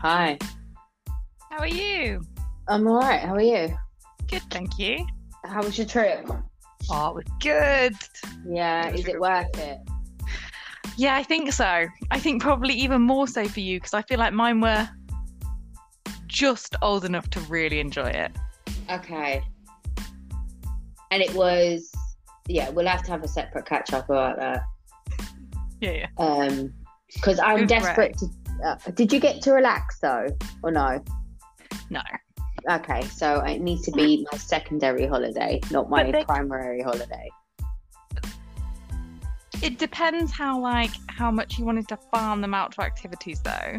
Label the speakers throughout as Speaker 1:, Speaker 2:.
Speaker 1: Hi.
Speaker 2: How are you?
Speaker 1: I'm all right. How are you?
Speaker 2: Good, thank you.
Speaker 1: How was your trip?
Speaker 2: Oh, it was good.
Speaker 1: Yeah. Is it worth it?
Speaker 2: Yeah, I think so. I think probably even more so for you because I feel like mine were just old enough to really enjoy it.
Speaker 1: Okay. And it was. Yeah, we'll have to have a separate catch up about that.
Speaker 2: Yeah, yeah.
Speaker 1: Um, because I'm
Speaker 2: Good
Speaker 1: desperate to. Uh, did you get to relax though, or no?
Speaker 2: No.
Speaker 1: Okay, so it needs to be my secondary holiday, not my
Speaker 2: But they-
Speaker 1: primary holiday.
Speaker 2: It depends how like how much you wanted to farm them out to activities though.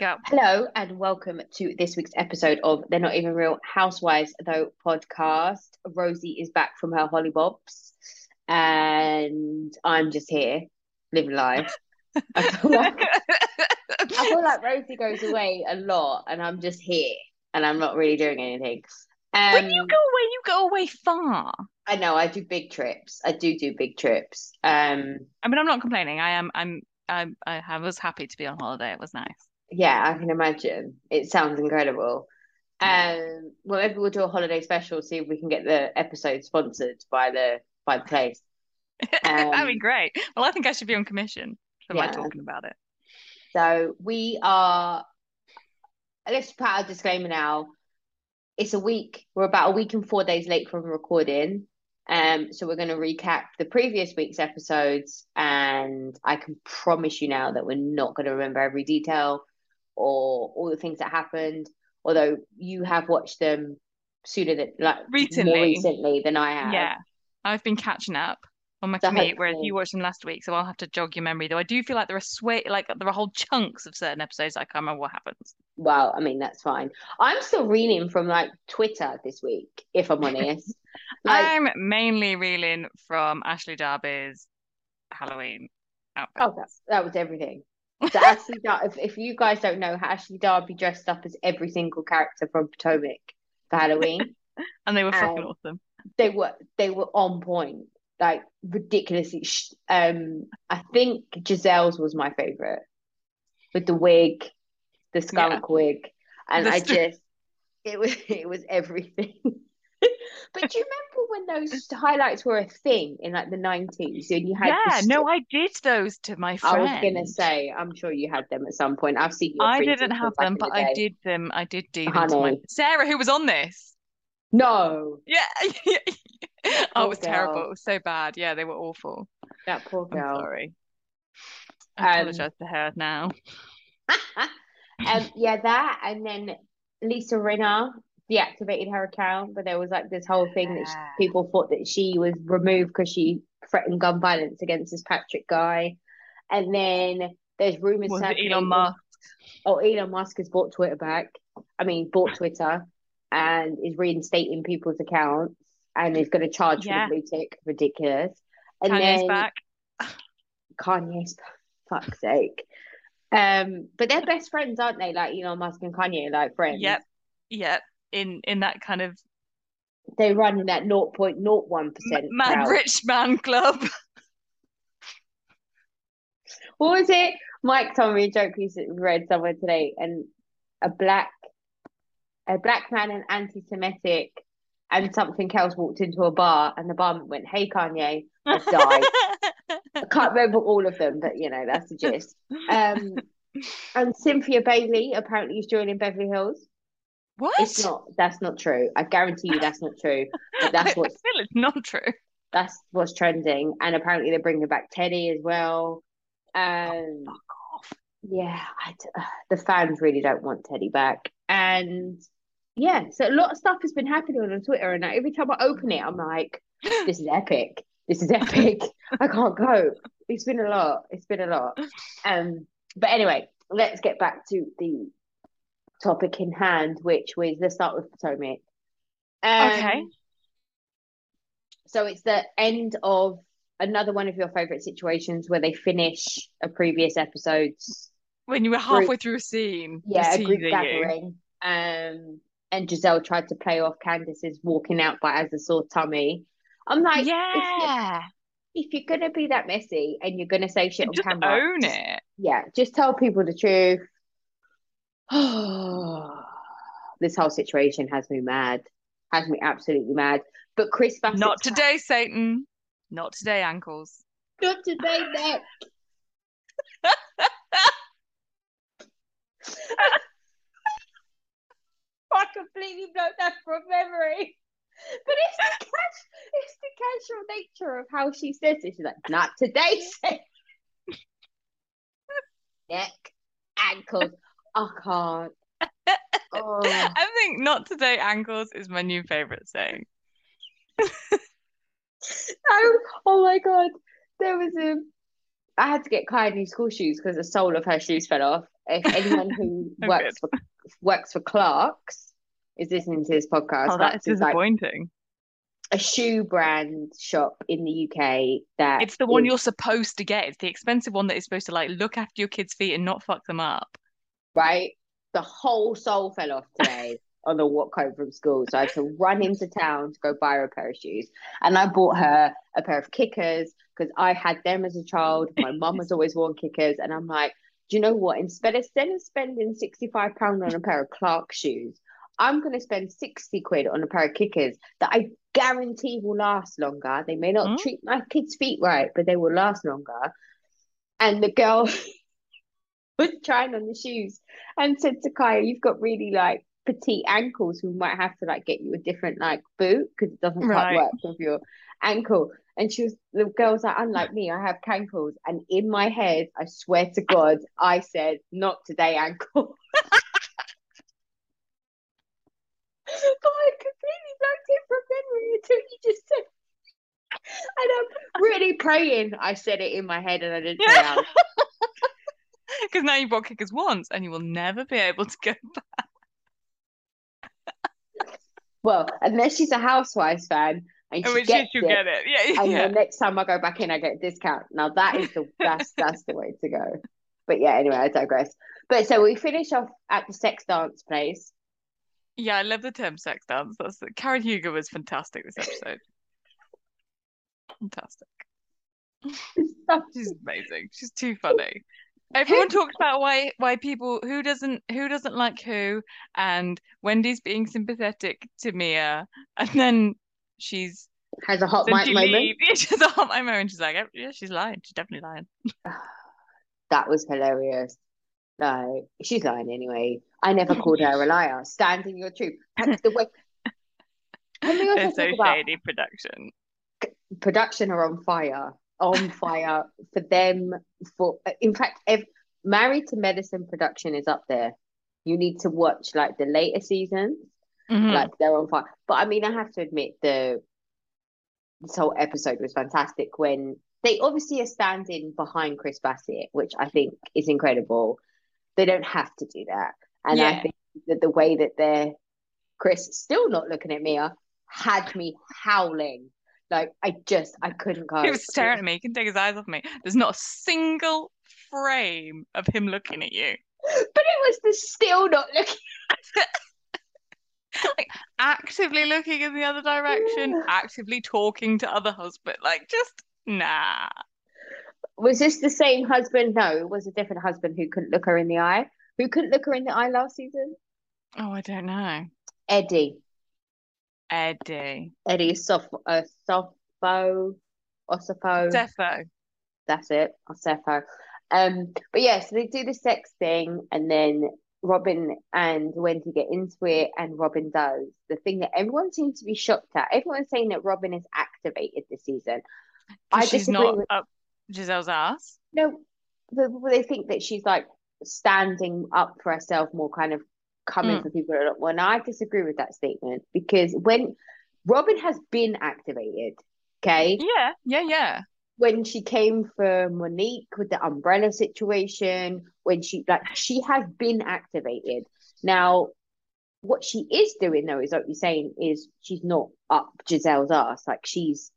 Speaker 2: Go.
Speaker 1: Hello and welcome to this week's episode of They're Not Even Real Housewives Though podcast. Rosie is back from her hollybobs and I'm just here living life. I feel like, I feel like Rosie goes away a lot and I'm just here and I'm not really doing anything. Um,
Speaker 2: when you go away, you go away far.
Speaker 1: I know I do big trips. I do do big trips. Um,
Speaker 2: I mean, I'm not complaining. I am. I'm. I'm I I was happy to be on holiday. It was nice.
Speaker 1: Yeah, I can imagine. It sounds incredible. Um, well, maybe we'll do a holiday special, see if we can get the episode sponsored by the by the place.
Speaker 2: That'd
Speaker 1: Um,
Speaker 2: be great. Well, I think I should be on commission for my
Speaker 1: Yeah.
Speaker 2: talking about it.
Speaker 1: So we are. Let's put out a disclaimer now. It's a week. We're about a week and four days late from recording. Um, so we're going to recap the previous week's episodes, and I can promise you now that we're not going to remember every detail or all the things that happened. Although you have watched them sooner than like more
Speaker 2: Recently.
Speaker 1: recently than I have.
Speaker 2: Yeah, I've been catching up on my
Speaker 1: So
Speaker 2: commute, whereas
Speaker 1: hopefully-
Speaker 2: you watched them last week, so I'll have to jog your memory. Though I do feel like there are sway, like there are whole chunks of certain episodes I can't remember what happens.
Speaker 1: Well, I mean that's fine. I'm still reeling from like Twitter this week, if I'm honest. Like,
Speaker 2: I'm mainly reeling from Ashley Darby's Halloween outfit.
Speaker 1: Oh, that, that was everything. So Ashley Dar- if, if you guys don't know, Ashley Darby dressed up as every single character from Potomac for Halloween.
Speaker 2: and they were fucking
Speaker 1: um,
Speaker 2: awesome.
Speaker 1: they were they were on point, like ridiculously. sh- Um, I think Giselle's was my favorite with the wig, the skunk wig, and
Speaker 2: The
Speaker 1: I
Speaker 2: st-
Speaker 1: just it was it was everything. But do you remember when those highlights were a thing in like the nineties, and you had the
Speaker 2: Yeah,
Speaker 1: st-
Speaker 2: no, I did those to my
Speaker 1: I
Speaker 2: friend.
Speaker 1: was gonna say, I'm sure you had them at some point. I've seen your
Speaker 2: I
Speaker 1: fringes
Speaker 2: didn't
Speaker 1: from
Speaker 2: have
Speaker 1: back
Speaker 2: them,
Speaker 1: in the
Speaker 2: but I
Speaker 1: day.
Speaker 2: did them. I did do them to my
Speaker 1: Honey.
Speaker 2: Sarah, who was on this.
Speaker 1: No,
Speaker 2: Yeah. oh,
Speaker 1: Poor
Speaker 2: it was terrible.
Speaker 1: girl.
Speaker 2: It was so bad. Yeah, they were awful.
Speaker 1: that poor
Speaker 2: I'm
Speaker 1: girl.
Speaker 2: sorry. I
Speaker 1: Um,
Speaker 2: apologize to her now.
Speaker 1: um, yeah, that and then Lisa Rinna deactivated her account, but there was like this whole thing that she-
Speaker 2: Yeah.
Speaker 1: people thought that she was removed because she threatened gun violence against this Patrick guy, and then there's rumors
Speaker 2: Was it
Speaker 1: circulating-
Speaker 2: Elon Musk?
Speaker 1: Oh, Elon Musk has bought Twitter back. I mean, bought Twitter and is reinstating people's accounts and is going to charge
Speaker 2: Yeah.
Speaker 1: for the blue tick. Ridiculous. And
Speaker 2: Kanye's
Speaker 1: then
Speaker 2: back.
Speaker 1: Kanye's fuck's sake. Um, but they're best friends, aren't they? Like Elon Musk and Kanye, are like friends.
Speaker 2: Yep. Yep. In in that kind of
Speaker 1: They run in that 0.01 percent.
Speaker 2: mad rich man club.
Speaker 1: What was it? Mike told me a joke he's read somewhere today, and a black, a black man and anti-Semitic, and something else walked into a bar, and the barman went, "Hey Kanye," I died. I can't remember all of them, but you know that's the gist. Um, and Cynthia Bailey apparently is joining Beverly Hills.
Speaker 2: what?
Speaker 1: It's not. That's not true. I guarantee you, that's not true. But
Speaker 2: I, I
Speaker 1: that's
Speaker 2: feel
Speaker 1: what's
Speaker 2: it's not true.
Speaker 1: that's what's trending, and apparently they're bringing back Teddy as well. Um,
Speaker 2: Oh, Fuck off.
Speaker 1: yeah, I d ugh, the fans really don't want Teddy back, and yeah, so a lot of stuff has been happening on Twitter, and every time I open it, I'm like, this is epic, this is epic. I can't cope. It's been a lot. It's been a lot. Um, but anyway, let's get back to the topic in hand, which was let's start with Potomac. Um,
Speaker 2: Okay.
Speaker 1: So it's the end of another one of your favorite situations where they finish a previous episode's
Speaker 2: When you were halfway through a scene,
Speaker 1: yeah, a group
Speaker 2: deceiving you.
Speaker 1: gathering. Um, and Giselle tried to play off Candace's walking out by as a sore tummy. I'm like, if,
Speaker 2: yeah.
Speaker 1: you, if you're gonna be that messy and you're gonna say shit on
Speaker 2: Just
Speaker 1: camera,
Speaker 2: own
Speaker 1: just
Speaker 2: it.
Speaker 1: yeah, just tell people the truth. this whole situation has me mad. Has me absolutely mad. But Chris Bassett
Speaker 2: Not today, Satan. Not today, ankles.
Speaker 1: Not today, Nick. I completely blocked that from memory. But it's the cas- it's the casual nature of how she says it. She's like, not today, Satan. Neck, ankles. I can't. Oh,
Speaker 2: I think not today, ankles is my new favourite saying.
Speaker 1: no. oh my god. There was a I had to get Kai new school shoes because the sole of her shoes fell off. If anyone who
Speaker 2: Oh,
Speaker 1: works for works for Clark's is listening to this podcast,
Speaker 2: Oh, that's
Speaker 1: Clarks is like
Speaker 2: disappointing.
Speaker 1: a shoe brand shop in the UK that
Speaker 2: It's the one
Speaker 1: is-
Speaker 2: you're supposed to get. It's the expensive one that is supposed to like look after your kids' feet and not fuck them up.
Speaker 1: right? The whole sole fell off today on the walk home from school. So I had to run into town to go buy her a pair of shoes. And I bought her a pair of kickers because I had them as a child. My mum has always worn kickers. And I'm like, do you know what? Instead of, instead of spending £65 on a pair of Clark shoes, I'm going to spend 60 quid on a pair of kickers that I guarantee will last longer. They may not
Speaker 2: Hmm?
Speaker 1: treat my kids' feet right, but they will last longer. And the girl was trying on the shoes and said to Kaya, "You've got really like petite ankles. We might have to like get you a different like boot because it doesn't quite
Speaker 2: Right.
Speaker 1: work with your ankle." And she was the girl's like, "Unlike me, I have cankles." And in my head, I swear to God, I said, "Not today, ankle." but I completely blanked it from memory until you just said. And I'm really praying I said it in my head and I didn't say it out.
Speaker 2: Because now you've bought kickers once and you will never be able to go back.
Speaker 1: Well, unless she's a Housewives fan and she
Speaker 2: In which case
Speaker 1: gets
Speaker 2: you
Speaker 1: it,
Speaker 2: get it. Yeah,
Speaker 1: and
Speaker 2: yeah.
Speaker 1: the next time I go back in, I get a discount. Now that is the that's that's the way to go. But yeah, anyway, I digress. But so we finish off at the sex dance place.
Speaker 2: Yeah, I love the term sex dance. That's Karen Huger was fantastic this episode. fantastic. She's amazing. She's too funny. Everyone talks about why why people who doesn't who doesn't like who and Wendy's being sympathetic to Mia and then she's
Speaker 1: Has a hot
Speaker 2: then
Speaker 1: mic
Speaker 2: she
Speaker 1: moment.
Speaker 2: leaves. Yeah, she's a hot mic moment. She's like, "Oh, yeah, she's lying. She's definitely lying.
Speaker 1: That was hilarious. No, she's lying anyway. I never called her a liar. Stand in your truth. That's the way. Can we also
Speaker 2: It's so
Speaker 1: talk about
Speaker 2: shady production.
Speaker 1: production are on fire, on fire for them. For in fact, if Married to Medicine production is up there, you need to watch like the later seasons.
Speaker 2: Mhm.
Speaker 1: Like they're on fire. But I mean, I have to admit the this whole episode was fantastic when they obviously are standing behind Chris Bassett, which I think is incredible. They don't have to do that, and I
Speaker 2: Yeah.
Speaker 1: think that the way that they're Chris still not looking at Mia had me howling. Like I just I couldn't go.
Speaker 2: He was staring at me. He couldn't take his eyes off me. There's not a single frame of him looking at you.
Speaker 1: but it was the still not looking.
Speaker 2: Actively looking in the other direction,
Speaker 1: Yeah.
Speaker 2: actively talking to other husband. Like, just nah.
Speaker 1: Was this the same husband? No, it was a different husband who couldn't look her in the eye. Who couldn't look her in the eye last season?
Speaker 2: Oh, I don't know.
Speaker 1: Eddie.
Speaker 2: Eddie.
Speaker 1: Eddie Sof uh, Sofo Osofo.
Speaker 2: Defo.
Speaker 1: that's it, Osefo. Um, but yeah, so they do the sex thing, and then Robin and Wendy get into it, and Robin does the thing that everyone seems to be shocked at. Everyone's saying that Robin is activated this season. I
Speaker 2: She's
Speaker 1: disagree
Speaker 2: not
Speaker 1: with-
Speaker 2: up Giselle's ass.
Speaker 1: No, the- the- they think that she's like standing up for herself more, kind of coming
Speaker 2: Mm.
Speaker 1: for people. that don't- Well, no, I disagree with that statement because when Robin has been activated, okay,
Speaker 2: Yeah, yeah, yeah.
Speaker 1: when she came for Monique with the umbrella situation, when she like she has been activated. Now, what she is doing though is like you're saying is she's not up Giselle's ass. Like she's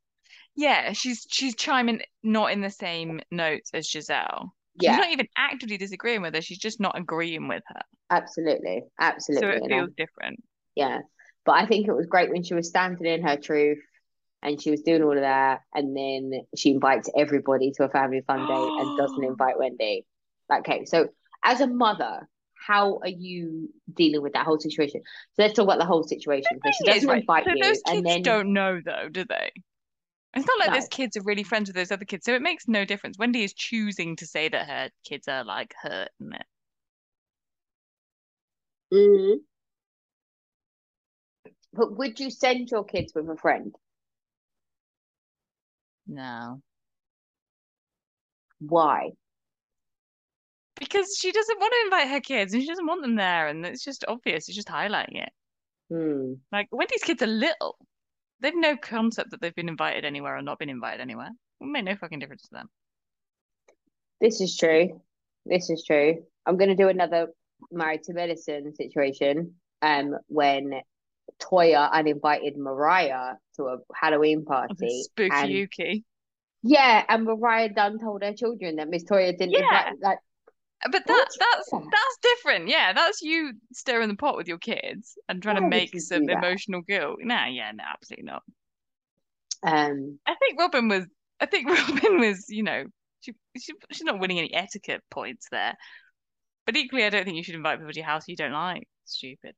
Speaker 2: Yeah, she's she's chiming not in the same notes as Giselle. She's
Speaker 1: yeah,
Speaker 2: not even actively disagreeing with her, she's just not agreeing with her.
Speaker 1: absolutely, absolutely.
Speaker 2: So it
Speaker 1: and I-
Speaker 2: feels different.
Speaker 1: yeah. But I think it was great when she was standing in her truth and she was doing all of that, and then she invites everybody to a family fun day and doesn't invite Wendy. Okay, so as a mother, how are you dealing with that whole situation? So let's talk about the whole situation. So she
Speaker 2: Thing is,
Speaker 1: doesn't
Speaker 2: right,
Speaker 1: invite
Speaker 2: so
Speaker 1: you,
Speaker 2: those kids
Speaker 1: and then
Speaker 2: don't know though, do they? It's not like
Speaker 1: No.
Speaker 2: those kids are really friends with those other kids, so it makes no difference. Wendy is choosing to say that her kids are like hurt and that
Speaker 1: Mhm. But would you send your kids with a friend?
Speaker 2: no,
Speaker 1: Why?
Speaker 2: because she doesn't want to invite her kids and she doesn't want them there, and it's just obvious. It's just highlighting it.
Speaker 1: Hmm.
Speaker 2: Like Wendy's kids are little; they've no concept that they've been invited anywhere or not been invited anywhere. It made no fucking difference to them.
Speaker 1: This is true. This is true. I'm gonna do another married to medicine situation. Um, when Toya uninvited Mariah to a Halloween party,
Speaker 2: Oh, Spooky
Speaker 1: and
Speaker 2: Yuki.
Speaker 1: yeah, and Mariah Dunn told her children that Miss Toya didn't
Speaker 2: Yeah.
Speaker 1: invite. Like,
Speaker 2: But
Speaker 1: Why
Speaker 2: that
Speaker 1: would you
Speaker 2: that's
Speaker 1: do that?
Speaker 2: that's different. Yeah, that's you stirring the pot with your kids and trying
Speaker 1: Why
Speaker 2: to
Speaker 1: would
Speaker 2: make
Speaker 1: you
Speaker 2: some
Speaker 1: do that?
Speaker 2: emotional guilt. Nah, yeah, no, absolutely not.
Speaker 1: um,
Speaker 2: I think Robin was I think Robin was, you know, she, she she's not winning any etiquette points there. But equally I don't think you should invite people to your house you don't like. Stupid.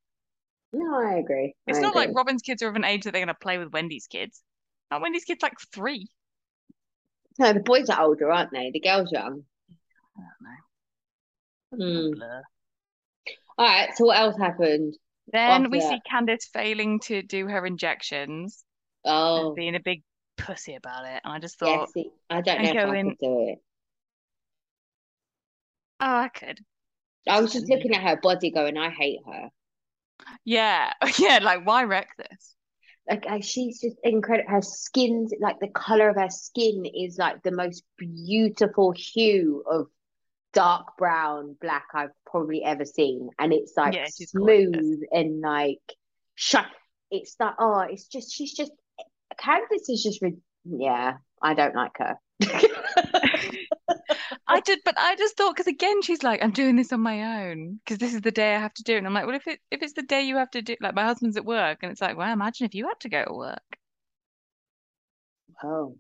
Speaker 1: no, I agree.
Speaker 2: It's
Speaker 1: I
Speaker 2: not like
Speaker 1: agree.
Speaker 2: Robin's kids are of an age that they're gonna play with Wendy's kids. Aren't Wendy's kids like three?
Speaker 1: No, the boys are older, aren't they? The girls young.
Speaker 2: I don't know.
Speaker 1: Hmm.
Speaker 2: A blur.
Speaker 1: All right. So what else happened?
Speaker 2: Then we
Speaker 1: After-
Speaker 2: see Candace failing to do her injections and
Speaker 1: Oh,
Speaker 2: being a big pussy about it. And I just
Speaker 1: yeah.
Speaker 2: thought
Speaker 1: See, I don't
Speaker 2: and
Speaker 1: know if I
Speaker 2: going-
Speaker 1: could do it.
Speaker 2: Oh, I could.
Speaker 1: I
Speaker 2: Just
Speaker 1: was just
Speaker 2: send me.
Speaker 1: looking at her body, going, "I hate her."
Speaker 2: Yeah, yeah. Like, why wreck this?
Speaker 1: Like I, she's just incredible. Her skin's like the color of her skin is like the most beautiful hue of dark brown, black I've probably ever seen, and it's like
Speaker 2: Yeah, she's gorgeous.
Speaker 1: smooth and like shut. It's that. Oh, it's just she's just Candace is just re- yeah. I don't like her.
Speaker 2: I did, but I just thought because again, she's like, I'm doing this on my own because this is the day I have to do it. And I'm like, well, if it if it's the day you have to do, like my husband's at work, and it's like, well, imagine if you had to go to work.
Speaker 1: Oh,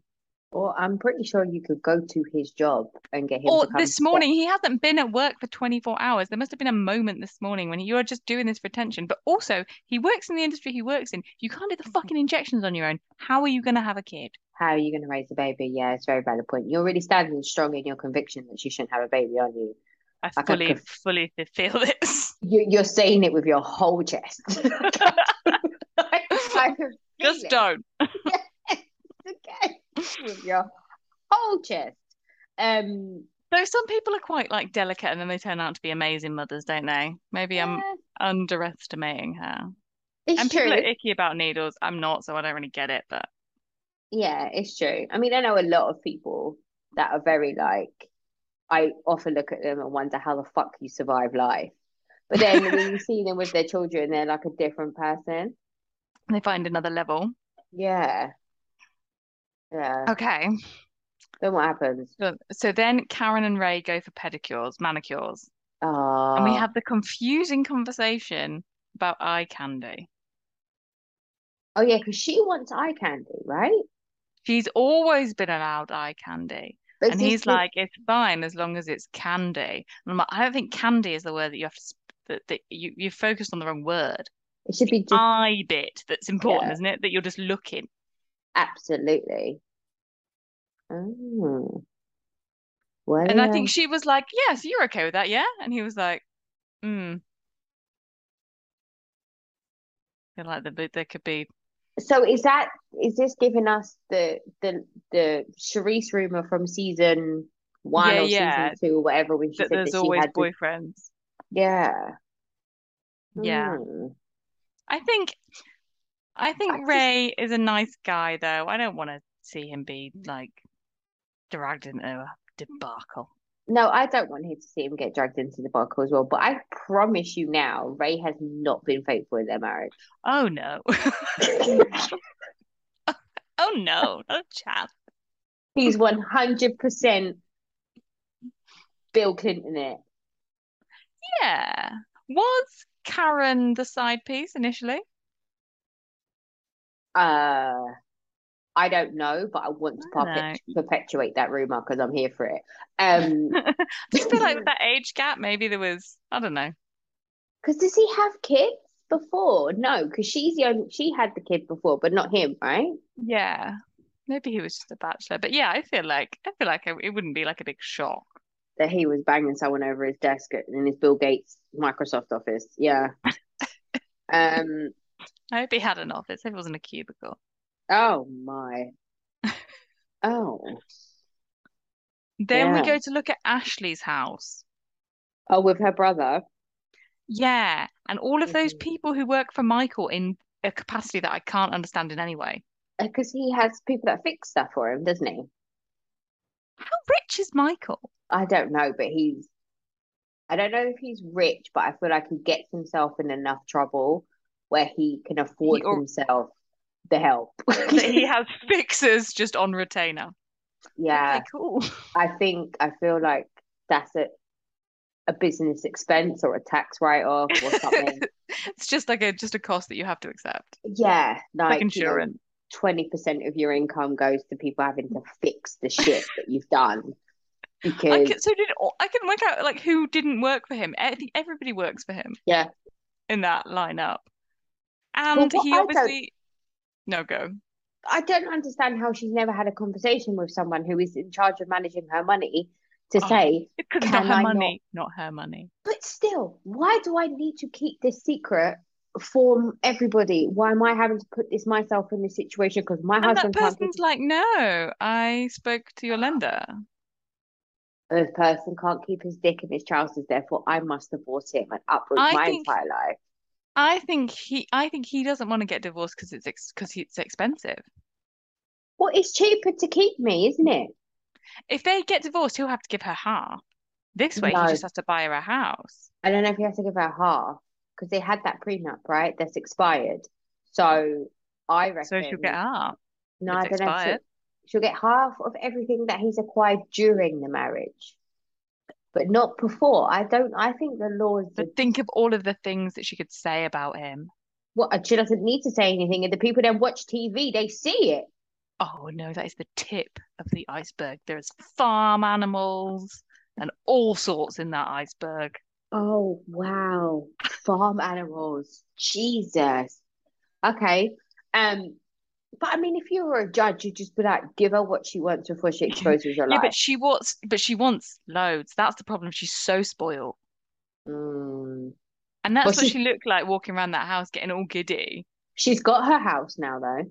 Speaker 1: well, I'm pretty sure you could go to his job and get him
Speaker 2: Or
Speaker 1: to come.
Speaker 2: this morning, he hasn't been at work for 24 hours. There must have been a moment this morning when you're just doing this for attention. But also, he works in the industry he works in. You can't do the fucking injections on your own. How are you going to have a kid?
Speaker 1: How are you going to raise a baby? Yeah, it's a very valid point. You're really standing strong in your conviction that you shouldn't have a baby, aren't you?
Speaker 2: I
Speaker 1: I could
Speaker 2: fully,
Speaker 1: conf-
Speaker 2: fully feel this.
Speaker 1: you you're saying it with your whole chest. I, I can feel
Speaker 2: Just
Speaker 1: it.
Speaker 2: don't.
Speaker 1: okay. With your whole chest. Um,
Speaker 2: Though some people are quite like delicate and then they turn out to be amazing mothers, don't they? Maybe I'm
Speaker 1: yeah,
Speaker 2: underestimating her.
Speaker 1: it's
Speaker 2: um, And
Speaker 1: true.
Speaker 2: people are icky about needles. I'm not, so I don't really get it, but
Speaker 1: Yeah, it's true. I mean, I know a lot of people that are very like, I often look at them and wonder how the fuck you survive life. But then when you see them with their children, they're like a different person.
Speaker 2: they find another level.
Speaker 1: Yeah. Yeah.
Speaker 2: Okay.
Speaker 1: Then what happens?
Speaker 2: So, so then Karen and Ray go for pedicures, manicures,
Speaker 1: Oh,
Speaker 2: and we have the confusing conversation about eye candy.
Speaker 1: oh yeah, because she wants eye candy, right?
Speaker 2: She's always been allowed eye candy.
Speaker 1: But
Speaker 2: And
Speaker 1: this
Speaker 2: he's
Speaker 1: is-
Speaker 2: like, it's fine as long as it's candy. And I'm like, I don't think candy is the word that you have to, sp- that, that you, you focused on the wrong word.
Speaker 1: it should be just
Speaker 2: eye bit that's important,
Speaker 1: Yeah.
Speaker 2: isn't it? That you're just looking.
Speaker 1: absolutely. Oh, well,
Speaker 2: And I
Speaker 1: uh,
Speaker 2: think she was like, Yes, you're okay with that, yeah? And he was like, Hmm. Feel like the, there could be
Speaker 1: So is that is this giving us the the the Charisse rumor from season one
Speaker 2: Yeah,
Speaker 1: or
Speaker 2: yeah.
Speaker 1: season two or whatever when she
Speaker 2: that
Speaker 1: said
Speaker 2: there's
Speaker 1: that she
Speaker 2: always
Speaker 1: had to
Speaker 2: boyfriends.
Speaker 1: yeah
Speaker 2: Yeah.
Speaker 1: Hmm.
Speaker 2: I think I think
Speaker 1: I just-
Speaker 2: Ray is a nice guy though. I don't want to see him be like dragged into a debacle.
Speaker 1: No, I don't want him to see him get dragged into the barco as well. But I promise you now, Ray has not been faithful in their marriage.
Speaker 2: Oh no. oh no, no chap.
Speaker 1: He's one hundred percent Bill Clinton it.
Speaker 2: Yeah. Was Karen the side piece initially?
Speaker 1: Uh, I don't know, but I want to
Speaker 2: I
Speaker 1: perpet- perpetuate that rumor because I'm here for it. Um,
Speaker 2: I feel like with that age gap, maybe there was, I don't know.
Speaker 1: because does he have kids before? No, because she's the only she had the kid before, but not him, right?
Speaker 2: Yeah. Maybe he was just a bachelor. But yeah, I feel like I feel like I, it wouldn't be like a big shock.
Speaker 1: That he was banging someone over his desk at, in his Bill Gates Microsoft office. Yeah. um.
Speaker 2: I hope he had an office. If it wasn't a cubicle.
Speaker 1: Oh my. Oh.
Speaker 2: Then we
Speaker 1: Yeah.
Speaker 2: go to look at Ashley's house.
Speaker 1: Oh, with her brother.
Speaker 2: Yeah. And all of those
Speaker 1: Mhm.
Speaker 2: people who work for Michael in a capacity that I can't understand in any way.
Speaker 1: Because uh, he has people that fix stuff for him, doesn't he?
Speaker 2: How rich is Michael?
Speaker 1: I don't know, but he's. I don't know if he's rich, but I feel like he gets himself in enough trouble where he can afford
Speaker 2: al-
Speaker 1: himself the help.
Speaker 2: That he has fixers just on retainer.
Speaker 1: yeah,
Speaker 2: Okay, cool.
Speaker 1: I think I feel like that's a a business expense or a tax write off or something.
Speaker 2: It's just like a just a cost that you have to accept.
Speaker 1: yeah,
Speaker 2: Like
Speaker 1: like
Speaker 2: insurance.
Speaker 1: twenty percent of your income goes to people having to fix the shit that you've done
Speaker 2: I
Speaker 1: because
Speaker 2: can, so did all- I can work out like who didn't work for him. I think everybody works for him.
Speaker 1: Yeah.
Speaker 2: In that lineup.
Speaker 1: Well,
Speaker 2: And
Speaker 1: what
Speaker 2: he
Speaker 1: I don't-
Speaker 2: obviously no go.
Speaker 1: I don't understand how she's never had a conversation with someone who is in charge of managing her money to
Speaker 2: Oh.
Speaker 1: say.
Speaker 2: Because it's not
Speaker 1: Can
Speaker 2: her
Speaker 1: I not-
Speaker 2: money. Not her money.
Speaker 1: But still, why do I need to keep this secret from everybody? Why am I having to put this myself in this situation? Because my
Speaker 2: And that
Speaker 1: husband can't.
Speaker 2: person's like, no, I spoke to your lender.
Speaker 1: Keep, this person can't keep his dick in his trousers. Therefore, I must divorce him and uproot
Speaker 2: I
Speaker 1: my
Speaker 2: think-
Speaker 1: entire life.
Speaker 2: I think he I think he doesn't want to get divorced because it's ex because it's expensive.
Speaker 1: Well, it's cheaper to keep me, isn't it?
Speaker 2: If they get divorced, he'll have to give her half. This way,
Speaker 1: No.
Speaker 2: he just has to buy her a house.
Speaker 1: I don't know if he has to give her half because they had that prenup, right? That's expired. So I
Speaker 2: So
Speaker 1: reckon.
Speaker 2: she'll get half.
Speaker 1: No,
Speaker 2: It's
Speaker 1: I don't know. if She'll,
Speaker 2: expired.
Speaker 1: she'll get half of everything that he's acquired during the marriage, but not before. I don't. I think the laws.
Speaker 2: But think of all of the things that she could say about him.
Speaker 1: What she doesn't need to say anything, and the people that watch TV, they see it.
Speaker 2: Oh no, that is the tip of the iceberg. There's farm animals and all sorts in that iceberg.
Speaker 1: Oh wow, farm animals. Jesus. Okay. Um. But I mean, if you were a judge, you'd just be like, give her what she wants before she exposes your
Speaker 2: Yeah,
Speaker 1: life.
Speaker 2: but she wants but she wants loads. That's the problem. She's so spoiled.
Speaker 1: Mm.
Speaker 2: And that's
Speaker 1: Well,
Speaker 2: what
Speaker 1: she-
Speaker 2: she looked like walking around that house getting all giddy.
Speaker 1: She's got her house now, though.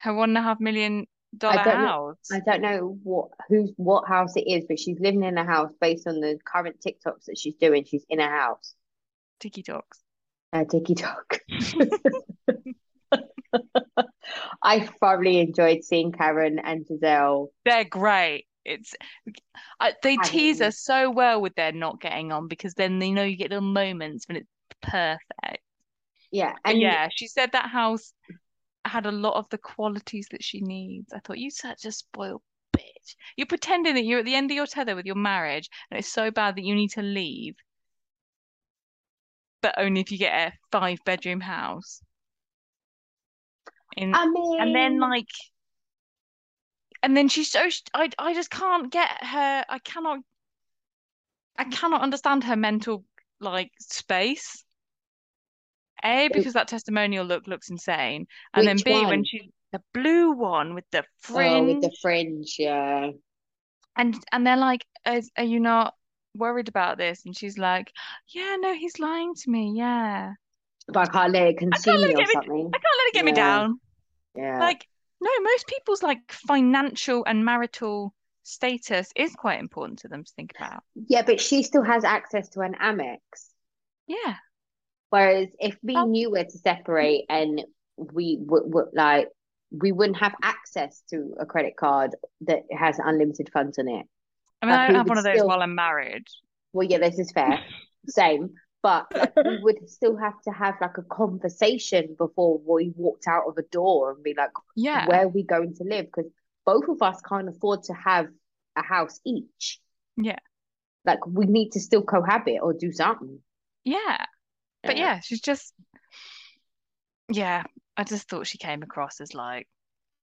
Speaker 2: Her one and a half million dollar
Speaker 1: don't know-
Speaker 2: house.
Speaker 1: I don't know what who's what house it is, but she's living in a house based on the current TikToks that she's doing. She's in a house.
Speaker 2: Tiki talks.
Speaker 1: Uh, TikTok. I thoroughly enjoyed seeing Karen and Giselle.
Speaker 2: They're great. It's I, they
Speaker 1: I
Speaker 2: tease
Speaker 1: mean-
Speaker 2: us so well with their not getting on because then they know you get little moments when it's perfect.
Speaker 1: Yeah,
Speaker 2: But
Speaker 1: and
Speaker 2: yeah, she said that house had a lot of the qualities that she needs. I thought you such a spoiled bitch. You're pretending that you're at the end of your tether with your marriage, and it's so bad that you need to leave. But only if you get a five bedroom house. In,
Speaker 1: I mean,
Speaker 2: and then like, and then she's so sh- I I just can't get her. I cannot. I cannot understand her mental like space. A because that testimonial look looks insane, and then
Speaker 1: Which
Speaker 2: B when
Speaker 1: one?
Speaker 2: she the blue one with the
Speaker 1: oh,
Speaker 2: fringe
Speaker 1: with the fringe, yeah.
Speaker 2: and and they're like, "Is- "Are you not worried about this?" And she's like, "Yeah, no, he's lying to me. Yeah,
Speaker 1: But I can't let it
Speaker 2: can't
Speaker 1: consume
Speaker 2: let
Speaker 1: me
Speaker 2: it
Speaker 1: or
Speaker 2: get me-
Speaker 1: something.
Speaker 2: I can't let it get me
Speaker 1: Yeah.
Speaker 2: down."
Speaker 1: Yeah.
Speaker 2: Like, no, most people's like financial and marital status is quite important to them to think about.
Speaker 1: yeah, but she still has access to an Amex.
Speaker 2: Yeah.
Speaker 1: Whereas if me
Speaker 2: Oh.
Speaker 1: and you were to separate and we would would like we wouldn't have access to a credit card that has unlimited funds on it.
Speaker 2: I mean,
Speaker 1: Like,
Speaker 2: I
Speaker 1: we
Speaker 2: don't have
Speaker 1: would
Speaker 2: one of those
Speaker 1: still-
Speaker 2: while I'm married.
Speaker 1: Well, yeah, this is fair. Same. But like, we would still have to have like a conversation before we walked out of a door and be like,
Speaker 2: Yeah.
Speaker 1: where are we going to live? Because both of us can't afford to have a house each.
Speaker 2: Yeah.
Speaker 1: Like we need to still cohabit or do something.
Speaker 2: Yeah. But yeah, she's just, yeah, I just thought she came across as like,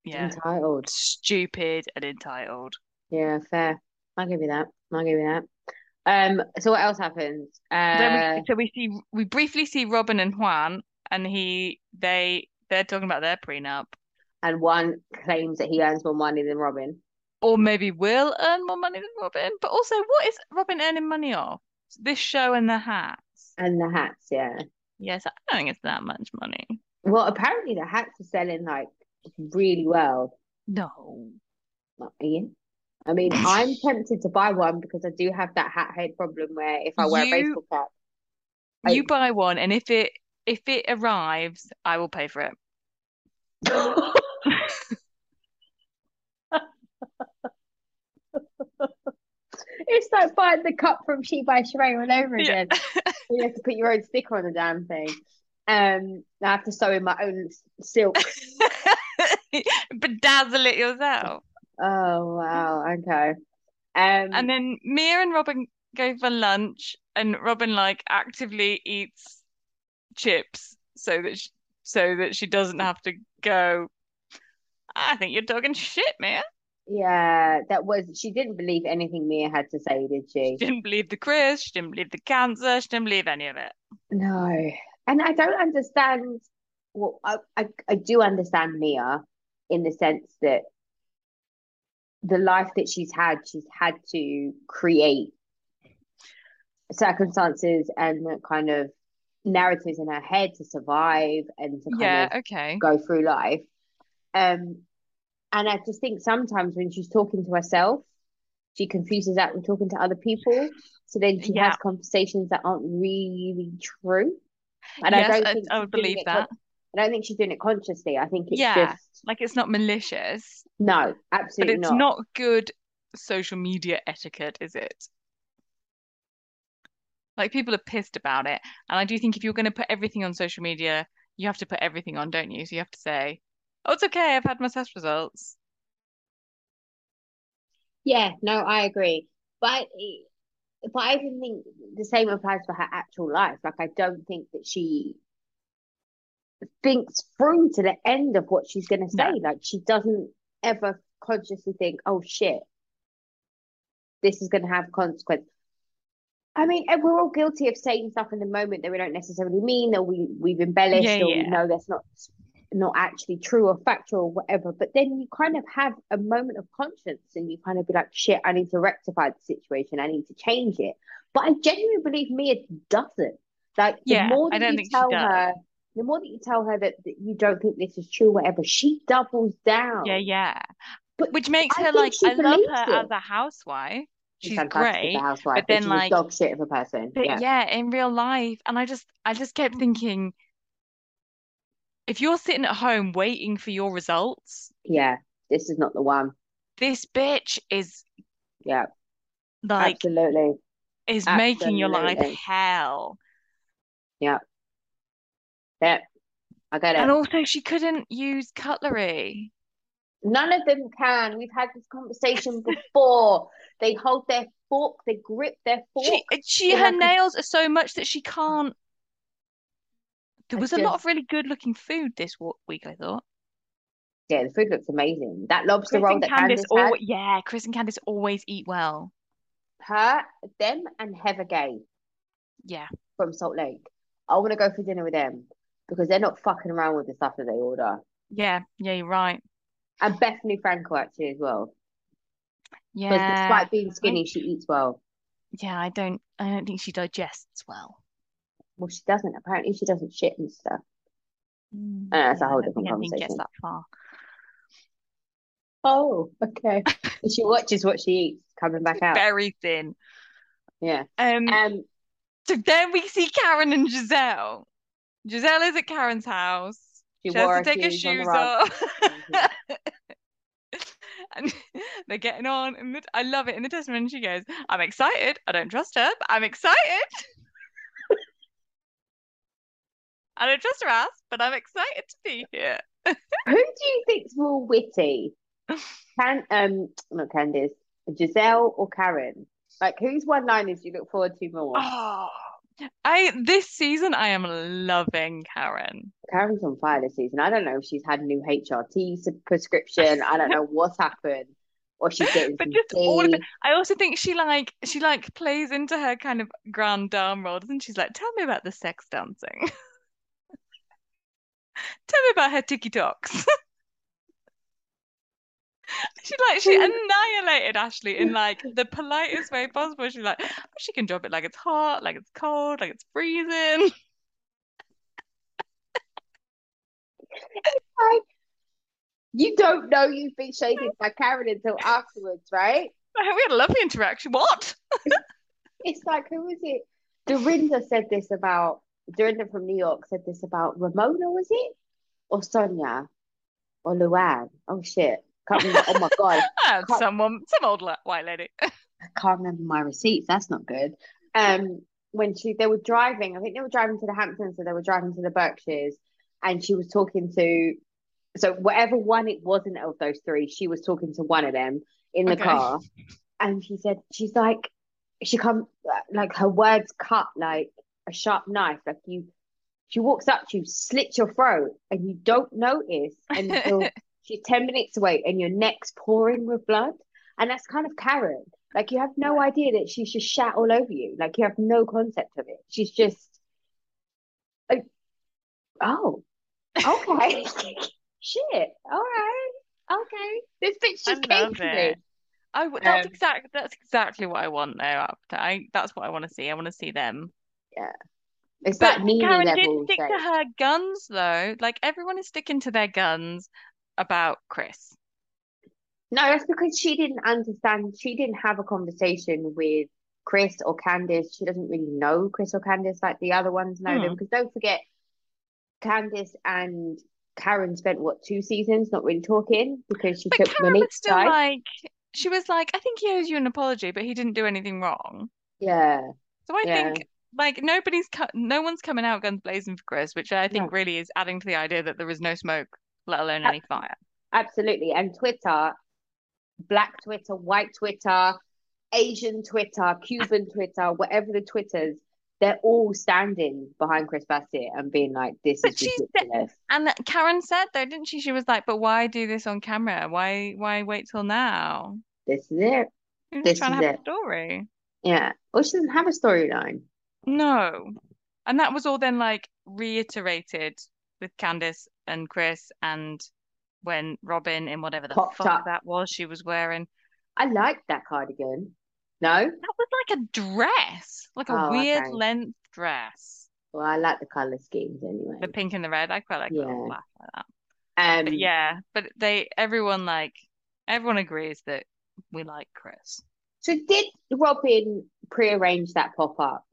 Speaker 2: Yeah.
Speaker 1: Entitled.
Speaker 2: Stupid and entitled.
Speaker 1: Yeah, fair. I'll give you that. I'll give you that. Um, so what else happens? Uh,
Speaker 2: Then we, so we see we briefly see Robin and Juan, and he they they're talking about their prenup,
Speaker 1: and one claims that he earns more money than Robin.
Speaker 2: or maybe will earn more money than Robin. But also, what is Robin earning money off? This show and the hats.
Speaker 1: And the hats, yeah.
Speaker 2: Yes, I don't think it's that much money.
Speaker 1: Well, apparently the hats are selling like really well.
Speaker 2: No.
Speaker 1: Like, Ian. I mean, I'm tempted to buy one because I do have that hat head problem where if I wear a
Speaker 2: You-
Speaker 1: baseball cap, I-
Speaker 2: You buy one, and if it if it arrives, I will pay for it.
Speaker 1: it's like buying the cup from She by Sheree all over
Speaker 2: Yeah.
Speaker 1: again. you have to put your own sticker on the damn thing. Um, I have to sew in my own s- silk.
Speaker 2: Bedazzle it yourself.
Speaker 1: Oh wow, okay. Um,
Speaker 2: And then Mia and Robin go for lunch, and Robin like actively eats chips so that she, so that she doesn't have to go. I think you're talking shit, Mia.
Speaker 1: yeah, that was she didn't believe anything Mia had to say, did she?
Speaker 2: She didn't believe the Chris. She didn't believe the cancer. She didn't believe any of it.
Speaker 1: No, and I don't understand. Well, I, I I do understand Mia in the sense that the life that she's had, she's had to create circumstances and kind of narratives in her head to survive and to kind
Speaker 2: Yeah.
Speaker 1: of
Speaker 2: Okay.
Speaker 1: go through life. Um, and I just think sometimes when she's talking to herself, she confuses that with talking to other people. So then she
Speaker 2: Yeah.
Speaker 1: has conversations that aren't really true. And I
Speaker 2: Yes,
Speaker 1: don't
Speaker 2: I-
Speaker 1: think
Speaker 2: I
Speaker 1: she's
Speaker 2: would
Speaker 1: doing
Speaker 2: believe
Speaker 1: it con-
Speaker 2: that.
Speaker 1: I don't think she's doing it consciously. I think it's
Speaker 2: Yeah.
Speaker 1: just
Speaker 2: Like it's not malicious,
Speaker 1: no,
Speaker 2: but
Speaker 1: absolutely
Speaker 2: it's
Speaker 1: not.
Speaker 2: not good social media etiquette, is it? Like people are pissed about it. And I do think if you're going to put everything on social media, you have to put everything on, don't you? So you have to say, "Oh, it's okay. I've had my test results."
Speaker 1: Yeah, no, I agree. But it- but I even think the same applies for her actual life. Like I don't think that she thinks through to the end of what she's gonna
Speaker 2: No.
Speaker 1: say. Like she doesn't ever consciously think, oh shit, this is gonna have consequence. I mean, and we're all guilty of saying stuff in the moment that we don't necessarily mean, or we we've embellished,
Speaker 2: Yeah,
Speaker 1: or we
Speaker 2: yeah.
Speaker 1: know that's not not actually true or factual or whatever. But then you kind of have a moment of conscience, and you kind of be like, "Shit, I need to rectify the situation. I need to change it." But I genuinely believe Mia doesn't. Like the
Speaker 2: Yeah,
Speaker 1: more
Speaker 2: I
Speaker 1: that
Speaker 2: don't
Speaker 1: you
Speaker 2: think she
Speaker 1: tell
Speaker 2: does.
Speaker 1: her, the more that you tell her that, that you don't think this is true, whatever, she doubles down.
Speaker 2: Yeah, yeah.
Speaker 1: Oh. But
Speaker 2: Which makes
Speaker 1: I
Speaker 2: her
Speaker 1: think
Speaker 2: like,
Speaker 1: she
Speaker 2: I love
Speaker 1: believes
Speaker 2: her as
Speaker 1: it.
Speaker 2: a housewife.
Speaker 1: She's
Speaker 2: She's
Speaker 1: fantastic as a
Speaker 2: great.
Speaker 1: housewife,
Speaker 2: then,
Speaker 1: she's
Speaker 2: like-
Speaker 1: a dog shit of a person.
Speaker 2: But
Speaker 1: yeah.
Speaker 2: yeah, in real life, and I just, I just kept thinking, if you're sitting at home waiting for your results,
Speaker 1: yeah, this is not the one.
Speaker 2: this bitch is
Speaker 1: Yeah.
Speaker 2: like
Speaker 1: Absolutely.
Speaker 2: is making your life
Speaker 1: Absolutely.
Speaker 2: hell.
Speaker 1: Yeah. I get it.
Speaker 2: And also, she couldn't use cutlery.
Speaker 1: None of them can. We've had this conversation before. They hold their fork, they grip their fork.
Speaker 2: She, she
Speaker 1: They
Speaker 2: her
Speaker 1: have to-
Speaker 2: nails are so much that she can't. There
Speaker 1: I
Speaker 2: was a lot
Speaker 1: just-
Speaker 2: of really good looking food this wa- week, I thought.
Speaker 1: Yeah, the food looks amazing. That lobster
Speaker 2: Chris
Speaker 1: roll
Speaker 2: and
Speaker 1: that
Speaker 2: Candice,
Speaker 1: Candice had,
Speaker 2: alwa- yeah, Chris and Candice always eat well.
Speaker 1: her, them, and Heather Gay
Speaker 2: Yeah,
Speaker 1: from Salt Lake. I want to go for dinner with them because they're not fucking around with the stuff that they order.
Speaker 2: yeah, yeah. You're right.
Speaker 1: And Bethany Frankel actually as well. Because
Speaker 2: Yeah,
Speaker 1: despite being skinny, she eats well.
Speaker 2: yeah. I don't, I don't think she digests well.
Speaker 1: Well, she doesn't. Apparently, she doesn't shit and stuff.
Speaker 2: Mm,
Speaker 1: Uh, that's a
Speaker 2: yeah, I
Speaker 1: whole
Speaker 2: don't
Speaker 1: different
Speaker 2: think anything gets
Speaker 1: conversation.
Speaker 2: that far.
Speaker 1: Oh, okay. She watches what she eats coming back out.
Speaker 2: Very thin.
Speaker 1: Yeah.
Speaker 2: Um,
Speaker 1: Um,
Speaker 2: So then we see Karen and Giselle. Giselle is at Karen's house.
Speaker 1: she
Speaker 2: She,
Speaker 1: wore
Speaker 2: has
Speaker 1: her
Speaker 2: to take her
Speaker 1: shoes on the
Speaker 2: shoes
Speaker 1: rug.
Speaker 2: off. and they're getting on. And I love it. In the testimony, she goes, I'm excited. I don't trust her, but I'm excited. I don't trust her ass, but I'm excited to be here.
Speaker 1: Who do you think's more witty? Can um not Candice, Giselle or Karen? Like whose one liners do you look forward to more?
Speaker 2: Oh, I this season I am loving Karen.
Speaker 1: Karen's on fire this season. I don't know if she's had new HRT s- prescription. I don't know what's happened, or she's getting.
Speaker 2: But
Speaker 1: some
Speaker 2: just all of it.
Speaker 1: tea.
Speaker 2: I also think she like she like plays into her kind of grand dame role, doesn't she? She's like, tell me about the sex dancing. tell me about her tiki toks. she like she annihilated Ashley in like the politest way possible. She like "Oh, she can drop it like it's hot, like it's cold, like it's freezing.
Speaker 1: You don't know you've been shaded by Karen until afterwards, right?
Speaker 2: We had a lovely interaction. What?
Speaker 1: It's like who is it? Dorinda said this about Dorinda from New York said this about Ramona, was it? Or Sonia? Or Luann? Oh shit. Can't remember. Oh my god.
Speaker 2: Ah,
Speaker 1: Cut.
Speaker 2: someone, some old la- white lady.
Speaker 1: I can't remember my receipts. That's not good. Um, when she they were driving, I think they were driving to the Hamptons, so they were driving to the Berkshires, and she was talking to, so whatever one it wasn't of those three, she was talking to one of them in the
Speaker 2: Okay.
Speaker 1: car, and she said she's like, she come like her words cut like a sharp knife, like you. She walks up to you, slits your throat, and you don't notice until she's 10 minutes away and your neck's pouring with blood. And that's kind of Karen. Like you have no idea that she's just shat all over you. Like you have no concept of it. She's just like, oh, okay, shit, all right, okay. This bitch
Speaker 2: I
Speaker 1: just came
Speaker 2: love
Speaker 1: to me.
Speaker 2: it. I w- that's
Speaker 1: Um,
Speaker 2: exact. That's exactly what I want though. After I, that's what I want to see. I want to see them.
Speaker 1: It's
Speaker 2: But
Speaker 1: that Nini
Speaker 2: Karen did
Speaker 1: level.
Speaker 2: stick to
Speaker 1: thing.
Speaker 2: her guns though. Like everyone is sticking to their guns about Chris.
Speaker 1: No, that's because she didn't understand. She didn't have a conversation with Chris or Candice. She doesn't really know Chris or Candice like the other ones know them.
Speaker 2: Hmm.
Speaker 1: Because don't forget, Candice and Karen spent what two seasons not really talking because she
Speaker 2: But
Speaker 1: took
Speaker 2: Karen was
Speaker 1: Monique's
Speaker 2: still
Speaker 1: side.
Speaker 2: like, she was like, I think he owes you an apology, but he didn't do anything wrong.
Speaker 1: Yeah,
Speaker 2: So I
Speaker 1: Yeah.
Speaker 2: think like nobody's co- no one's coming out guns blazing for Chris, which I think
Speaker 1: No.
Speaker 2: really is adding to the idea that there is no smoke, let alone
Speaker 1: Uh,
Speaker 2: any fire.
Speaker 1: absolutely. And Twitter, black Twitter, white Twitter, Asian Twitter, Cuban Twitter, whatever the Twitters, they're all standing behind Chris Bassett and being like, "This
Speaker 2: But
Speaker 1: is
Speaker 2: she's de-
Speaker 1: ridiculous."
Speaker 2: And that Karen said though, didn't she? She was like, "But why do this on camera? Why why wait till now?
Speaker 1: This is it.
Speaker 2: You're
Speaker 1: This
Speaker 2: just trying to
Speaker 1: is
Speaker 2: have
Speaker 1: it.
Speaker 2: a story."
Speaker 1: Yeah. Well, she doesn't have a storyline.
Speaker 2: No. And that was all then like reiterated with Candice and Chris and when Robin in whatever the
Speaker 1: Popped
Speaker 2: fuck
Speaker 1: up.
Speaker 2: that was she was wearing.
Speaker 1: I like that cardigan. No?
Speaker 2: That was like a dress, like a
Speaker 1: Oh,
Speaker 2: weird
Speaker 1: okay.
Speaker 2: length dress.
Speaker 1: Well, I like the color schemes anyway.
Speaker 2: The pink and the red. I quite like
Speaker 1: Yeah.
Speaker 2: that. Laugh like that.
Speaker 1: Um,
Speaker 2: But yeah, but they everyone like everyone agrees that we like Chris.
Speaker 1: So did Robin prearrange that pop up?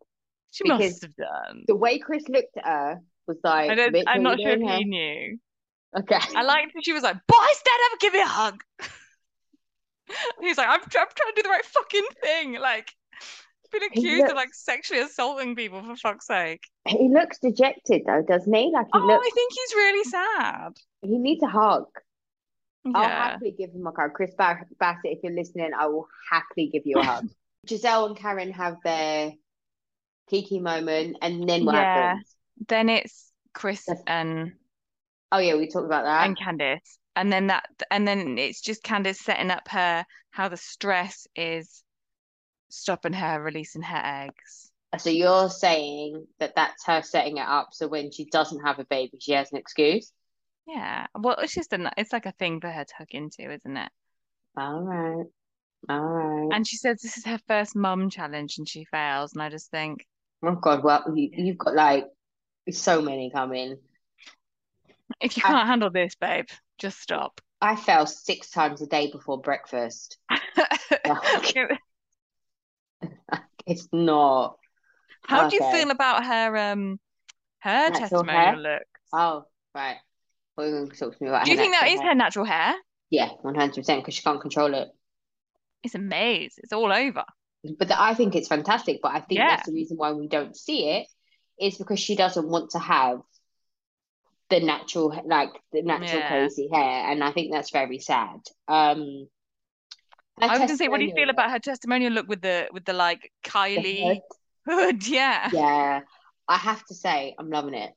Speaker 2: She
Speaker 1: Because
Speaker 2: must have done.
Speaker 1: The way Chris looked at her was like,
Speaker 2: I don't,
Speaker 1: "Bitch,
Speaker 2: I'm
Speaker 1: what
Speaker 2: not
Speaker 1: you
Speaker 2: sure if
Speaker 1: doing
Speaker 2: he
Speaker 1: here?"
Speaker 2: knew.
Speaker 1: Okay.
Speaker 2: I liked that she was like, boy, stand up and give me a hug. He's like, I'm, I'm trying to do the right fucking thing. Like, been
Speaker 1: He
Speaker 2: accused of like sexually assaulting people for fuck's sake.
Speaker 1: He looks dejected though, doesn't he? Like he
Speaker 2: Oh,
Speaker 1: looks,
Speaker 2: I think he's really sad.
Speaker 1: he needs a hug. I'll
Speaker 2: Yeah.
Speaker 1: happily give him a hug. Chris Ba- Bassett, if you're listening, I will happily give you a hug. Giselle and Karen have their Kiki moment, and then what
Speaker 2: Yeah.
Speaker 1: happens?
Speaker 2: Then it's Chris
Speaker 1: That's-
Speaker 2: and
Speaker 1: Oh yeah, we talked about that.
Speaker 2: and Candice, and then that, and then it's just Candice setting up her how the stress is stopping her releasing her eggs.
Speaker 1: So you're saying that that's her setting it up, so when she doesn't have a baby, she has an excuse.
Speaker 2: Yeah. Well, it's just a, it's like a thing for her to hook into, isn't it?
Speaker 1: All right, all right.
Speaker 2: And she says this is her first mum challenge and she fails. And I just think,
Speaker 1: Oh God, well you, you've got like so many coming.
Speaker 2: if you
Speaker 1: I-
Speaker 2: can't handle this, babe, just stop.
Speaker 1: I fell six times a day before breakfast.
Speaker 2: It-
Speaker 1: It's not.
Speaker 2: How do you
Speaker 1: Okay.
Speaker 2: feel about her um her
Speaker 1: Natural hair?
Speaker 2: testimonial look?
Speaker 1: Oh, right. Well, you're going to talk to me about
Speaker 2: Do you
Speaker 1: her
Speaker 2: think that
Speaker 1: natural
Speaker 2: is
Speaker 1: hair.
Speaker 2: her natural hair?
Speaker 1: Yeah, one hundred percent because she can't control it.
Speaker 2: It's a maze. It's all over.
Speaker 1: But the, I think it's fantastic. But I think
Speaker 2: Yeah.
Speaker 1: that's the reason why we don't see it is because she doesn't want to have the natural, like the natural
Speaker 2: Yeah.
Speaker 1: crazy hair, and I think that's very sad. Um, her
Speaker 2: I was gonna say, what do you feel
Speaker 1: testimonial,
Speaker 2: about her testimonial look with the with the like
Speaker 1: the
Speaker 2: Kylie
Speaker 1: head,
Speaker 2: hood. Yeah.
Speaker 1: Yeah, I have to say, I'm loving it.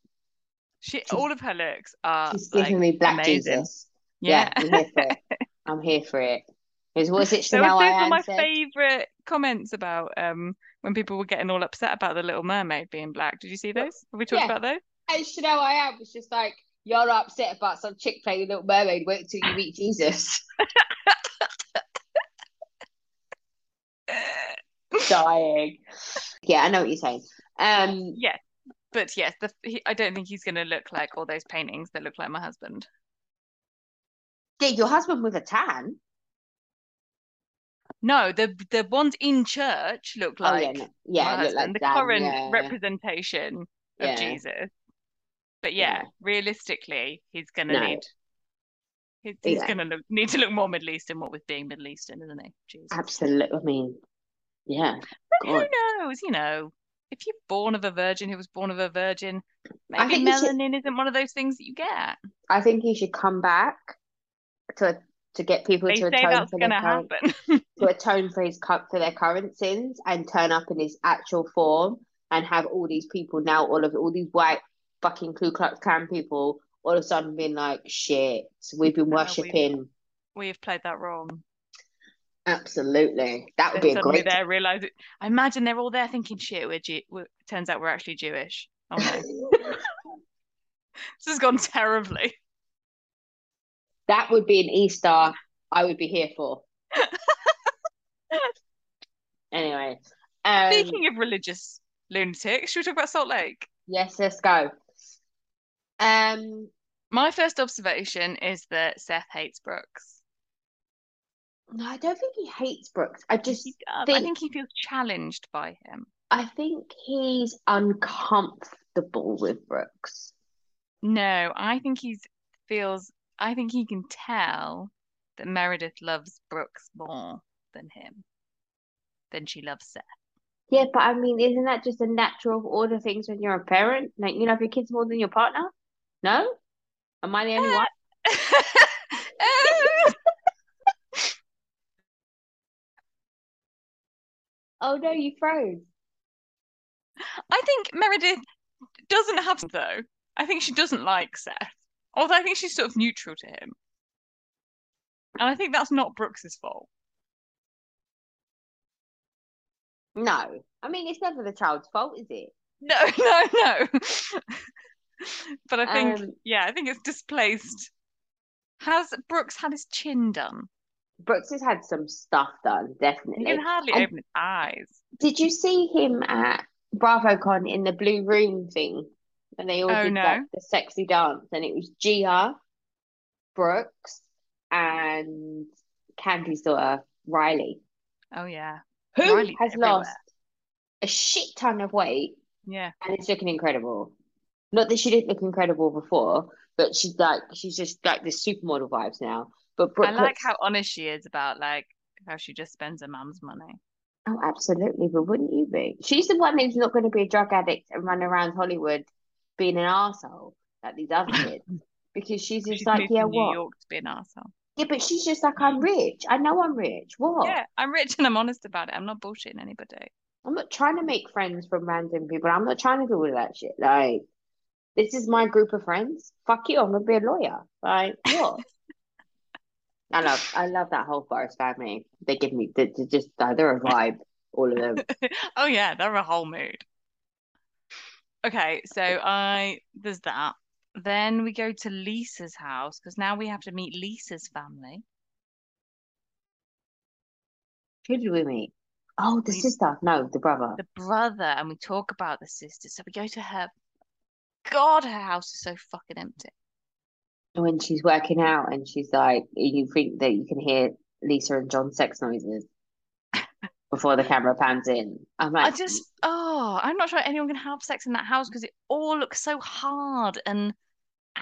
Speaker 2: She,
Speaker 1: She's-
Speaker 2: all of her looks are
Speaker 1: She's
Speaker 2: Uh, like,
Speaker 1: giving me black
Speaker 2: amazing.
Speaker 1: Jesus.
Speaker 2: yeah.
Speaker 1: I'm here for it. I'm here for it. Because what's it
Speaker 2: Those,
Speaker 1: Chanel
Speaker 2: those
Speaker 1: I
Speaker 2: were my
Speaker 1: answered?
Speaker 2: favorite comments about um when people were getting all upset about the Little Mermaid being black. Did you see those? Have we talked
Speaker 1: Yeah.
Speaker 2: about those?
Speaker 1: And Chanel I am was just like, you're upset about some chick playing Little Mermaid. Wait till you meet Jesus. Dying. Yeah, I know what you're saying. Um,
Speaker 2: yes, but yes, the, he, I don't think he's going to look like all those paintings that look like my husband.
Speaker 1: yeah, your husband with a tan.
Speaker 2: No, the the ones in church look like
Speaker 1: oh yeah, no. yeah,
Speaker 2: my
Speaker 1: it looked
Speaker 2: husband,
Speaker 1: like
Speaker 2: the
Speaker 1: Dan,
Speaker 2: current
Speaker 1: yeah,
Speaker 2: representation of
Speaker 1: yeah.
Speaker 2: Jesus. But yeah,
Speaker 1: Yeah.
Speaker 2: realistically, he's going to
Speaker 1: No.
Speaker 2: need. He's, he's
Speaker 1: Yeah.
Speaker 2: going to look, need to look more Middle Eastern, what with being Middle Eastern, isn't he? Jesus.
Speaker 1: Absolutely. I mean, yeah.
Speaker 2: But
Speaker 1: God.
Speaker 2: who knows? You know, if you're born of a virgin who was born of a virgin,
Speaker 1: I
Speaker 2: maybe
Speaker 1: think you should-
Speaker 2: melanin isn't one of those things that you get.
Speaker 1: I think he should come back to to get people
Speaker 2: They
Speaker 1: to
Speaker 2: say
Speaker 1: atone
Speaker 2: that's
Speaker 1: for
Speaker 2: going
Speaker 1: their
Speaker 2: to
Speaker 1: current,
Speaker 2: happen.
Speaker 1: to atone for his cu- for their current sins and turn up in his actual form and have all these people now, all of all these white fucking Ku Klux Klan people, all of a sudden being like, shit, we've been
Speaker 2: No, we-
Speaker 1: worshipping.
Speaker 2: we have played that wrong.
Speaker 1: Absolutely, that would
Speaker 2: Then
Speaker 1: be a
Speaker 2: suddenly
Speaker 1: great.
Speaker 2: they're realizing. I imagine they're all there thinking, "Shit, we're, Jew- we're turns out we're actually Jewish." Oh no, this has gone terribly.
Speaker 1: that would be an Easter I would be here for. anyway, um,
Speaker 2: Speaking of religious lunatics, should we talk about Salt Lake?
Speaker 1: yes, let's go. Um,
Speaker 2: My first observation is that Seth hates Brooks.
Speaker 1: no, I don't think he hates Brooks. I just,
Speaker 2: He does. I
Speaker 1: think-
Speaker 2: think he feels challenged by him.
Speaker 1: I think he's uncomfortable with Brooks.
Speaker 2: No, I think he's feels. I think he can tell that Meredith loves Brooks more than him, than she loves Seth.
Speaker 1: Yeah, but I mean, isn't that just a natural order of things when you're a parent? Like you love your kids more than your partner? No? Am I the only
Speaker 2: Uh,
Speaker 1: one? Oh no, you froze.
Speaker 2: I think Meredith doesn't have though. I think she doesn't like Seth. Although I think she's sort of neutral to him. And I think that's not Brooks's fault.
Speaker 1: No. I mean, it's never the child's fault, is it?
Speaker 2: No, no, no. but I think
Speaker 1: Um,
Speaker 2: yeah, I think it's displaced. Has Brooks had his chin done?
Speaker 1: Brooks has had some stuff done,
Speaker 2: He
Speaker 1: definitely.
Speaker 2: can hardly
Speaker 1: And-
Speaker 2: open his eyes.
Speaker 1: Did you see him at BravoCon in the blue room thing? And they all
Speaker 2: Oh,
Speaker 1: did
Speaker 2: no.
Speaker 1: like the sexy dance, and it was Gia, Brooks, and Candy's daughter, Riley,
Speaker 2: Oh yeah.
Speaker 1: who
Speaker 2: Riley's
Speaker 1: has
Speaker 2: everywhere.
Speaker 1: lost a shit ton of weight
Speaker 2: Yeah.
Speaker 1: and is looking incredible. Not that she didn't look incredible before, but she's like she's just like this supermodel vibes now. But Brooke
Speaker 2: I like
Speaker 1: looks-
Speaker 2: how honest she is about like how she just spends her mum's money.
Speaker 1: Oh, absolutely, but wouldn't you be? She's the one who's not going to be a drug addict and run around Hollywood being an arsehole like these other kids. Because she's just
Speaker 2: She's
Speaker 1: like,
Speaker 2: moved
Speaker 1: yeah,
Speaker 2: to New
Speaker 1: what?
Speaker 2: York to be an asshole.
Speaker 1: Yeah, but she's just like, I'm rich. I know I'm rich. What?
Speaker 2: Yeah, I'm rich and I'm honest about it. I'm not bullshitting anybody.
Speaker 1: I'm not trying to make friends from random people. I'm not trying to do all that shit. Like, this is my group of friends. Fuck you. I'm gonna be a lawyer. Like, what? I love, I love that whole Forest family. They give me, they they just, they're a vibe. All of them.
Speaker 2: Oh yeah, they're a whole mood. Okay, so I there's that. Then we go to Lisa's house because now we have to meet Lisa's family.
Speaker 1: Who did we meet? Oh, the
Speaker 2: We-
Speaker 1: sister. No, the brother.
Speaker 2: the brother and we talk about the sister. So we go to her. God, her house is so fucking empty.
Speaker 1: when she's working out and she's like, you think that you can hear Lisa and John sex noises before the camera pans in. I'm
Speaker 2: I
Speaker 1: like,
Speaker 2: just, oh, I'm not sure anyone can have sex in that house because it all looks so hard and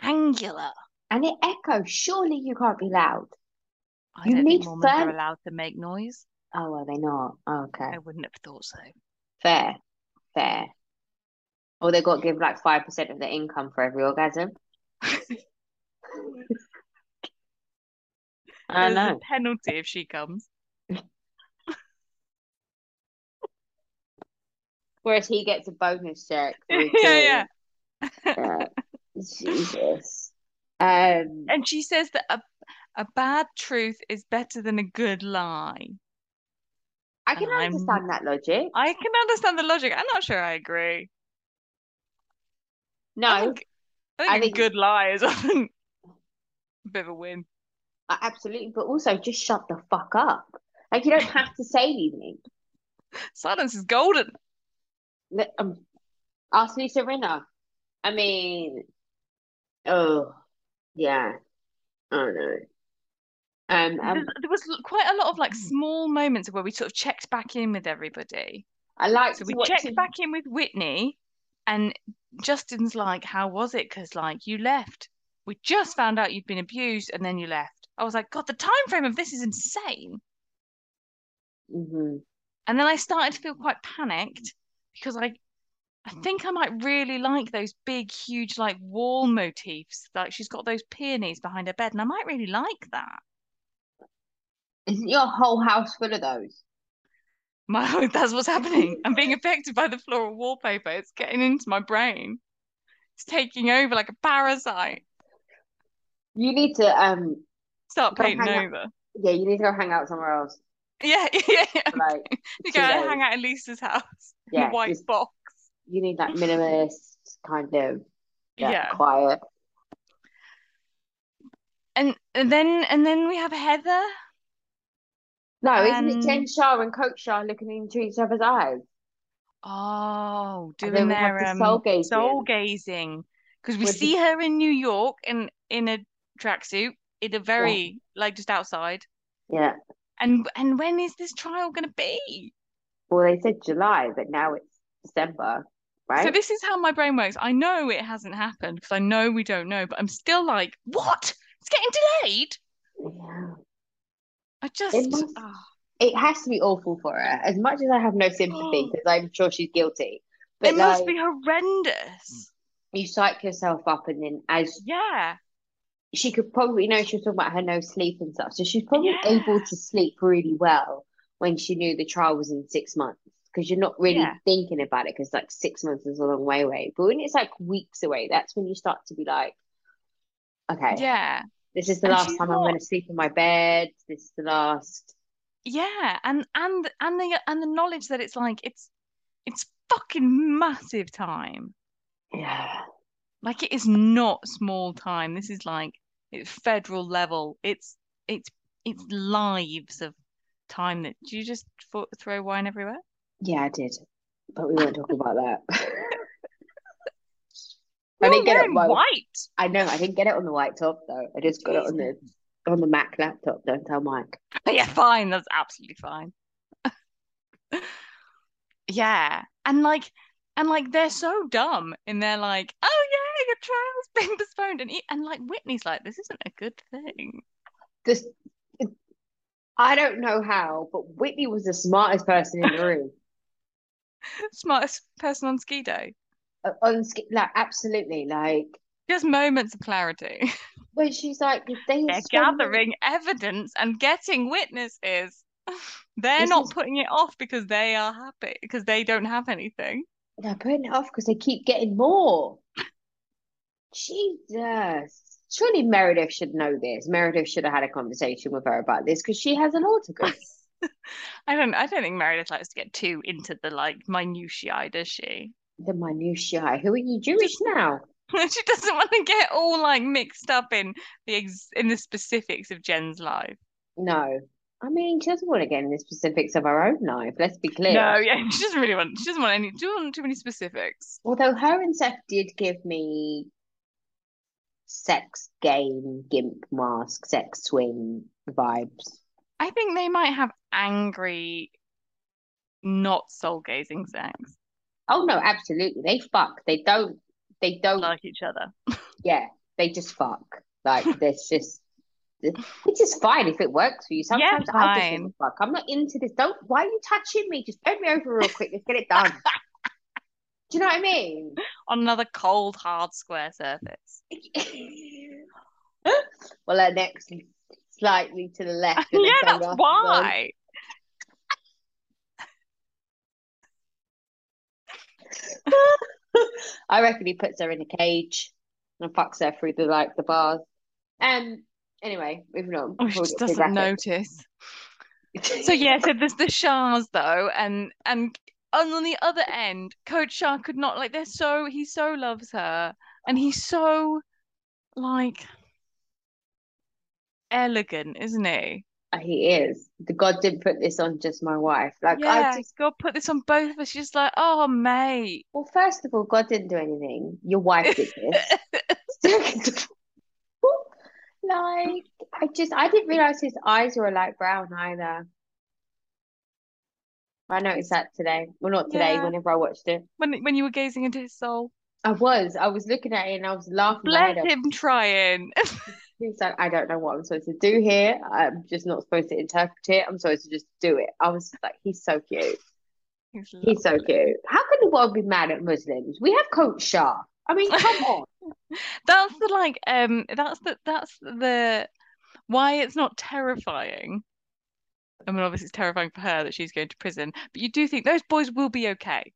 Speaker 2: angular.
Speaker 1: and it echoes. Surely you can't be loud.
Speaker 2: I
Speaker 1: You
Speaker 2: don't
Speaker 1: need
Speaker 2: think Mormons are
Speaker 1: fun-
Speaker 2: allowed to make noise.
Speaker 1: Oh, are they not? Okay,
Speaker 2: I wouldn't have thought so.
Speaker 1: fair, fair. Or they got to give like five percent of their income for every orgasm. I
Speaker 2: There's a
Speaker 1: know.
Speaker 2: penalty if she comes.
Speaker 1: Whereas he gets a bonus check. for
Speaker 2: yeah,
Speaker 1: doing
Speaker 2: yeah.
Speaker 1: that. Jesus. Um,
Speaker 2: And she says that a, a bad truth is better than a good lie.
Speaker 1: I can
Speaker 2: and I'm-
Speaker 1: understand that logic.
Speaker 2: I can understand the logic. I'm not sure I agree. I
Speaker 1: No,
Speaker 2: think, I think
Speaker 1: I
Speaker 2: a
Speaker 1: think-
Speaker 2: good lie is often a bit of a win.
Speaker 1: I- absolutely. But also, just shut the fuck up. Like, you don't have to say anything.
Speaker 2: Silence is golden.
Speaker 1: Let- Um, ask Lisa Rinna. I mean, oh, yeah. I don't know. Um, um, mm.
Speaker 2: There's- there was l- quite a lot of like small moments where we sort of checked back in with everybody.
Speaker 1: I liked
Speaker 2: So we checked
Speaker 1: watching.
Speaker 2: back in with Whitney, and Justin's like, "How was it? Because like you left. We just found out you'd been abused, and then you left." I was like, "God, the time frame of this is insane."
Speaker 1: Mhm.
Speaker 2: And then I started to feel quite panicked because I, I think I might really like those big, huge like wall motifs. Like she's got those peonies behind her bed, and I might really like that.
Speaker 1: Isn't your whole house full of those?
Speaker 2: My, that's what's happening. I'm being affected by the floral wallpaper. It's getting into my brain. It's taking over like a parasite.
Speaker 1: You need to um
Speaker 2: Start
Speaker 1: Go
Speaker 2: painting
Speaker 1: hang out.
Speaker 2: over.
Speaker 1: yeah, you need to go hang out somewhere else.
Speaker 2: Yeah, yeah, yeah.
Speaker 1: Like
Speaker 2: You
Speaker 1: two
Speaker 2: go and
Speaker 1: days.
Speaker 2: hang out at Lisa's house in
Speaker 1: yeah,
Speaker 2: the white
Speaker 1: just-
Speaker 2: box.
Speaker 1: you need that minimalist kind of yeah,
Speaker 2: yeah.
Speaker 1: quiet.
Speaker 2: And, and then and then we have Heather.
Speaker 1: No, isn't it Jen
Speaker 2: And-
Speaker 1: Shah and Coach Shah looking into each other's eyes?
Speaker 2: Oh,
Speaker 1: And
Speaker 2: doing
Speaker 1: then we have
Speaker 2: their
Speaker 1: the
Speaker 2: um,
Speaker 1: soul gazing.
Speaker 2: soul gazing because we
Speaker 1: With the-
Speaker 2: see her in New York in in a tracksuit in a very like just outside.
Speaker 1: Yeah.
Speaker 2: And and when is this trial going to be?
Speaker 1: Well, they said July, but now it's December, right?
Speaker 2: So this is how my brain works. I know it hasn't happened because I know we don't know, but I'm still like, what? It's getting delayed.
Speaker 1: Yeah.
Speaker 2: I just
Speaker 1: must-
Speaker 2: ah.
Speaker 1: It has to be awful for her, as much as I have no sympathy, because I'm sure she's guilty. But
Speaker 2: it must
Speaker 1: like,
Speaker 2: be horrendous.
Speaker 1: you psych yourself up, and then as
Speaker 2: Yeah.
Speaker 1: she could probably you know she was talking about her no sleep and stuff. So she's probably
Speaker 2: Yeah.
Speaker 1: able to sleep really well when she knew the trial was in six months because you're not really
Speaker 2: Yeah.
Speaker 1: thinking about it because like six months is a long way away. But when it's like weeks away, that's when you start to be like, okay,
Speaker 2: Yeah.
Speaker 1: this is the
Speaker 2: And
Speaker 1: last
Speaker 2: she's
Speaker 1: time I'm going
Speaker 2: not-
Speaker 1: to sleep in my bed. This is the last.
Speaker 2: Yeah. And and and the and the knowledge that it's like it's it's fucking massive time.
Speaker 1: Yeah.
Speaker 2: Like it is not small time. This is like it's federal level. It's it's it's lives of time that do you just fo- throw wine everywhere?
Speaker 1: Yeah, I did. But we won't talk about that. I
Speaker 2: You're
Speaker 1: didn't get it
Speaker 2: wearing
Speaker 1: right.
Speaker 2: white.
Speaker 1: I know I didn't get it on the white top though. I just got it on the on the Mac laptop. Don't tell Mike.
Speaker 2: But yeah, fine. That's absolutely fine. yeah, and like, and like, they're so dumb, and they're like, "Oh yeah, your trial's been postponed," and he, and like Whitney's like, "This isn't a good thing."
Speaker 1: this I don't know how, but Whitney was the smartest person in the room.
Speaker 2: Smartest person on ski day.
Speaker 1: Uh, On sk- like absolutely, like
Speaker 2: Just moments of clarity.
Speaker 1: when she's like, if they
Speaker 2: They're
Speaker 1: spend-
Speaker 2: gathering evidence and getting witnesses. They're
Speaker 1: This
Speaker 2: not
Speaker 1: is-
Speaker 2: putting it off because they are happy because they don't have anything.
Speaker 1: they're putting it off because they keep getting more. Jesus, surely Meredith should know this. Meredith should have had a conversation with her about this because she has a law degree.
Speaker 2: I don't. I don't think Meredith likes to get too into the like minutiae, does she?
Speaker 1: the minutiae. Who are you Jewish now?
Speaker 2: she doesn't want to get all like mixed up in the ex- in the specifics of Jen's life.
Speaker 1: No, I mean she doesn't want to get into the specifics of her own life. Let's be clear.
Speaker 2: No, yeah, she doesn't really want. She doesn't want any. She doesn't want too many specifics.
Speaker 1: Although her and Seth did give me sex game, gimp mask, sex swing vibes.
Speaker 2: I think they might have angry, not soul gazing sex.
Speaker 1: Oh no, absolutely. They fuck. They don't they don't
Speaker 2: Like each other.
Speaker 1: yeah, they just fuck. Like there's just which is fine if it works for you. Sometimes I just want
Speaker 2: fine.
Speaker 1: to fuck. I'm not into this. Don't why are you touching me? Just bend me over real quick. Let's get it done. Do you know what I mean?
Speaker 2: On another cold, hard, square surface.
Speaker 1: well, her next slightly to the left. and
Speaker 2: yeah,
Speaker 1: then someone
Speaker 2: that's
Speaker 1: else is on.
Speaker 2: why.
Speaker 1: I reckon he puts her in a cage and fucks her through the like the bars. Um. Anyway, moving on.
Speaker 2: Oh, she
Speaker 1: Before we
Speaker 2: just
Speaker 1: get too
Speaker 2: doesn't
Speaker 1: graphic.
Speaker 2: notice. So yeah, so there's the Shahs though, and and and on the other end, Coach Shah could not like. They're so he so loves her, and he's so like elegant, isn't he?
Speaker 1: he is. The God didn't put this on just my wife. Like
Speaker 2: yeah,
Speaker 1: I just.
Speaker 2: God put this on both of us. She's just like, oh mate,
Speaker 1: Well, first of all, God didn't do anything. Your wife did this. Second of all, like I just I didn't realize his eyes were a light brown either. I noticed that today. Well, not today.
Speaker 2: Yeah.
Speaker 1: Whenever I watched it,
Speaker 2: when when you were gazing into his soul,
Speaker 1: I was I was looking at it and I was laughing. my
Speaker 2: bless
Speaker 1: head off.
Speaker 2: him trying.
Speaker 1: He's like, I don't know what I'm supposed to do here. I'm just not supposed to interpret it. I'm supposed to just do it. I was like, he's so cute.
Speaker 2: He's
Speaker 1: He's so
Speaker 2: lovely.
Speaker 1: cute. How can the world be mad at Muslims? We have Coach Shah. I mean, come on.
Speaker 2: That's the like um that's the that's the why it's not terrifying. I mean obviously it's terrifying for her that she's going to prison, but you do think those boys will be okay.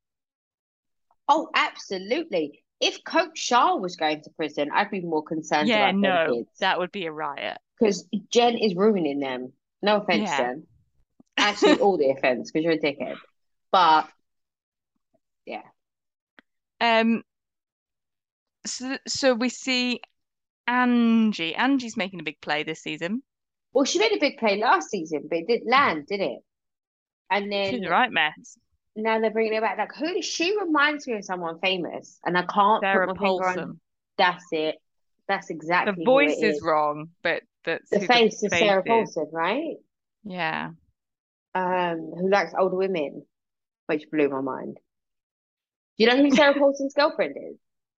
Speaker 1: Oh, absolutely. If Coach Shah was going to prison, I'd be more concerned
Speaker 2: yeah,
Speaker 1: about
Speaker 2: no,
Speaker 1: them kids
Speaker 2: that would be a riot.
Speaker 1: because Jen is ruining them. No offense,
Speaker 2: Yeah.
Speaker 1: Jen. Actually, all the offense because you're a dickhead. But
Speaker 2: Um so so we see Angie. Angie's making a big play this season.
Speaker 1: well, she made a big play last season, but it didn't land, did it? And
Speaker 2: She's a
Speaker 1: then
Speaker 2: right mess.
Speaker 1: now they're bringing her back. Like, who she reminds me of someone famous, and I can't
Speaker 2: Sarah
Speaker 1: put my finger on.
Speaker 2: Paulson.
Speaker 1: That's it. That's exactly
Speaker 2: The
Speaker 1: who it
Speaker 2: voice is
Speaker 1: is.
Speaker 2: wrong, but that's
Speaker 1: The
Speaker 2: who
Speaker 1: face of Sarah
Speaker 2: is.
Speaker 1: Paulson, right?
Speaker 2: Yeah.
Speaker 1: um, who likes older women, which blew my mind. Do you know who Sarah Paulson's girlfriend is?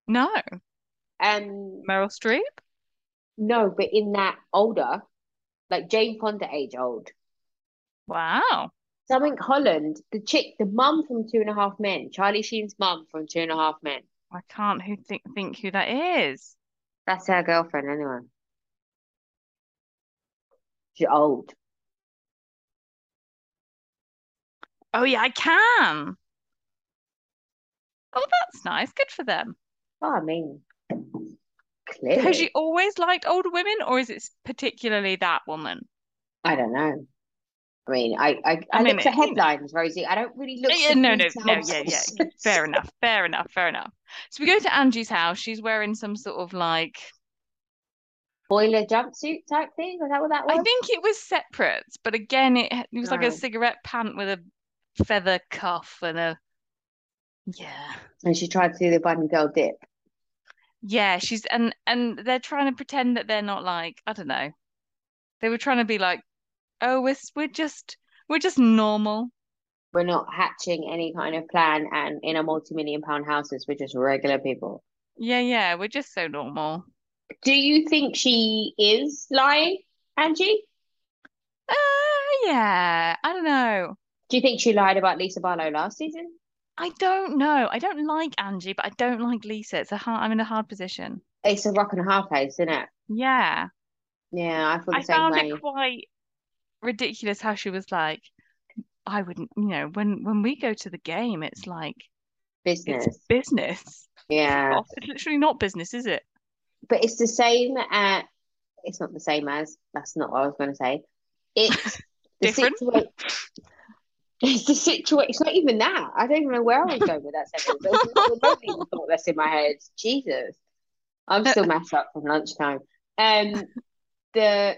Speaker 2: No.
Speaker 1: Um,
Speaker 2: Meryl Streep?
Speaker 1: no, but in that older, like Jane Fonda age old.
Speaker 2: Wow.
Speaker 1: Something Holland, the chick, the mum from Two and a Half Men, Charlie Sheen's mum from Two and a Half Men.
Speaker 2: I can't who think think who that is.
Speaker 1: That's her girlfriend, anyway. She's old.
Speaker 2: Oh yeah, I can. Oh, that's nice. Good for them.
Speaker 1: Oh, I mean,
Speaker 2: Has
Speaker 1: clearly.
Speaker 2: she always liked older women, or is it particularly that woman?
Speaker 1: I don't know. I mean, I I, I
Speaker 2: I
Speaker 1: look
Speaker 2: mean,
Speaker 1: for
Speaker 2: it- you know.
Speaker 1: headlines, Rosie. I don't really look
Speaker 2: Yeah,
Speaker 1: for
Speaker 2: no, no, no,
Speaker 1: details.
Speaker 2: yeah, yeah. Fair enough. Fair enough. Fair enough. So we go to Angie's house. She's wearing some sort of like
Speaker 1: boiler jumpsuit type thing? Is that what that was?
Speaker 2: I think it was separates, but again, it, it was like a
Speaker 1: Right.
Speaker 2: cigarette pant with a feather cuff and a yeah.
Speaker 1: and she tried to do the bunny girl dip.
Speaker 2: Yeah, she's and and they're trying to pretend that they're not like, I don't know. They were trying to be like, oh, we're s- we're just we're just normal.
Speaker 1: We're not hatching any kind of plan, and in a multi-million pound houses, we're just regular people.
Speaker 2: Yeah, yeah, we're just so normal.
Speaker 1: Do you think she is lying, Angie?
Speaker 2: Uh, yeah, I don't know.
Speaker 1: Do you think she lied about Lisa Barlow last season?
Speaker 2: I don't know. I don't like Angie, but I don't like Lisa. It's a hard, I'm in a hard position.
Speaker 1: It's a rock and a hard place, isn't it?
Speaker 2: Yeah.
Speaker 1: Yeah, I feel the
Speaker 2: I
Speaker 1: same
Speaker 2: found
Speaker 1: way.
Speaker 2: it quite ridiculous how she was like, I wouldn't, you know, when when we go to the game, it's like it's
Speaker 1: Business.
Speaker 2: business.
Speaker 1: Yeah.
Speaker 2: Oh, It's literally not business, is it?
Speaker 1: But it's the same at, it's not the same as, that's not what I was going to say. It's the
Speaker 2: Different?
Speaker 1: situa- it's the situation, it's not even that. I don't even know where I was going with that sentence. It was not remotely the thought that's in my head. Jesus. I'm still messed up from lunchtime. Um, the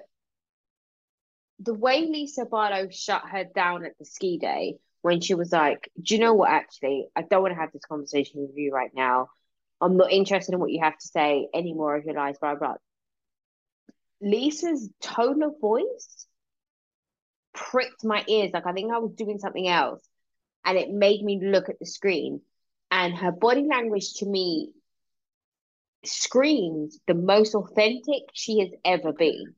Speaker 1: the way Lisa Barlow shut her down at the ski day when she was like, "Do you know what? Actually, I don't want to have this conversation with you right now. I'm not interested in what you have to say any more of your lies." Blah blah. Lisa's tone of voice pricked my ears. Like I think I was doing something else, and it made me look at the screen. And her body language to me screams the most authentic she has ever been.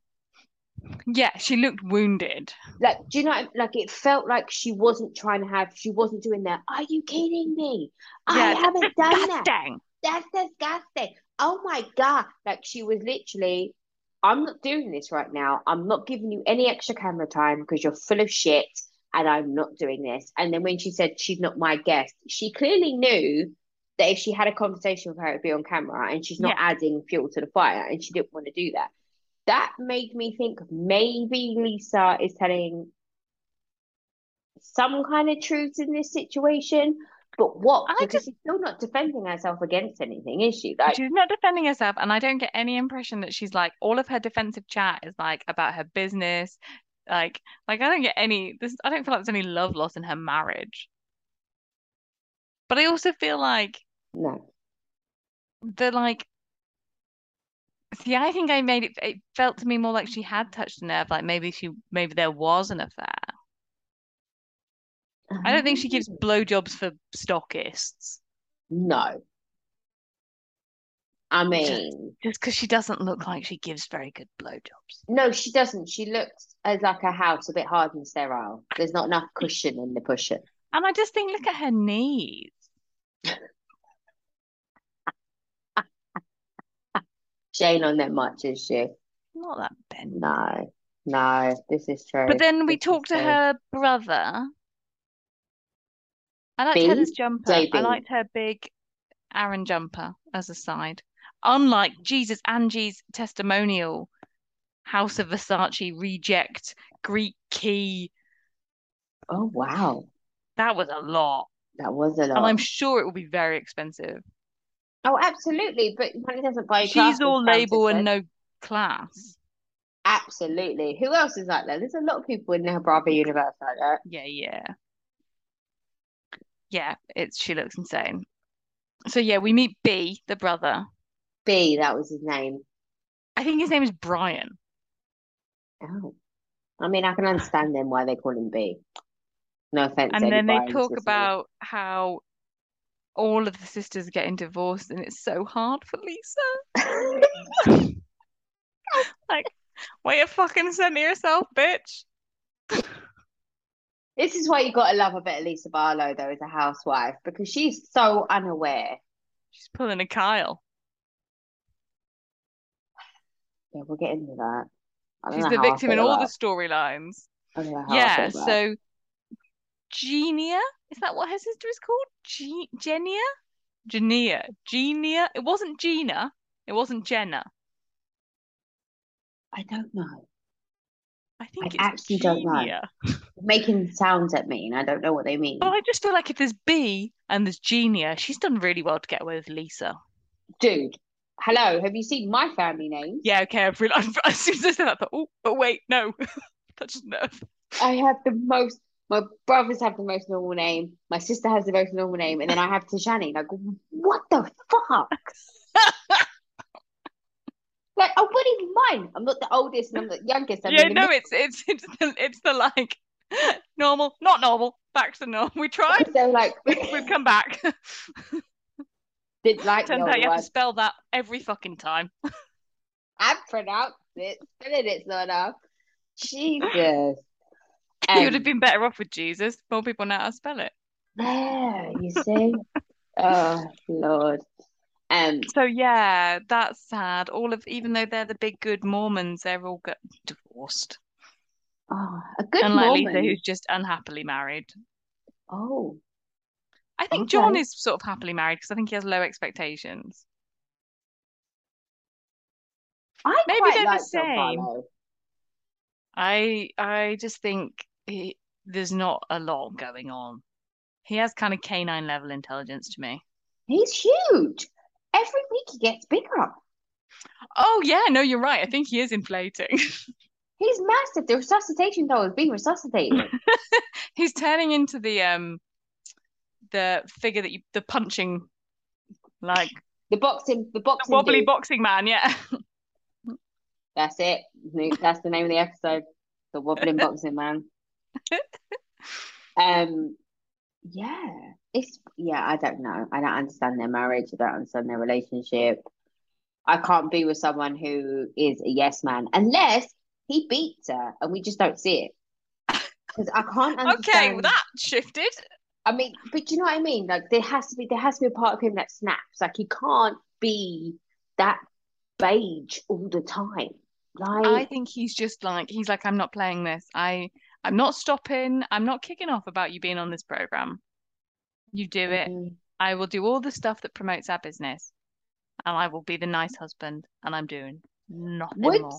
Speaker 2: Yeah, she looked wounded.
Speaker 1: Like, do you know? what I- Like, it felt like she wasn't trying to have. She wasn't doing that. Are you kidding me? I
Speaker 2: Yeah,
Speaker 1: haven't done that.
Speaker 2: Dang.
Speaker 1: That's disgusting. Oh my God. Like she was literally, I'm not doing this right now. I'm not giving you any extra camera time because you're full of shit and I'm not doing this. And then when she said she's not my guest, she clearly knew that if she had a conversation with her, it'd be on camera, and she's not adding fuel to the fire, and she didn't want to do that. That made me think maybe Lisa is telling some kind of truth in this situation, but what?
Speaker 2: I
Speaker 1: because she's still not defending herself against anything, is she? Like,
Speaker 2: She's not defending herself, and I don't get any impression that she's like all of her defensive chat is like about her business. Like, like I don't get any. This I don't feel like there's any love lost in her marriage. But I also feel like
Speaker 1: no,
Speaker 2: the like. See, I think I made it. It felt to me more like she had touched a nerve. Like maybe she, maybe there was an affair. I don't think she gives
Speaker 1: Mm.
Speaker 2: blowjobs for stockists
Speaker 1: no. I
Speaker 2: Just-
Speaker 1: mean,
Speaker 2: just because she doesn't look like she gives very good blowjobs.
Speaker 1: no, she doesn't. She looks as like a house, a bit hard and sterile. There's not enough cushion in the cushion.
Speaker 2: And I just think, look at her knees.
Speaker 1: She ain't on that much, is she?
Speaker 2: Not that bent.
Speaker 1: No, no, this is true.
Speaker 2: But then we
Speaker 1: This is
Speaker 2: talked to
Speaker 1: true.
Speaker 2: her brother. I liked Heather's jumper.
Speaker 1: JB.
Speaker 2: I liked her big Aaron jumper as a side. Unlike Jesus Angie's testimonial, House of Versace reject Greek key.
Speaker 1: Oh, wow.
Speaker 2: That was a lot.
Speaker 1: That was a lot.
Speaker 2: And I'm sure it will be very expensive.
Speaker 1: Oh, absolutely. But money doesn't buy you
Speaker 2: She's
Speaker 1: classes,
Speaker 2: all
Speaker 1: Francis
Speaker 2: label
Speaker 1: said.
Speaker 2: and no class.
Speaker 1: Absolutely. Who else is like that? There's a lot of people in the Bravo universe like that.
Speaker 2: Yeah, yeah. Yeah, it's she looks insane. So yeah, we meet B, the brother.
Speaker 1: B, that was his name.
Speaker 2: I think his name is Brian.
Speaker 1: Oh. I mean, I can understand then why they call him B. No offense,
Speaker 2: and then they
Speaker 1: anybody,
Speaker 2: talk
Speaker 1: this is-
Speaker 2: about how all of the sisters are getting divorced and it's so hard for Lisa. Way to fucking center yourself, bitch.
Speaker 1: This is why you gotta love a bit of Lisa Barlow though as a housewife, because she's so unaware.
Speaker 2: She's pulling a Kyle.
Speaker 1: Yeah, we'll get into that. I don't
Speaker 2: She's
Speaker 1: know
Speaker 2: the
Speaker 1: how I
Speaker 2: victim in
Speaker 1: feel
Speaker 2: all
Speaker 1: about-
Speaker 2: the storylines.
Speaker 1: I don't know how I
Speaker 2: Yeah,
Speaker 1: feel about-
Speaker 2: so Genia? Is that what her sister is called? G- Genia? Genia. Genia. It wasn't Gina. It wasn't Jenna.
Speaker 1: I don't know.
Speaker 2: I think it's
Speaker 1: actually don't know.
Speaker 2: Genia.
Speaker 1: Making sounds at me and I don't know what they mean.
Speaker 2: But I just feel like if there's B and there's Genia, she's done really well to get away with Lisa.
Speaker 1: Dude, hello, have you seen my family name?
Speaker 2: Yeah, okay. I've realized as soon as I said that, I thought, oh, but wait, no, touched a nerve.
Speaker 1: I have the most. My brothers have the most normal name. My sister has the most normal name, and then I have Tijani. Like, what the fuck? like, I wouldn't even mind. I'm not the oldest, and I'm not the youngest. I'm
Speaker 2: yeah,
Speaker 1: in the
Speaker 2: no,
Speaker 1: middle.
Speaker 2: it's it's it's the, it's the like normal, not normal, back to normal. We tried,
Speaker 1: So like,
Speaker 2: we've come back.
Speaker 1: did like the
Speaker 2: Turns out
Speaker 1: old
Speaker 2: you have
Speaker 1: one.
Speaker 2: to spell that every fucking time.
Speaker 1: I pronounced it. Spelling it's not enough. Jesus.
Speaker 2: you would
Speaker 1: Um,
Speaker 2: have been better off with Jesus. More people know how to spell it.
Speaker 1: There, you see. oh Lord. Um.
Speaker 2: So yeah, that's sad. All of even though they're the big good Mormons, they're all got divorced.
Speaker 1: Oh, a good
Speaker 2: Unlike Lisa,
Speaker 1: Mormon.
Speaker 2: who's just unhappily married.
Speaker 1: Oh,
Speaker 2: I think John
Speaker 1: Okay.
Speaker 2: is sort of happily married because I think he has low expectations.
Speaker 1: I
Speaker 2: Maybe
Speaker 1: quite
Speaker 2: they're the
Speaker 1: like John
Speaker 2: same.
Speaker 1: Barlow.
Speaker 2: I I just think he, there's not a lot going on. He has kind of canine level intelligence to me.
Speaker 1: He's huge. Every week he gets bigger.
Speaker 2: Oh yeah, no, you're right. I think he is inflating.
Speaker 1: He's massive. The resuscitation doll is being resuscitated.
Speaker 2: He's turning into the um the figure that you the punching like
Speaker 1: The boxing, the boxing
Speaker 2: wobbly
Speaker 1: dude.
Speaker 2: boxing man, yeah.
Speaker 1: That's it. That's the name of the episode. The wobbling boxing man. Um, yeah, it's yeah. I don't know. I don't understand their marriage. I don't understand their relationship. I can't be with someone who is a yes man unless he beats her, and we just don't see it. Because I can't
Speaker 2: Okay,
Speaker 1: understand.
Speaker 2: well that shifted.
Speaker 1: I mean, but do you know what I mean? Like there has to be there has to be a part of him that snaps. Like he can't be that beige all the time. Like
Speaker 2: Oh. I think he's just like he's like I'm not playing this. I I'm not stopping. I'm not kicking off about you being on this program. You do it.
Speaker 1: Mhm.
Speaker 2: I will do all the stuff that promotes our business, and I will be the nice husband. And I'm doing nothing
Speaker 1: Would,
Speaker 2: more.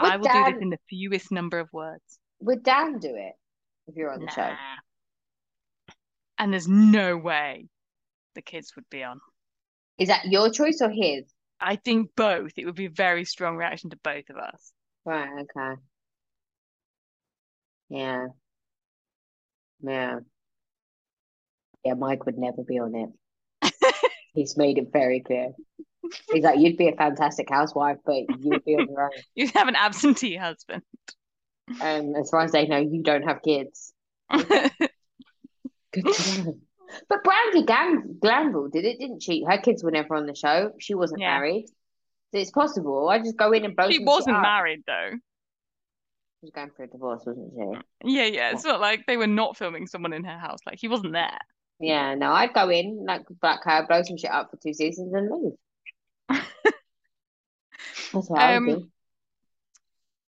Speaker 1: would
Speaker 2: I will do
Speaker 1: Dan
Speaker 2: this in the fewest number of words.
Speaker 1: would Dan do it if you're on the
Speaker 2: Nah.
Speaker 1: show?
Speaker 2: And there's no way the kids would be on.
Speaker 1: Is that your choice or his?
Speaker 2: I think both. It would be a very strong reaction to both of us.
Speaker 1: Right, okay. Yeah, yeah. Yeah, Mike would never be on it. He's made it very clear. He's like, you'd be a fantastic housewife, but you would be on your own.
Speaker 2: You'd have an absentee husband.
Speaker 1: Um, as far as they know, you don't have kids. Good to know. But Brandy Gang Glanville did it, didn't she? Her kids were never on the show. She wasn't
Speaker 2: yeah.
Speaker 1: married. So it's possible. I just go in and blow
Speaker 2: She
Speaker 1: some shit
Speaker 2: wasn't
Speaker 1: up.
Speaker 2: married though.
Speaker 1: She was going for a divorce, wasn't she?
Speaker 2: Yeah, yeah. It's not like they were not filming someone in her house. Like he wasn't there.
Speaker 1: Yeah, no, I'd go in, like black hair, blow some shit up for two seasons and leave. That's what I would
Speaker 2: Um,
Speaker 1: do.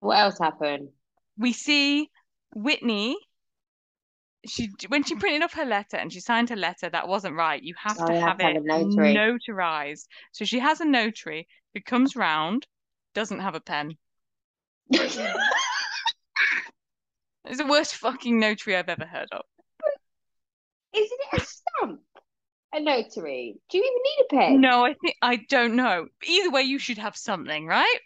Speaker 1: What else happened?
Speaker 2: we see Whitney. She when she printed off her letter and she signed her letter, that wasn't right. You have
Speaker 1: Oh,
Speaker 2: to
Speaker 1: you have
Speaker 2: have
Speaker 1: to have
Speaker 2: it
Speaker 1: a notary.
Speaker 2: notarized. So she has a notary who comes round, doesn't have a pen. It's the worst fucking notary I've ever heard of.
Speaker 1: Isn't it a stamp? A notary? Do you even need a pen?
Speaker 2: No, I think I don't know. Either way, you should have something, right?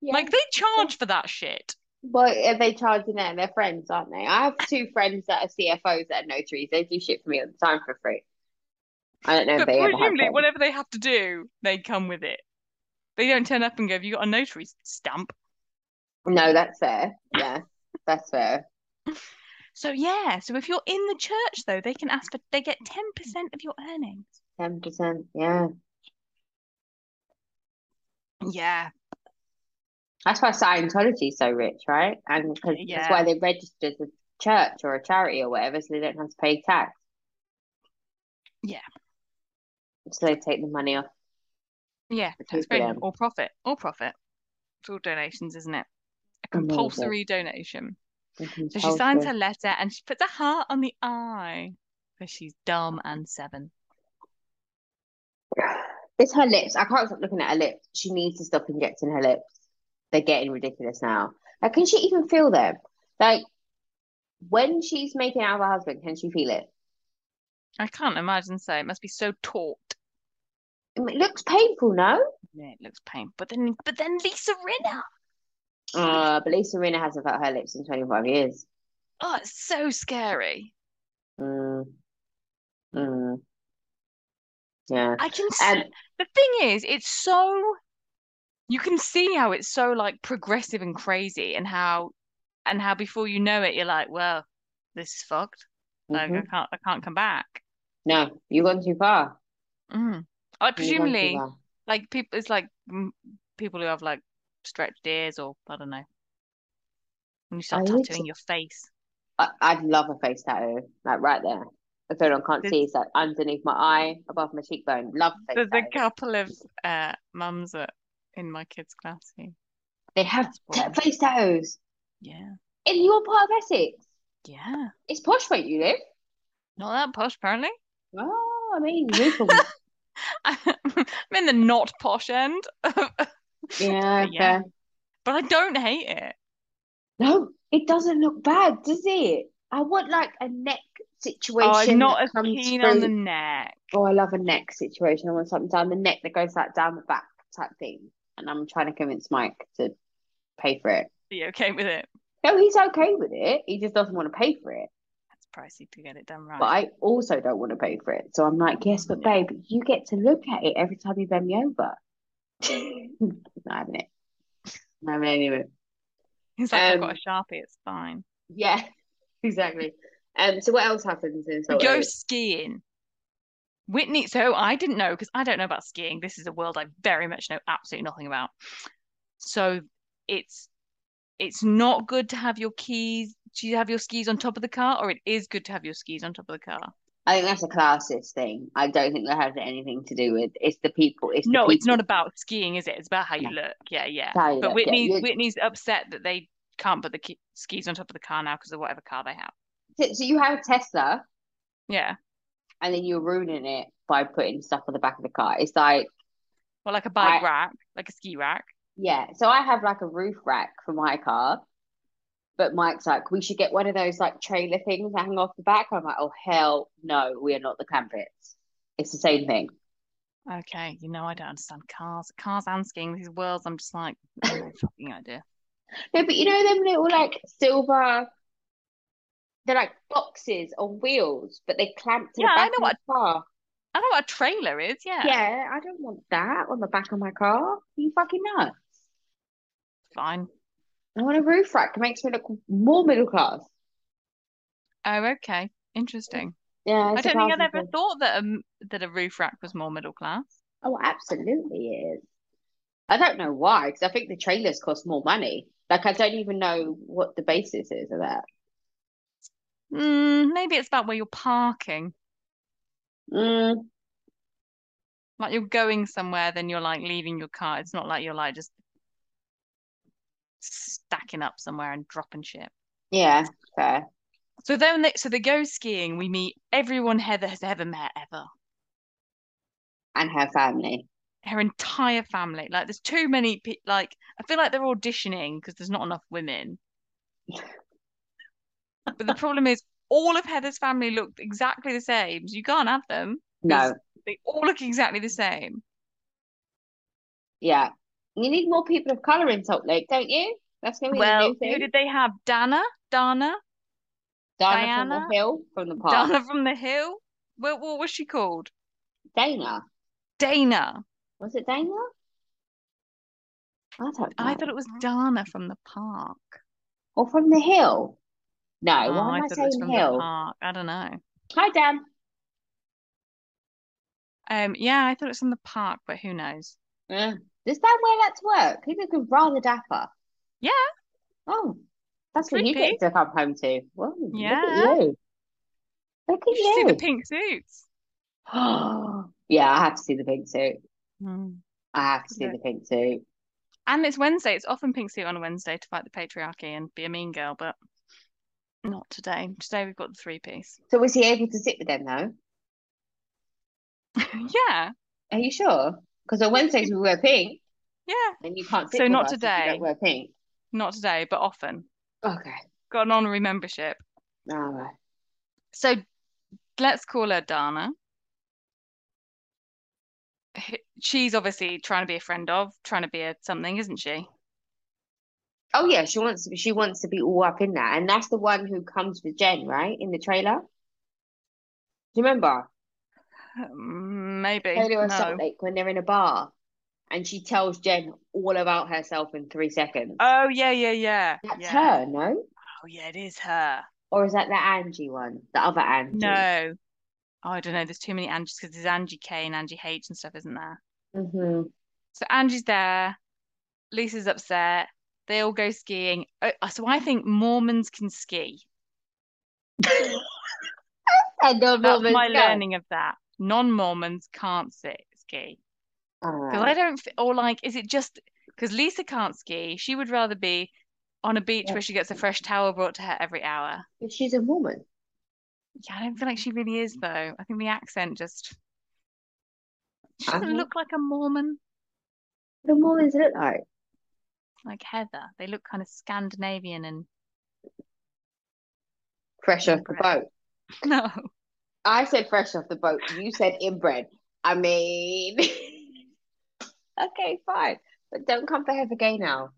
Speaker 1: Yeah.
Speaker 2: Like they charge for that shit.
Speaker 1: Well, are they charging that? They're friends, aren't they? I have two friends that are CFOs that are notaries. They do shit for me all the time for free. I don't know if
Speaker 2: But
Speaker 1: they ever have
Speaker 2: presumably,
Speaker 1: friends.
Speaker 2: whatever they have to do, they come with it. They don't turn up and go, "Have you got a notary stamp?"
Speaker 1: No, that's fair. Yeah, that's fair.
Speaker 2: So yeah, so if you're in the church though, they can ask for they get 10% of your earnings.
Speaker 1: 10%. Yeah.
Speaker 2: Yeah,
Speaker 1: That's why Scientology's so rich, right? And because that's
Speaker 2: yeah.
Speaker 1: why they register as a church or a charity or whatever, so they don't have to pay tax.
Speaker 2: Yeah.
Speaker 1: So they take the money off
Speaker 2: Yeah,
Speaker 1: the
Speaker 2: tax
Speaker 1: people
Speaker 2: free
Speaker 1: then.
Speaker 2: or profit. Or profit. It's all donations, isn't it? A
Speaker 1: Amazing.
Speaker 2: compulsory donation.
Speaker 1: And
Speaker 2: So she signs her
Speaker 1: compulsory.
Speaker 2: letter and she puts a heart on the eye because she's dumb and seven.
Speaker 1: It's her lips. I can't stop looking at her lips. She needs to stop injecting her lips. They're getting ridiculous now. Like, can she even feel them? Like, when she's making out with her husband, can she feel it?
Speaker 2: I can't imagine so. It must be so taut.
Speaker 1: I mean, It looks painful, no?
Speaker 2: Yeah, it looks painful. But then but then Lisa Rinna.
Speaker 1: Uh, but Lisa Rinna hasn't felt her lips in 25 years.
Speaker 2: Oh, it's so scary.
Speaker 1: Mm, mm, yeah.
Speaker 2: I can s
Speaker 1: And
Speaker 2: the thing is, it's so you can see how it's so like progressive and crazy and how and how before you know it you're like well this is fucked like i
Speaker 1: mhm.
Speaker 2: can't i can't come back
Speaker 1: No, you've gone too far.
Speaker 2: mm.
Speaker 1: You've gone too
Speaker 2: like presumably
Speaker 1: far.
Speaker 2: like people it's like mm, people who have like stretched ears or i don't know when you
Speaker 1: I
Speaker 2: start
Speaker 1: would.
Speaker 2: tattooing your face
Speaker 1: I, I'd love a face tattoo, like right there. If anyone can't
Speaker 2: there's
Speaker 1: see, it's like underneath my eye, above my cheekbone. Love a face
Speaker 2: there's a
Speaker 1: tattoo.
Speaker 2: couple of uh mums that in my kids class who
Speaker 1: They have
Speaker 2: that's
Speaker 1: t-
Speaker 2: one
Speaker 1: face tattoos
Speaker 2: yeah
Speaker 1: in your part of Essex.
Speaker 2: yeah
Speaker 1: It's posh where you live.
Speaker 2: not that posh apparently
Speaker 1: Oh, I mean, we probably.
Speaker 2: I'm in the not posh end. But
Speaker 1: Yeah,
Speaker 2: yeah.
Speaker 1: fair.
Speaker 2: But I don't hate it.
Speaker 1: No, it doesn't look bad, does it? I want like a neck
Speaker 2: Oh, I'm
Speaker 1: situation that
Speaker 2: not as
Speaker 1: comes
Speaker 2: keen on the
Speaker 1: through.
Speaker 2: neck.
Speaker 1: Oh, I love a neck situation. I want something down the neck that goes like down the back type thing. And I'm trying to convince Mike to pay for it.
Speaker 2: Are you okay with it?
Speaker 1: No, he's okay with it. He just doesn't want to pay for it.
Speaker 2: That's pricey to get it done
Speaker 1: But
Speaker 2: right.
Speaker 1: I also don't want to pay for it. So I'm like, yes, but
Speaker 2: Yeah.
Speaker 1: babe, you get to look at it every time you bend me over. Not having it. Not having any of it.
Speaker 2: He's like, I've got a
Speaker 1: Um,
Speaker 2: sharpie. It's fine.
Speaker 1: yeah, exactly. Um, so what else happens in
Speaker 2: We
Speaker 1: Salt
Speaker 2: go
Speaker 1: Lake?
Speaker 2: skiing. Whitney. So I didn't know because I don't know about skiing. This is a world I very much know absolutely nothing about. So it's it's not good to have your keys. Do you have your skis on top of the car, or it is good to have your skis on top of the car?
Speaker 1: I think that's a classist thing. I don't think that has anything to do with it's the people, it's the
Speaker 2: No, it's not
Speaker 1: people.
Speaker 2: about skiing, is it? It's about how you
Speaker 1: No,
Speaker 2: look. Yeah, yeah.
Speaker 1: how you look.
Speaker 2: But
Speaker 1: Yeah,
Speaker 2: Whitney
Speaker 1: you
Speaker 2: Whitney's upset that they can't put the ki- skis on top of the car now because of whatever car they have.
Speaker 1: So so you have a Tesla
Speaker 2: Yeah.
Speaker 1: and then you're ruining it by putting stuff on the back of the car. It's like,
Speaker 2: Well, like a bike
Speaker 1: I-
Speaker 2: rack, like a ski rack.
Speaker 1: yeah. So I have like a roof rack for my car. But Mike's like, we should get one of those like trailer things that hang off the back. I'm like, oh hell no, we are not the Clampets. It's the same thing.
Speaker 2: Okay, you know I don't understand cars, cars and skiing. These worlds, I'm just like no fucking idea.
Speaker 1: No, but you know them little like silver, they're like boxes on wheels, but they clamp to the
Speaker 2: Yeah, I
Speaker 1: back
Speaker 2: know
Speaker 1: of
Speaker 2: what-
Speaker 1: the car.
Speaker 2: I know what a trailer is. Yeah,
Speaker 1: Yeah, I don't want that on the back of my car. Are you fucking nuts?
Speaker 2: fine.
Speaker 1: I want a roof rack. It makes me look more middle class.
Speaker 2: Oh, okay, interesting.
Speaker 1: Yeah,
Speaker 2: I
Speaker 1: it's a
Speaker 2: don't think I'd
Speaker 1: classy
Speaker 2: ever
Speaker 1: thing.
Speaker 2: thought that um that a roof rack was more middle class.
Speaker 1: Oh, absolutely it is. I don't know why, because I think the trailers cost more money. Like, I don't even know what the basis is of that.
Speaker 2: Mm, maybe it's about where you're parking.
Speaker 1: Mm,
Speaker 2: Like you're going somewhere, then you're like leaving your car. It's not like you're like just stacking up somewhere and dropping shit.
Speaker 1: yeah, fair.
Speaker 2: So then, they, so they go skiing. We meet everyone Heather has ever met ever.
Speaker 1: And her family.
Speaker 2: her entire family. Like, there's too many. pe- Like, I feel like they're auditioning because there's not enough women. but the problem is, all of Heather's family looked exactly the same. So you can't have them.
Speaker 1: No,
Speaker 2: They all look exactly the same.
Speaker 1: yeah. You need more people of color in Salt Lake, don't you? That's going to be the
Speaker 2: Well,
Speaker 1: new
Speaker 2: who
Speaker 1: thing.
Speaker 2: did they have? Dana, Dana,
Speaker 1: Dana from the
Speaker 2: Diana?
Speaker 1: Hill, from the park.
Speaker 2: Dana from the Hill. What, what was she called?
Speaker 1: Dana.
Speaker 2: Dana.
Speaker 1: Was it Dana? I don't
Speaker 2: I
Speaker 1: know.
Speaker 2: thought it was Dana from the park.
Speaker 1: Or from the Hill. No,
Speaker 2: Oh,
Speaker 1: why
Speaker 2: I
Speaker 1: am I
Speaker 2: thought it was
Speaker 1: saying
Speaker 2: from the
Speaker 1: Hill?
Speaker 2: park. I don't know.
Speaker 1: Hi, Dan.
Speaker 2: Um, yeah, I thought it was from the park, but who knows?
Speaker 1: Yeah. Does Dan wear that to work? He's looking rather dapper.
Speaker 2: Yeah.
Speaker 1: Oh, that's what
Speaker 2: Could
Speaker 1: you
Speaker 2: be.
Speaker 1: get to come home to. Well,
Speaker 2: Yeah.
Speaker 1: look at you. Look
Speaker 2: You should see
Speaker 1: at
Speaker 2: the
Speaker 1: you.
Speaker 2: pink suits.
Speaker 1: yeah, I have to see the pink suit. I have to see
Speaker 2: Yeah.
Speaker 1: the pink suit.
Speaker 2: And it's Wednesday. It's often pink suit on a Wednesday to fight the patriarchy and be a mean girl, but not today. Today we've got the three piece.
Speaker 1: So was he able to sit with them though?
Speaker 2: yeah,
Speaker 1: Are you sure? Because on Wednesdays we wear pink,
Speaker 2: yeah.
Speaker 1: and you can't sit
Speaker 2: So
Speaker 1: with
Speaker 2: not
Speaker 1: us if you
Speaker 2: today.
Speaker 1: don't wear pink.
Speaker 2: Not today, but often.
Speaker 1: Okay.
Speaker 2: Got an honorary membership.
Speaker 1: All right.
Speaker 2: So let's call her Dana. H- She's obviously trying to be a friend of, trying to be a something, isn't she?
Speaker 1: Oh yeah, she wants to be, she wants to be all up in that, and that's the one who comes with Jen, right, in the trailer. Do you remember?
Speaker 2: Um, Maybe.
Speaker 1: Taylor and
Speaker 2: No.
Speaker 1: Salt Lake when they're in a bar, and she tells Jen all about herself in three seconds.
Speaker 2: Oh yeah, yeah, yeah.
Speaker 1: That's
Speaker 2: yeah.
Speaker 1: her, no?
Speaker 2: Oh yeah, it is her.
Speaker 1: Or is that the Angie one, the other Angie?
Speaker 2: No. Oh, I don't know. There's too many Angies because there's Angie K and Angie H and stuff, isn't there?
Speaker 1: hmm
Speaker 2: So Angie's there. Lisa's upset. They all go skiing. Oh, so I think Mormons can ski.
Speaker 1: And the
Speaker 2: That's
Speaker 1: woman's
Speaker 2: my
Speaker 1: gone.
Speaker 2: learning of that. Non-Mormons can't sit, ski because I
Speaker 1: Alright.
Speaker 2: don't. f- Or like, is it just because Lisa can't ski? She would rather be on a beach
Speaker 1: Yeah.
Speaker 2: where she gets a fresh towel brought to her every hour.
Speaker 1: But she's a woman.
Speaker 2: Yeah, I don't feel like she really is though. I think the accent just she doesn't
Speaker 1: Uh-huh.
Speaker 2: look like a Mormon.
Speaker 1: What do Mormons look like?
Speaker 2: like Heather. They look kind of Scandinavian and
Speaker 1: Fresh off the
Speaker 2: Inbred.
Speaker 1: boat.
Speaker 2: no.
Speaker 1: I said fresh off the boat. You said inbred. I mean, okay, fine. But don't come for Heather Gay now.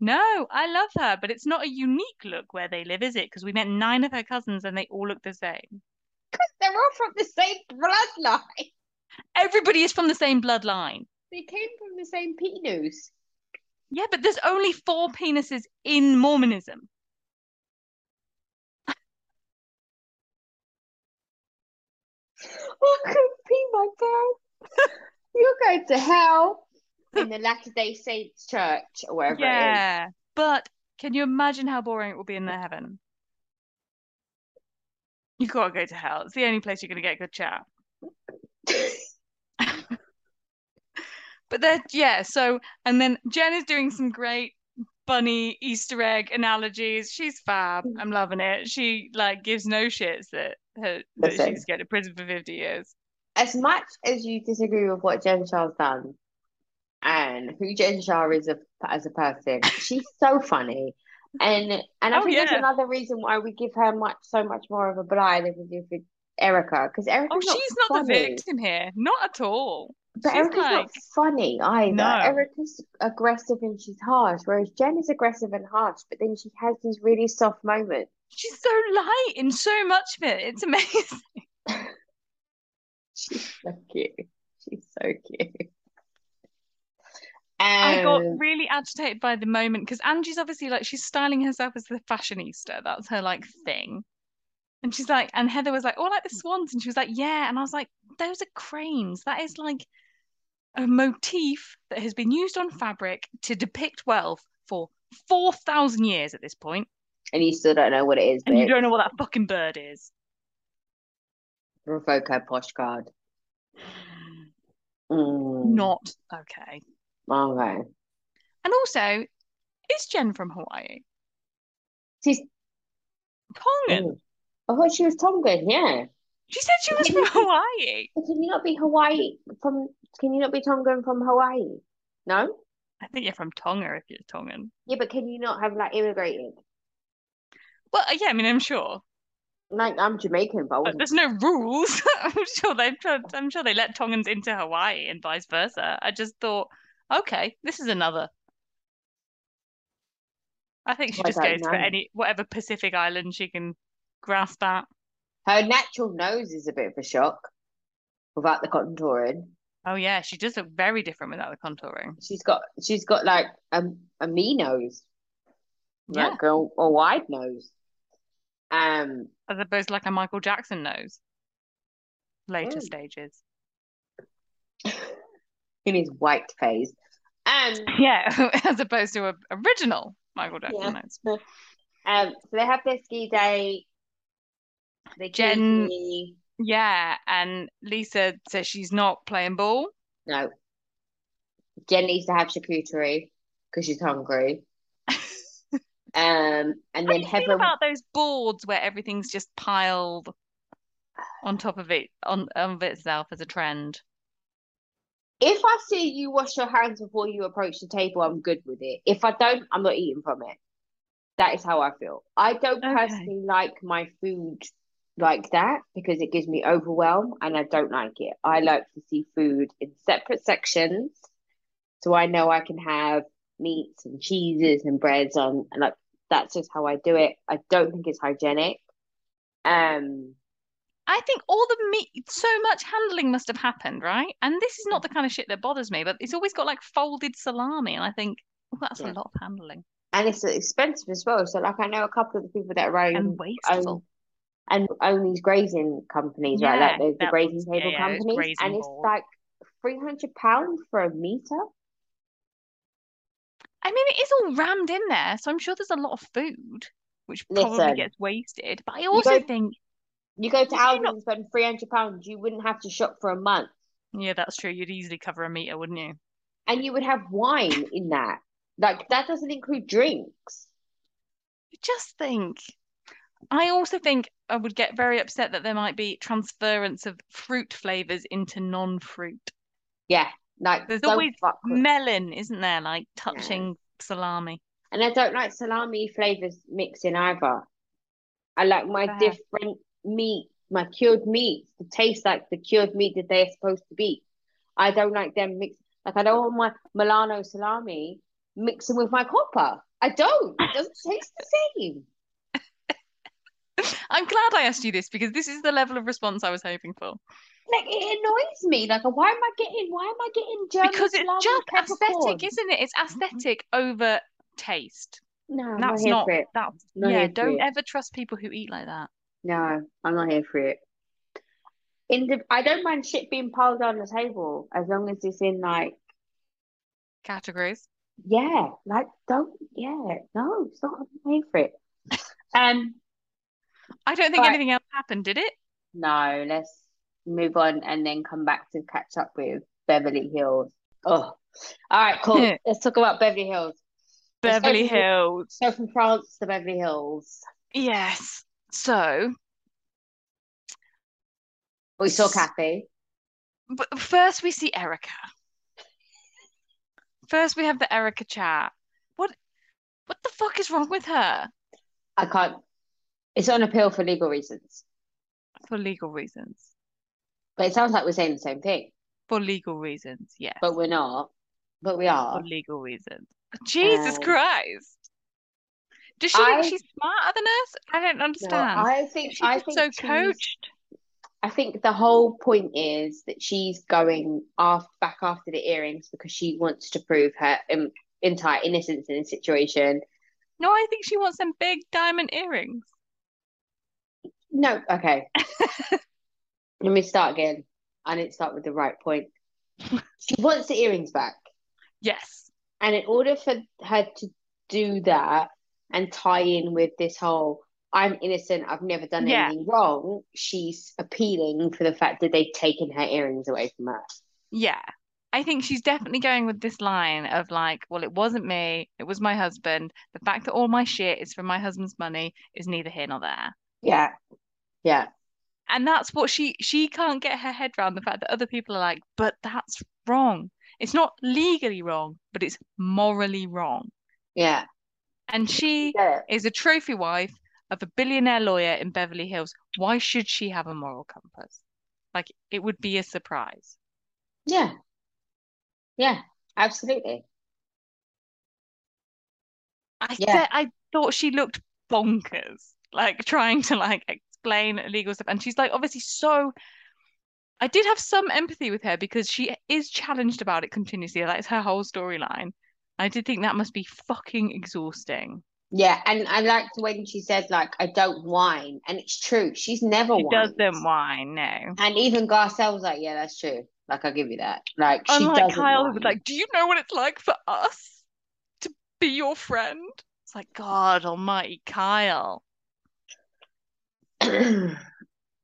Speaker 2: No, I love her, but it's not a unique look where they live, is it? Because we met nine of her cousins and they all look the same.
Speaker 1: They're all from the same bloodline.
Speaker 2: Everybody is from the same bloodline.
Speaker 1: They came from the same penis.
Speaker 2: Yeah, but there's only four penises in Mormonism.
Speaker 1: I could pee my pants. You're going to hell in the Latter Day Saints church or wherever it is.
Speaker 2: Yeah. But can you imagine how boring it will be in the heaven? You gotta go to hell. It's the only place you're gonna get good chat. But they're yeah, so and then Jen is doing some great bunny Easter egg analogies. She's fab.
Speaker 1: Mm.
Speaker 2: I'm loving it. She like gives no shits that her that
Speaker 1: Listen.
Speaker 2: she's going to prison for 50 years.
Speaker 1: as much as you disagree with what Jen Shah's done and who Jen Shah is a, as a person, she's so funny. And and I
Speaker 2: Oh,
Speaker 1: think
Speaker 2: yeah.
Speaker 1: that's another reason why we give her much so much more of a blight than we do for Erica because
Speaker 2: Oh,
Speaker 1: Erica's not
Speaker 2: she's not the
Speaker 1: funny,
Speaker 2: victim here. Not at all.
Speaker 1: but
Speaker 2: she's
Speaker 1: Erica's not
Speaker 2: like-
Speaker 1: funny either.
Speaker 2: No.
Speaker 1: Erica's aggressive and she's harsh, whereas Jen is aggressive and harsh, but then she has these really soft moments.
Speaker 2: She's so light in so much of it. It's amazing.
Speaker 1: She's so cute. She's so cute.
Speaker 2: I got
Speaker 1: Um,
Speaker 2: really agitated by the moment because Angie's obviously like she's styling herself as the fashionista. That's her like thing. And she's like, and Heather was like, oh, I like the swans. And she was like, yeah. And I was like, those are cranes. That is like a motif that has been used on fabric to depict wealth for 4,000 years at this point,
Speaker 1: and you still don't know what it is,
Speaker 2: And you
Speaker 1: bitch.
Speaker 2: don't know what that fucking bird is.
Speaker 1: Revoke her posh card. Mm.
Speaker 2: Not okay.
Speaker 1: Okay.
Speaker 2: And also, is Jen from Hawaii?
Speaker 1: She's.
Speaker 2: Tongan.
Speaker 1: Mm. I thought she was Tongan, yeah.
Speaker 2: She said she was from Hawaii.
Speaker 1: But can you not be Hawaii from. Can you not be Tongan from Hawaii? No?
Speaker 2: I think you're from Tonga if you're Tongan.
Speaker 1: Yeah, but can you not have like immigrated?
Speaker 2: Well, uh, yeah, I mean, I'm sure.
Speaker 1: Like, I'm Jamaican, but I
Speaker 2: But
Speaker 1: wasn't.
Speaker 2: there's no rules. I'm sure they I'm sure they let Tongans into Hawaii and vice versa. I just thought, okay, this is another. I think she
Speaker 1: I
Speaker 2: just
Speaker 1: don't
Speaker 2: goes for
Speaker 1: know.
Speaker 2: any whatever Pacific island she can grasp at.
Speaker 1: Her natural nose is a bit of a shock without the contouring.
Speaker 2: Oh yeah, she does look very different without the contouring.
Speaker 1: She's got, she's got like a, a me nose,
Speaker 2: Yeah.
Speaker 1: like a, a wide nose. Um,
Speaker 2: As opposed to like a Michael Jackson nose. Later
Speaker 1: Mm.
Speaker 2: stages.
Speaker 1: in his white phase. Um,
Speaker 2: Yeah, as opposed to a original Michael Jackson
Speaker 1: Yeah.
Speaker 2: nose.
Speaker 1: Um, so they have their ski day. They
Speaker 2: Jen-
Speaker 1: ski.
Speaker 2: Yeah, and Lisa says she's not playing ball.
Speaker 1: No. Jen needs to have charcuterie because she's hungry. Um, and
Speaker 2: How do
Speaker 1: then
Speaker 2: you feel
Speaker 1: Heather,
Speaker 2: about those boards where everything's just piled on top of it on of itself as a trend?
Speaker 1: if I see you wash your hands before you approach the table, I'm good with it. If I don't, I'm not eating from it. That is how I feel. I don't
Speaker 2: Okay.
Speaker 1: personally like my food like that because it gives me overwhelm and I don't like it. I like to see food in separate sections so I know I can have meats and cheeses and breads on and like that's just how I do it. I don't think it's hygienic. Um
Speaker 2: I think all the meat, so much handling must have happened, right? And this is not the kind of shit that bothers me, but it's always got like folded salami, and I think oh, that's
Speaker 1: Yeah.
Speaker 2: a lot of handling
Speaker 1: and it's expensive as well. So like I know a couple of the people that are
Speaker 2: and wasteful.
Speaker 1: and own these grazing companies, right?
Speaker 2: Yeah,
Speaker 1: Like there's the
Speaker 2: that
Speaker 1: grazing
Speaker 2: one's-
Speaker 1: table
Speaker 2: yeah, yeah,
Speaker 1: companies,
Speaker 2: it's
Speaker 1: and
Speaker 2: grazing
Speaker 1: it's
Speaker 2: balls.
Speaker 1: like three hundred pounds for a meter.
Speaker 2: I mean, it is all rammed in there, so I'm sure there's a lot of food which probably
Speaker 1: Listen.
Speaker 2: gets wasted. But I also
Speaker 1: go-
Speaker 2: think,
Speaker 1: You go to
Speaker 2: Why
Speaker 1: Aldi
Speaker 2: not?
Speaker 1: and spend three hundred pounds, you wouldn't have to shop for a month,
Speaker 2: yeah, that's true. You'd easily cover a meter, wouldn't you?
Speaker 1: and you would have wine in that. Like that doesn't include drinks.
Speaker 2: I just think I also think I would get very upset that there might be transference of fruit flavors into non-fruit.
Speaker 1: Yeah, like
Speaker 2: There's
Speaker 1: don't
Speaker 2: always
Speaker 1: fuck with-
Speaker 2: Melon, isn't there? Like touching salami.
Speaker 1: and I don't like salami flavors mixing either. I like my
Speaker 2: Fair.
Speaker 1: different meat, my cured meats to taste like the cured meat that they're supposed to be. I don't like them mixed. Like I don't want my Milano salami mixing with my copper. I don't. It doesn't taste the same.
Speaker 2: I'm glad I asked you this because this is the level of response I was hoping for.
Speaker 1: Like it annoys me. Like why am I getting? Why am I getting German
Speaker 2: because it's
Speaker 1: salami
Speaker 2: just
Speaker 1: peppercorn?
Speaker 2: aesthetic, isn't it? It's aesthetic over taste.
Speaker 1: No, I'm not
Speaker 2: That's
Speaker 1: here
Speaker 2: not
Speaker 1: for it.
Speaker 2: that's
Speaker 1: Not
Speaker 2: yeah,
Speaker 1: here for
Speaker 2: don't
Speaker 1: it.
Speaker 2: ever trust people who eat like that.
Speaker 1: No, I'm not here for it. In the, I don't mind shit being piled on the table as long as it's in like
Speaker 2: Categories.
Speaker 1: Yeah, like don't. Yeah, no, it's not my favorite. Um,
Speaker 2: I don't think
Speaker 1: Right.
Speaker 2: anything else happened, did it?
Speaker 1: no, let's move on and then come back to catch up with Beverly Hills. Oh, all right, cool. Let's talk about Beverly Hills.
Speaker 2: Beverly Hills.
Speaker 1: So from France to Beverly Hills.
Speaker 2: Yes. So,
Speaker 1: We saw Kathy.
Speaker 2: but first we see Erica. First we have the Erica chat. What what the fuck is wrong with her?
Speaker 1: I can't. It's on appeal for legal reasons,
Speaker 2: For legal reasons.
Speaker 1: but it sounds like we're saying the same thing,
Speaker 2: For legal reasons, yes.
Speaker 1: but we're not. But we are.
Speaker 2: for legal reasons. Jesus
Speaker 1: Um,
Speaker 2: Christ. Does she think
Speaker 1: I-
Speaker 2: she's smarter than us? I don't
Speaker 1: No,
Speaker 2: understand.
Speaker 1: I think
Speaker 2: she's
Speaker 1: I
Speaker 2: just
Speaker 1: think
Speaker 2: so
Speaker 1: she's-
Speaker 2: coached.
Speaker 1: I think the whole point is that she's going off back after the earrings because she wants to prove her um, entire innocence in the situation.
Speaker 2: No, I think she wants them big diamond earrings.
Speaker 1: No, okay. Let me start again. I didn't start with the right point. She wants the earrings back.
Speaker 2: Yes.
Speaker 1: And in order for her to do that and tie in with this whole, I'm innocent, I've never done
Speaker 2: Yeah.
Speaker 1: anything wrong, she's appealing for the fact that they've taken her earrings away from her.
Speaker 2: Yeah. I think she's definitely going with this line of like, well, it wasn't me, it was my husband. The fact that all my shit is from my husband's money is neither here nor there.
Speaker 1: Yeah. Yeah.
Speaker 2: And that's what she she can't get her head around the fact that other people are like, but that's wrong. It's not legally wrong, but it's morally wrong.
Speaker 1: Yeah.
Speaker 2: And she
Speaker 1: Yeah.
Speaker 2: is a trophy wife of a billionaire lawyer in Beverly Hills. Why should she have a moral compass? Like it would be a surprise.
Speaker 1: Yeah. Yeah. Absolutely.
Speaker 2: I
Speaker 1: Yeah.
Speaker 2: bet I thought she looked bonkers, like trying to like explain legal stuff. And she's like obviously so I did have some empathy with her because she is challenged about it continuously. That's her whole storyline. I did think that must be fucking exhausting.
Speaker 1: Yeah. And I liked when she said, like, I don't whine. And it's true. She's never
Speaker 2: She
Speaker 1: whined.
Speaker 2: doesn't whine, no.
Speaker 1: And even Garcelle was like, yeah, that's true. Like, I'll give you that. Like, she
Speaker 2: Unlike
Speaker 1: doesn't
Speaker 2: Kyle, who
Speaker 1: whine.
Speaker 2: was like, "Do you know what it's like for us to be your friend?" It's like, God Almighty, Kyle, you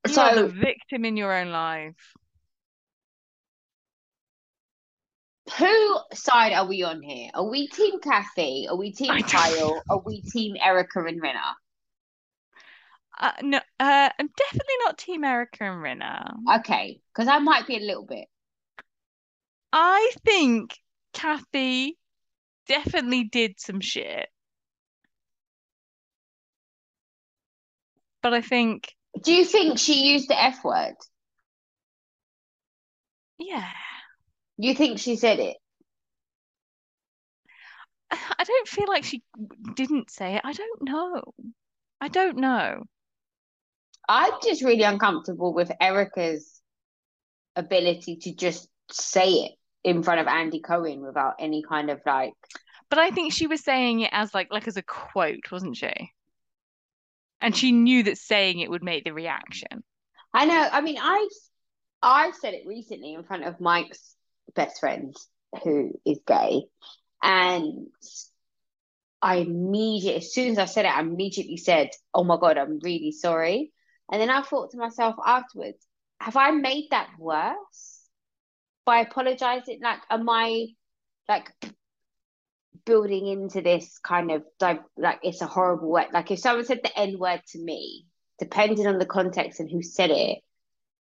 Speaker 2: are
Speaker 1: so,
Speaker 2: the victim in your own life.
Speaker 1: who side are we on here? Are we Team Kathy? Are we Team
Speaker 2: I don't-
Speaker 1: Kyle? Are we Team Erica and Renna?
Speaker 2: Uh, no, uh, I'm definitely not Team Erica and Rinna.
Speaker 1: Okay, because I might be a little bit.
Speaker 2: I think Kathy definitely did some shit, but I think,
Speaker 1: Do you think she used the F word?
Speaker 2: yeah,
Speaker 1: You think she said it?
Speaker 2: I don't feel like she didn't say it. I don't know. I don't know.
Speaker 1: I'm just really uncomfortable with Erica's ability to just say it in front of Andy Cohen without any kind of like,
Speaker 2: But I think she was saying it as like like as a quote, wasn't she? And she knew that saying it would make the reaction.
Speaker 1: I know. I mean, I I said it recently in front of Mike's best friend who is gay, and I immediately, as soon as I said it, I immediately said, "Oh my god, I'm really sorry." And then I thought to myself afterwards, "Have I made that worse by apologizing? Like, am I like?" building into this kind of di- like it's a horrible word like if someone said the n word to me depending on the context and who said it,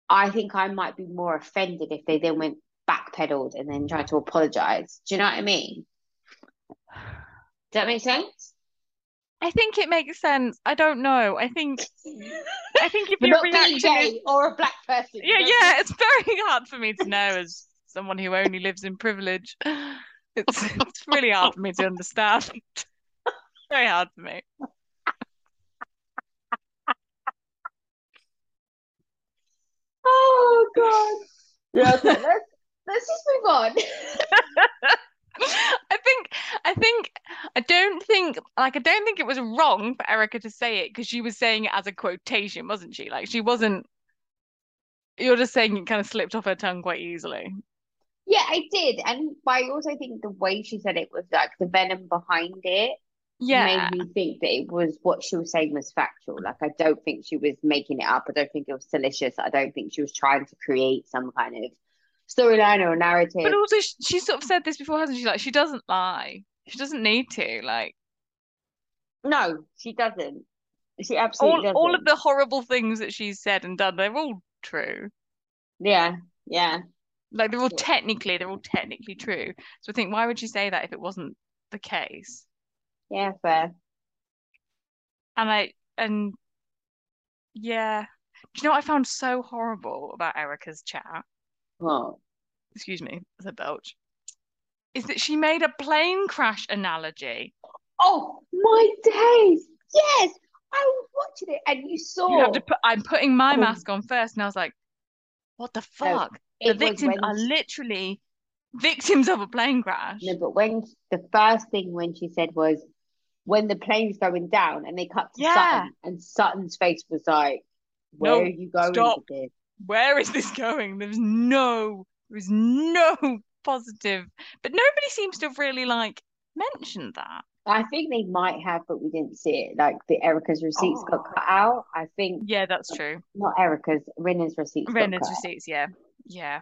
Speaker 1: I think I might be more offended if they then went backpedaled and then tried to apologize. Do you know what I mean? Does that make sense?
Speaker 2: I think it makes sense. I don't know. I think I think if
Speaker 1: You're
Speaker 2: your
Speaker 1: not being
Speaker 2: reaction is
Speaker 1: gay or a black person.
Speaker 2: yeah,
Speaker 1: You're-
Speaker 2: yeah, it's very hard for me to know as someone who only lives in privilege. It's it's really hard for me to understand. Very hard for me.
Speaker 1: Oh god. Yeah, okay, let's let's just move on.
Speaker 2: I think I think I don't think like I don't think it was wrong for Erica to say it because she was saying it as a quotation, wasn't she? Like she wasn't you're just saying it kind of slipped off her tongue quite easily.
Speaker 1: Yeah, I did. And but I also think the way she said it was like the venom behind it
Speaker 2: Yeah.
Speaker 1: made me think that it was what she was saying was factual. Like I don't think she was making it up. I don't think it was delicious. I don't think she was trying to create some kind of storyline or narrative.
Speaker 2: But also sh- she sort of said this before, hasn't she? Like she doesn't lie. She doesn't need to. Like
Speaker 1: No, she doesn't. She
Speaker 2: all
Speaker 1: absolutely
Speaker 2: all
Speaker 1: doesn't.
Speaker 2: of the horrible things that she's said and done, they're all true.
Speaker 1: Yeah, yeah.
Speaker 2: Like they're all
Speaker 1: Yeah.
Speaker 2: technically they're all technically true. So I think why would she say that if it wasn't the case?
Speaker 1: Yeah, fair.
Speaker 2: And I and yeah. Do you know what I found so horrible about Erica's chat?
Speaker 1: Well,
Speaker 2: Excuse me, the belch. Is that she made a plane crash analogy.
Speaker 1: oh my days! Yes, I was watching it, and you
Speaker 2: You have
Speaker 1: saw
Speaker 2: to put I'm putting my
Speaker 1: Oh.
Speaker 2: mask on first and I was like, what the
Speaker 1: No,
Speaker 2: fuck? the
Speaker 1: it was
Speaker 2: victims
Speaker 1: when.
Speaker 2: are literally victims of a plane crash.
Speaker 1: No, but when the first thing when she said was when the plane's going down, and they cut to
Speaker 2: Yeah.
Speaker 1: Sutton, and Sutton's face was like, "Where
Speaker 2: No,
Speaker 1: are you going
Speaker 2: stop.
Speaker 1: with this?"
Speaker 2: Where is this going? There's no, there's no positive, but nobody seems to have really like mentioned that.
Speaker 1: I think they might have, but we didn't see it. Like the Erica's receipts got
Speaker 2: Oh.
Speaker 1: cut out. I think
Speaker 2: Yeah, that's true.
Speaker 1: not Erica's, Rinna's receipts got
Speaker 2: Renner's
Speaker 1: cut out.
Speaker 2: receipts, yeah, yeah.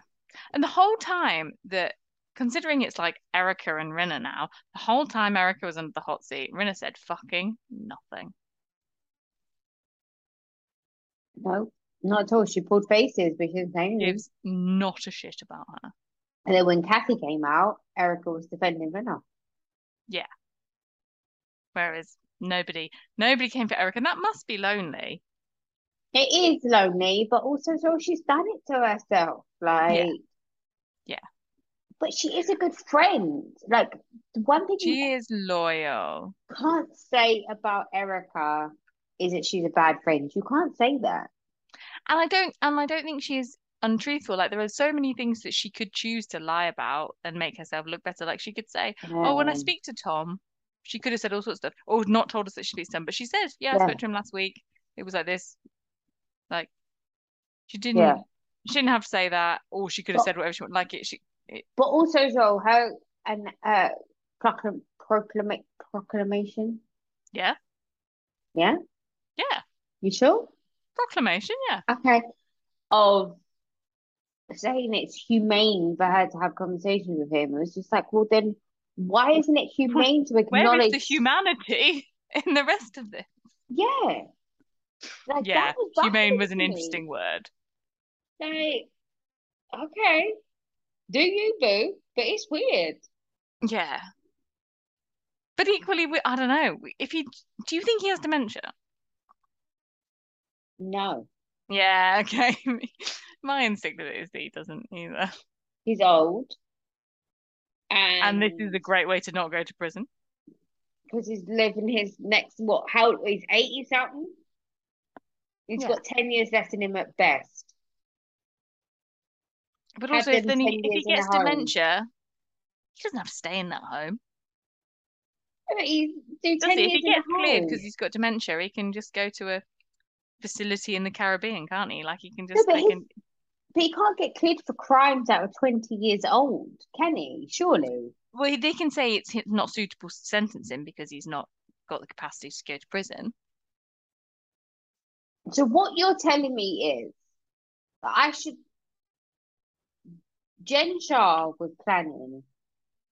Speaker 2: And the whole time that, considering it's like Erica and Renner now, the whole time Erica was under the hot seat, Renner said fucking nothing.
Speaker 1: No, not at all. She pulled faces, but she didn't say anything.
Speaker 2: Gives not a shit about her.
Speaker 1: And then when Kathy came out, Erica was defending Rinna.
Speaker 2: Whereas nobody, nobody came for Erica, and that must be lonely.
Speaker 1: It is lonely, but also so she's done it to herself. Like,
Speaker 2: Yeah.
Speaker 1: But she is a good friend. Like, the one thing you
Speaker 2: She is loyal.
Speaker 1: can't say about Erica is that she's a bad friend. You can't say that.
Speaker 2: and I don't and I don't think she is untruthful. Like there are so many things that she could choose to lie about and make herself look better. Like she could say, "Oh, when I
Speaker 1: Um,
Speaker 2: speak to Tom," she could have said all sorts of stuff, or not told us that she speaks to him. But she said, "Yeah, I
Speaker 1: Yeah.
Speaker 2: spoke to him last week. It was like this." Like she didn't.
Speaker 1: Yeah.
Speaker 2: She didn't have to say that, or she could have
Speaker 1: But-
Speaker 2: said whatever she wanted. Like it, she
Speaker 1: But also, as well, her and uh, proclam proclama proclamation.
Speaker 2: Yeah.
Speaker 1: Yeah.
Speaker 2: yeah,
Speaker 1: You sure?
Speaker 2: proclamation, yeah,
Speaker 1: Okay. Of saying it's humane for her to have conversations with him. It was just like, well, then why isn't it humane to
Speaker 2: Where is the
Speaker 1: acknowledge?
Speaker 2: humanity in the rest of this?
Speaker 1: Yeah. Like
Speaker 2: Yeah,
Speaker 1: that was
Speaker 2: humane
Speaker 1: baffling
Speaker 2: was
Speaker 1: to
Speaker 2: an
Speaker 1: me.
Speaker 2: interesting word.
Speaker 1: Like, okay, do you boo? But it's weird.
Speaker 2: Yeah, but equally, we, I don't know if he. Do you think he has dementia?
Speaker 1: No,
Speaker 2: Yeah, okay. My instinct of it is that he doesn't either.
Speaker 1: he's old,
Speaker 2: And this is
Speaker 1: and
Speaker 2: a great way to not go to prison.
Speaker 1: because he's living his next what? How old? He's eighty something. He's
Speaker 2: Yeah.
Speaker 1: got ten years left in him at best.
Speaker 2: But
Speaker 1: Had
Speaker 2: also, if
Speaker 1: them
Speaker 2: then
Speaker 1: 10
Speaker 2: he,
Speaker 1: years
Speaker 2: if he
Speaker 1: in a
Speaker 2: gets
Speaker 1: home.
Speaker 2: dementia, he doesn't have to stay in that home,
Speaker 1: But he do
Speaker 2: does
Speaker 1: ten
Speaker 2: he? If
Speaker 1: years
Speaker 2: he
Speaker 1: in a
Speaker 2: gets cleared because
Speaker 1: home.
Speaker 2: he's got dementia, he can just go to a facility in the Caribbean, can't he? Like he can
Speaker 1: No,
Speaker 2: just
Speaker 1: but
Speaker 2: they
Speaker 1: he,
Speaker 2: can.
Speaker 1: but he can't get cleared for crimes that are twenty years old, can he? Surely.
Speaker 2: Well, he- they can say it's hi- not suitable sentencing because he's not got the capacity to go to prison.
Speaker 1: So what you're telling me is that I should Jen Shah was planning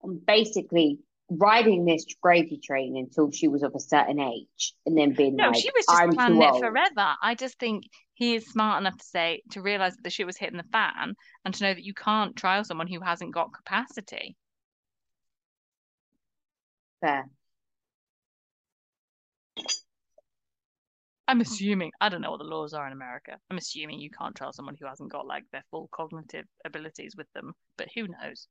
Speaker 1: on basically riding this gravy train until she was of a certain age and then being
Speaker 2: No,
Speaker 1: like,
Speaker 2: she was
Speaker 1: I'm
Speaker 2: just
Speaker 1: too
Speaker 2: planning it
Speaker 1: old.
Speaker 2: forever. I just think he is smart enough to say to realize that the shit was hitting the fan and to know that you can't trial someone who hasn't got capacity.
Speaker 1: Fair. Mm.
Speaker 2: I'm assuming I don't know what the laws are in America. I'm assuming you can't trial someone who hasn't got like their full cognitive abilities with them, but who knows?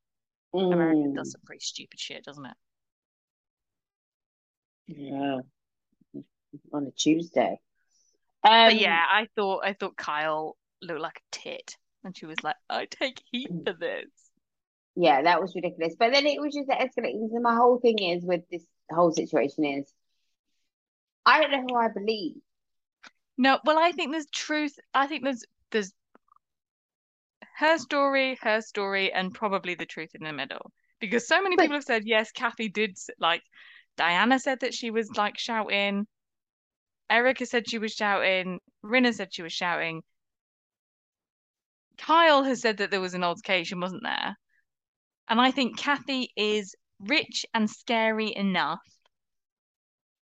Speaker 2: America
Speaker 1: Mm.
Speaker 2: does some pretty stupid shit, doesn't it?
Speaker 1: Yeah. On a Tuesday.
Speaker 2: But
Speaker 1: Um,
Speaker 2: yeah, I thought I thought Kyle looked like a tit, and she was like, "I take heat
Speaker 1: Mm.
Speaker 2: for this."
Speaker 1: Yeah, that was ridiculous. But then it was just escalating. So my whole thing is with this whole situation is I don't know who I believe.
Speaker 2: No, well, I think there's truth. I think there's there's her story, her story, and probably the truth in the middle. Because so many
Speaker 1: But-
Speaker 2: people have said, yes, Kathy did, s- like, Diana said that she was, like, shouting. Erica said she was shouting. Rinna said she was shouting. Kyle has said that there was an altercation, wasn't there? And I think Kathy is rich and scary enough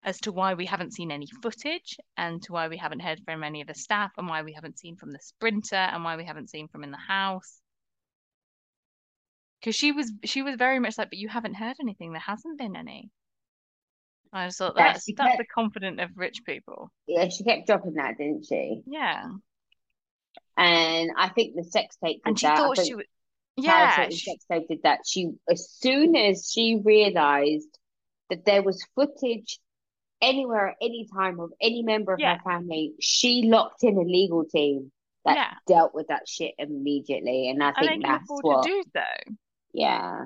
Speaker 2: as to why we haven't seen any footage and to why we haven't heard from any of the staff and why we haven't seen from the sprinter and why we haven't seen from in the house because she was she was very much like but you haven't heard anything there hasn't been any i just thought
Speaker 1: Yeah,
Speaker 2: that's
Speaker 1: she
Speaker 2: that's
Speaker 1: kept-
Speaker 2: the confident of rich people
Speaker 1: Yeah, she kept dropping that, didn't she?
Speaker 2: yeah
Speaker 1: And I think the sex tape did
Speaker 2: and she
Speaker 1: that. I
Speaker 2: thought
Speaker 1: think
Speaker 2: she was
Speaker 1: Paris
Speaker 2: yeah
Speaker 1: Hilton
Speaker 2: she-
Speaker 1: sex tape did that. She, as soon as she realized that there was footage anywhere at any time of any member of
Speaker 2: Yeah.
Speaker 1: her family, she locked in a legal team that
Speaker 2: yeah
Speaker 1: dealt with that shit immediately. And I
Speaker 2: and they
Speaker 1: think
Speaker 2: can
Speaker 1: that's
Speaker 2: afford
Speaker 1: what,
Speaker 2: to do so
Speaker 1: yeah.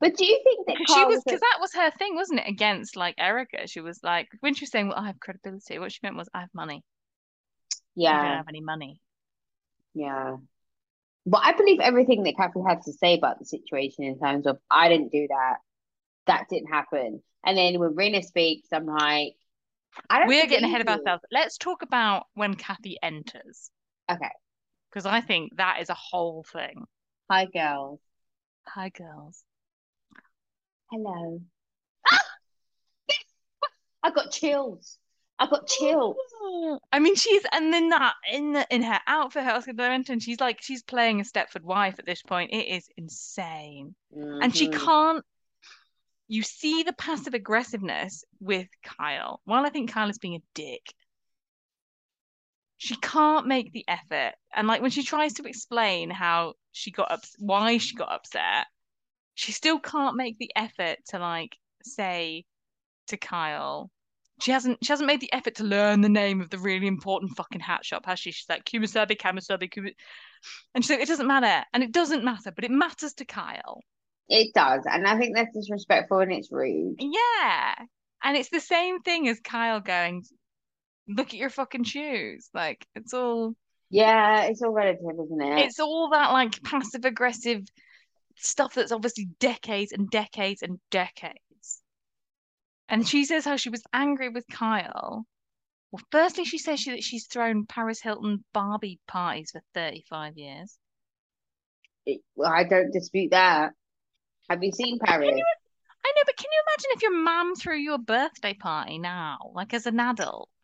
Speaker 1: But do you think that
Speaker 2: Because she
Speaker 1: Carl
Speaker 2: was,
Speaker 1: was
Speaker 2: because that was her thing, wasn't it? Against like Erica, she was like, when she was saying, "Well, I have credibility," what she meant was, "I have money.
Speaker 1: a- yeah,
Speaker 2: You don't have any money."
Speaker 1: yeah. But I believe everything that Kathy had to say about the situation in terms of I didn't do that, that didn't happen. And then when Rena speaks, I'm like, I don't
Speaker 2: We're getting ahead of
Speaker 1: believe you.
Speaker 2: ourselves. Let's talk about when Kathy enters,
Speaker 1: Okay.
Speaker 2: because I think that is a whole thing.
Speaker 1: Hi, girls.
Speaker 2: Hi, girls.
Speaker 1: Hello. I got chills. I got chills.
Speaker 2: I mean, she's and then that in the, in her outfit, her Oscar de la Renta, and she's like, she's playing a Stepford wife at this point. It is insane. and she
Speaker 1: Mhm.
Speaker 2: can't you see the passive aggressiveness with Kyle. While I think Kyle is being a dick, she can't make the effort. And like when she tries to explain how she got up why she got upset, she still can't make the effort to like say to Kyle. She hasn't she hasn't made the effort to learn the name of the really important fucking hat shop, has she? She's like Kumasabi, Kamasabi, Kuma and she's like, it doesn't matter. And it doesn't matter, but it matters to Kyle.
Speaker 1: It does. And I think that's disrespectful and it's rude.
Speaker 2: Yeah. And it's the same thing as Kyle going, look at your fucking shoes. Like it's all
Speaker 1: Yeah, it's all relative, isn't it?
Speaker 2: it's all that like passive aggressive stuff that's obviously decades and decades and decades. And she says how she was angry with Kyle. Well, firstly, she says she, that she's thrown Paris Hilton Barbie parties for 35 years.
Speaker 1: It- well, I don't dispute that. Have you seen Paris?
Speaker 2: I know, but can you imagine if your mum threw you a birthday party now, like as an adult?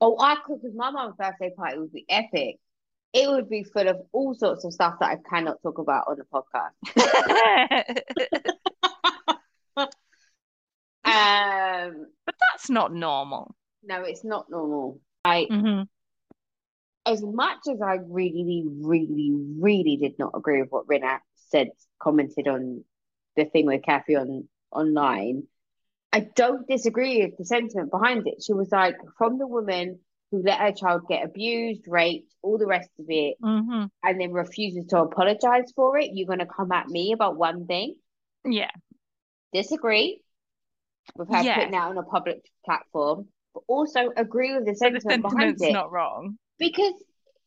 Speaker 1: Oh, I could, because my mum's birthday party would be epic. It would be full of all sorts of stuff that I cannot talk about on the podcast. Um,
Speaker 2: That's not normal.
Speaker 1: no, it's not normal. I,
Speaker 2: hmm
Speaker 1: as much as I really, really, really did not agree with what Rinat said, commented on the thing with Kathy on online, I don't disagree with the sentiment behind it. She was like, from the woman who let her child get abused, raped, all the rest of it,
Speaker 2: hmm
Speaker 1: and then refuses to apologize for it, you're going to come at me about one thing.
Speaker 2: Yeah.
Speaker 1: Disagree with her
Speaker 2: Yeah.
Speaker 1: putting that on a public platform, but also agree with the
Speaker 2: So the
Speaker 1: sentiment behind
Speaker 2: sentiment's
Speaker 1: it.
Speaker 2: not wrong.
Speaker 1: Because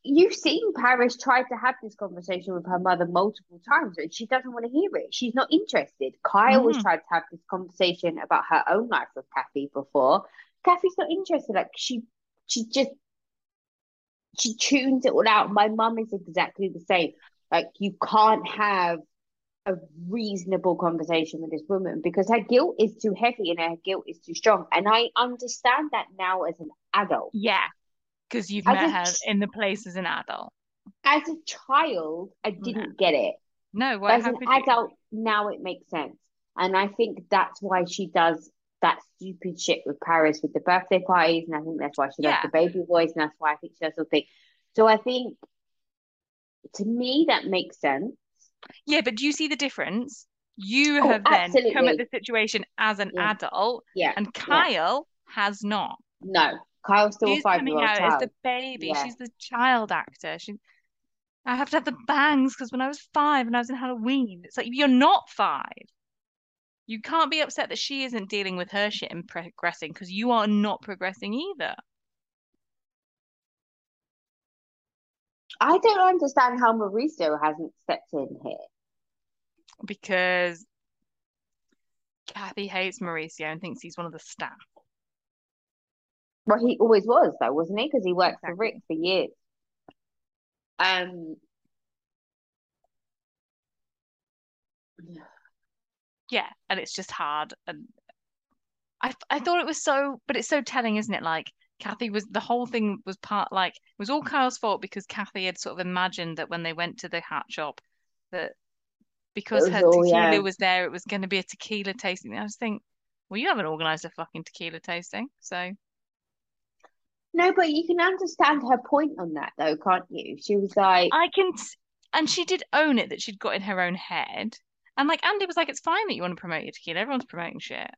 Speaker 1: you've seen Paris try to have this conversation with her mother multiple times, and she doesn't want to hear it. She's not interested. Kyle was
Speaker 2: Mhm.
Speaker 1: tried to have this conversation about her own life with Kathy before. Kathy's not interested. Like she, she just she tunes it all out. My mum is exactly the same. Like you can't have a reasonable conversation with this woman because her guilt is too heavy and her guilt is too strong. And I understand that now as an adult.
Speaker 2: Yeah. Because you've
Speaker 1: I
Speaker 2: met her
Speaker 1: just-
Speaker 2: in the place as an adult.
Speaker 1: as a child, I didn't get it.
Speaker 2: No,
Speaker 1: But
Speaker 2: why
Speaker 1: as
Speaker 2: how
Speaker 1: an
Speaker 2: could you?
Speaker 1: adult, now it makes sense. And I think that's why she does that stupid shit with Paris with the birthday parties. And I think that's why she does
Speaker 2: Yeah.
Speaker 1: the baby voice. And that's why I think she does something. So I think to me, that makes sense.
Speaker 2: Yeah, but do you see the difference? You
Speaker 1: Oh,
Speaker 2: have then come
Speaker 1: absolutely.
Speaker 2: at the situation as an
Speaker 1: Yeah.
Speaker 2: adult,
Speaker 1: Yeah.
Speaker 2: and Kyle has not.
Speaker 1: No, Kyle's still a
Speaker 2: She's
Speaker 1: five
Speaker 2: coming
Speaker 1: year old
Speaker 2: out as
Speaker 1: child.
Speaker 2: the baby.
Speaker 1: Yeah.
Speaker 2: She's the child actor. She, I have to have the bangs because when I was five and I was in Halloween, it's like you're not five. You can't be upset that she isn't dealing with her shit and progressing because you are not progressing either.
Speaker 1: I don't understand how Mauricio hasn't stepped in here.
Speaker 2: because Kathy hates Mauricio and thinks he's one of the staff.
Speaker 1: Well, he always was, though, wasn't he? Because he worked for
Speaker 2: Exactly.
Speaker 1: Rick for years. Um,
Speaker 2: yeah, and it's just hard. And I I thought it was so, but it's so telling, isn't it? Like Kathy was the whole thing was part like it was all Kyle's fault because Kathy had sort of imagined that when they went to the hat shop that because
Speaker 1: was
Speaker 2: her
Speaker 1: all,
Speaker 2: tequila
Speaker 1: yeah.
Speaker 2: was there, it was going to be a tequila tasting. I just think, well, you haven't organised a fucking tequila tasting, so
Speaker 1: No, but you can understand her point on that though, can't you? She was like,
Speaker 2: I can, s- and she did own it that she'd got in her own head. And like Andy was like, it's fine that you want to promote your tequila. Everyone's promoting shit.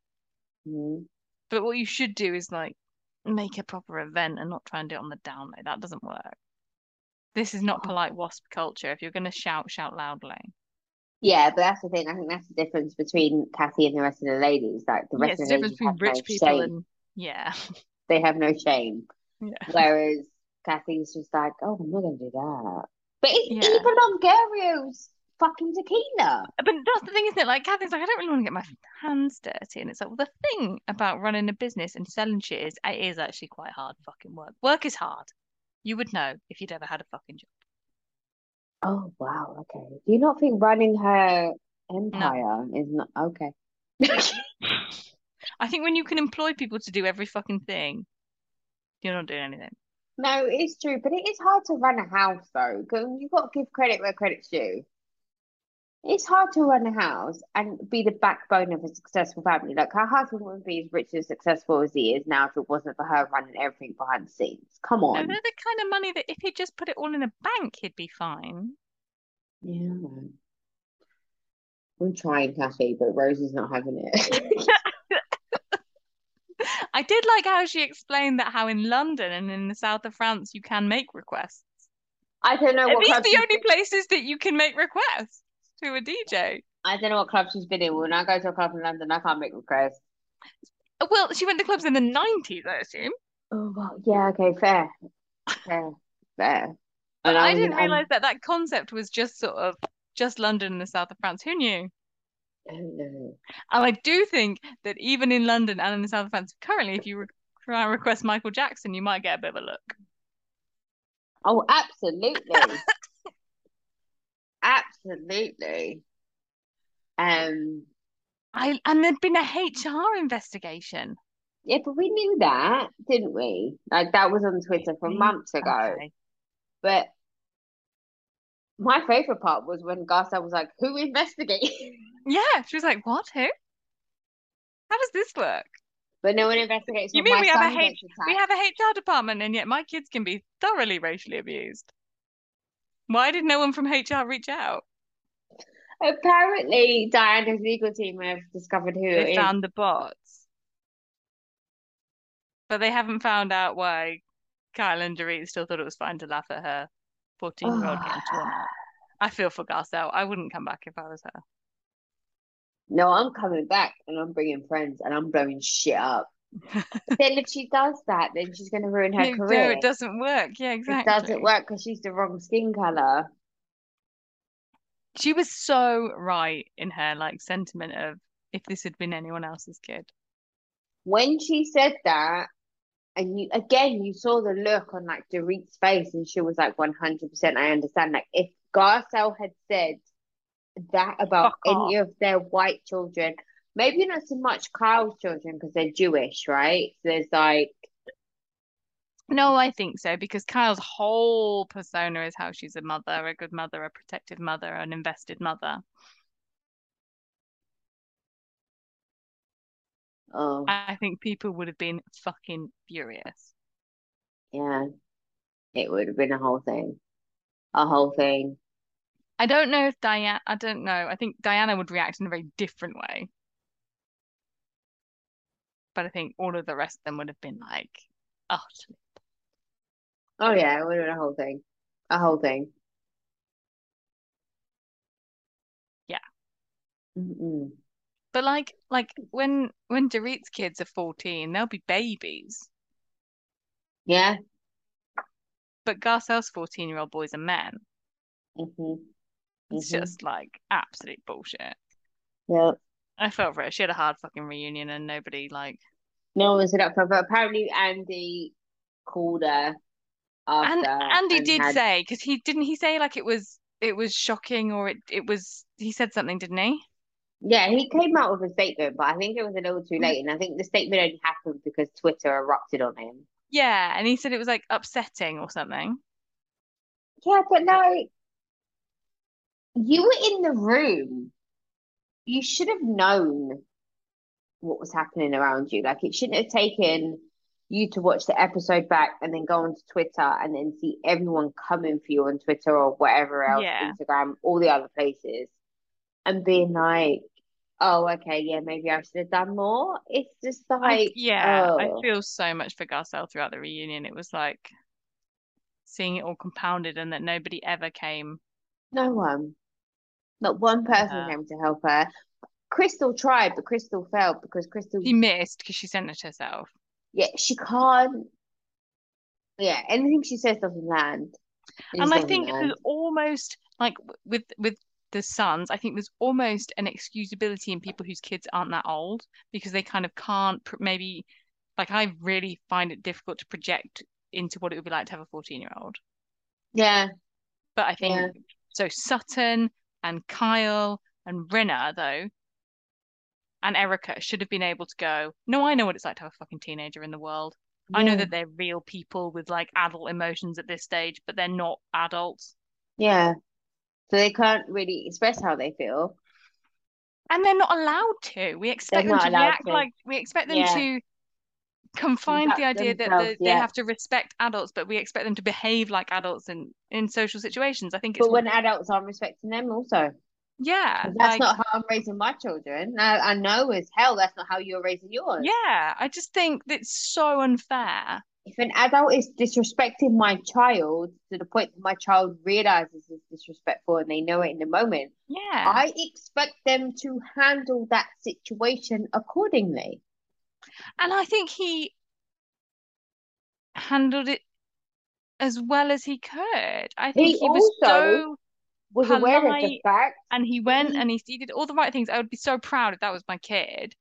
Speaker 1: "Mm,
Speaker 2: But what you should do is like make a proper event and not try and do it on the down low. That doesn't work. This is not polite wasp culture. If you're going to shout, shout loudly.
Speaker 1: yeah, but that's the thing. I think that's the difference between Kathy and the rest of the ladies. Like the
Speaker 2: Yeah,
Speaker 1: rest
Speaker 2: it's
Speaker 1: of the
Speaker 2: the
Speaker 1: ladies have
Speaker 2: difference between
Speaker 1: no
Speaker 2: rich people
Speaker 1: shame.
Speaker 2: and yeah,
Speaker 1: They have no shame.
Speaker 2: yeah.
Speaker 1: Whereas Kathy's just like, oh, I'm not gonna do that. But it's
Speaker 2: Yeah.
Speaker 1: Eva Longario's fucking tequila.
Speaker 2: But that's the thing, isn't it? Like Kathy's like, I don't really want to get my hands dirty, and it's like, well, the thing about running a business and selling shit is it is actually quite hard fucking work. Work is hard. You would know if you'd ever had a fucking job.
Speaker 1: Oh wow, okay. Do you not think running her empire is not okay?
Speaker 2: I think when you can employ people to do every fucking thing, you're not doing anything.
Speaker 1: No, it's true, but it is hard to run a house though. 'cause You've got to give credit where credit's due. It's hard to run a house and be the backbone of a successful family. Like her husband wouldn't be as rich and successful as he is now if it wasn't for her running everything behind the scenes. Come
Speaker 2: No, they're
Speaker 1: on.
Speaker 2: the kind of money that if he just put it all in a bank, he'd be fine.
Speaker 1: Yeah. I'm trying, Kathy, but Rose is not having it.
Speaker 2: I did like how she explained that how in London and in the south of France you can make requests.
Speaker 1: I don't know
Speaker 2: Are
Speaker 1: what
Speaker 2: these
Speaker 1: club
Speaker 2: the
Speaker 1: she's
Speaker 2: only places that you can make requests to a DJ?
Speaker 1: I don't know what club she's been in. When I go to a club in London, I can't make requests.
Speaker 2: Well, she went to clubs in the 90s, I assume.
Speaker 1: Oh, well, yeah, okay, fair. Fair, fair.
Speaker 2: But
Speaker 1: And
Speaker 2: I
Speaker 1: was
Speaker 2: didn't
Speaker 1: in- um, and-
Speaker 2: realize that that concept was just sort of just London and the south of France. Who knew?
Speaker 1: I don't know.
Speaker 2: And I do think that even in London and in the south of France, currently, if you re- try and request Michael Jackson, you might get a bit of a look.
Speaker 1: Oh, absolutely. Absolutely. Um,
Speaker 2: I and there'd been a HR investigation.
Speaker 1: yeah, but we knew that, didn't we? Like that was on Twitter from
Speaker 2: Mm,
Speaker 1: months ago.
Speaker 2: Okay.
Speaker 1: But my favorite part was when Garza was like, "Who investigated?"
Speaker 2: Yeah, she was like, "What? Who? How does this work?
Speaker 1: But no one investigates.
Speaker 2: You
Speaker 1: when
Speaker 2: mean
Speaker 1: my
Speaker 2: we have
Speaker 1: son
Speaker 2: a hate-
Speaker 1: gets
Speaker 2: We
Speaker 1: attacked.
Speaker 2: have a HR department, and yet my kids can be thoroughly racially abused. Why did no one from HR reach out?
Speaker 1: Apparently, Diana's legal team have discovered who it
Speaker 2: They
Speaker 1: is.
Speaker 2: found the bots, but they haven't found out why Kyle and Dorit still thought it was fine to laugh at her fourteen-year-old getting torn up. I feel for Garcelle. I wouldn't come back if I was her.
Speaker 1: No, I'm coming back and I'm bringing friends and I'm blowing shit up. But then if she does that, then she's going to ruin her
Speaker 2: No, no,
Speaker 1: career.
Speaker 2: it doesn't work. Yeah,
Speaker 1: It
Speaker 2: exactly.
Speaker 1: doesn't work because she's the wrong skin color.
Speaker 2: She was so right in her like sentiment of if this had been anyone else's kid.
Speaker 1: When she said that, and you again, you saw the look on like Dorit's face, and she was like, "100%, I understand." Like if Garcelle had said that about
Speaker 2: Fuck
Speaker 1: any of their white children, maybe not so much Kyle's children because they're Jewish, right? So there's like,
Speaker 2: No, I think so because Kyle's whole persona is how she's a mother, a good mother, a protective mother, an invested mother.
Speaker 1: oh
Speaker 2: I think people would have been fucking furious.
Speaker 1: yeah, it would have been a whole thing, a whole thing.
Speaker 2: I don't know if Diana, I don't know. I think Diana would react in a very different way. But I think all of the rest of them would have been like, oh,
Speaker 1: Oh yeah, it would have been a whole thing, a whole thing.
Speaker 2: Yeah.
Speaker 1: Mm-mm.
Speaker 2: But like like when when Dorit's kids are 14, they'll be babies.
Speaker 1: Yeah.
Speaker 2: But Garcelle's 14-year-old boys are men.
Speaker 1: hmm
Speaker 2: It's
Speaker 1: Mhm.
Speaker 2: just like absolute bullshit.
Speaker 1: Yeah.
Speaker 2: I felt for her. She had a hard fucking reunion and nobody like
Speaker 1: No one stood up for her, but apparently Andy called her
Speaker 2: and
Speaker 1: after
Speaker 2: Andy
Speaker 1: and
Speaker 2: did
Speaker 1: had-
Speaker 2: say because he didn't he say like it was it was shocking or it it was he said something, didn't he?
Speaker 1: Yeah, he came out with a statement, but I think it was a little
Speaker 2: Mm-hmm.
Speaker 1: too late. And I think the statement only happened because Twitter erupted on him.
Speaker 2: Yeah, and he said it was like upsetting or something.
Speaker 1: Yeah, but like, you were in the room. You should have known what was happening around you. Like, it shouldn't have taken you to watch the episode back and then go onto Twitter and then see everyone coming for you on Twitter or whatever else,
Speaker 2: Yeah.
Speaker 1: Instagram, all the other places, and being like, oh, okay, yeah, maybe I should have done more. It's just
Speaker 2: I,
Speaker 1: like,
Speaker 2: yeah, I
Speaker 1: oh.
Speaker 2: feel so much for Garcelle throughout the reunion. It was like seeing it all compounded and that nobody ever came.
Speaker 1: No one. Not one person
Speaker 2: Yeah.
Speaker 1: came to help her. Crystal tried, but Crystal failed because Crystal,
Speaker 2: She missed because she sent it herself.
Speaker 1: yeah, she can't. Yeah, anything she says doesn't land. It just
Speaker 2: and I
Speaker 1: doesn't
Speaker 2: think
Speaker 1: land.
Speaker 2: there's almost like w- with with the sons, I think there's almost an excusability in people whose kids aren't that old because they kind of can't pr- maybe like I really find it difficult to project into what it would be like to have a 14 year old.
Speaker 1: yeah,
Speaker 2: But I think
Speaker 1: Yeah.
Speaker 2: so Sutton and Kyle and Rinna though and Erica should have been able to go, no, I know what it's like to have a fucking teenager in the world. I know
Speaker 1: yeah,
Speaker 2: that they're real people with like adult emotions at this stage, but they're not adults.
Speaker 1: yeah. So they can't really express how they feel.
Speaker 2: and they're not allowed to. We expect them
Speaker 1: not
Speaker 2: to
Speaker 1: allowed
Speaker 2: react
Speaker 1: to.
Speaker 2: like we expect them
Speaker 1: Yeah.
Speaker 2: to confine to the
Speaker 1: Conduct
Speaker 2: idea that
Speaker 1: themselves,
Speaker 2: they,
Speaker 1: yeah.
Speaker 2: they have to respect adults, but we expect them to behave like adults in in social situations. I think it's
Speaker 1: But when adults aren't respecting them, also,
Speaker 2: yeah,
Speaker 1: that's
Speaker 2: like
Speaker 1: not how I'm raising my children. I, I know as hell that's not how you're raising yours.
Speaker 2: yeah. I just think that's so unfair.
Speaker 1: if an adult is disrespecting my child to the point that my child realizes it's disrespectful and they know it in the moment,
Speaker 2: Yeah,
Speaker 1: I expect them to handle that situation accordingly.
Speaker 2: and I think he handled it as well as he could. I think
Speaker 1: He
Speaker 2: he, was
Speaker 1: also-
Speaker 2: so
Speaker 1: Was aware of the
Speaker 2: Polite
Speaker 1: fact
Speaker 2: and he went
Speaker 1: he-
Speaker 2: and he, he did all the right things. I would be so proud if that was my kid.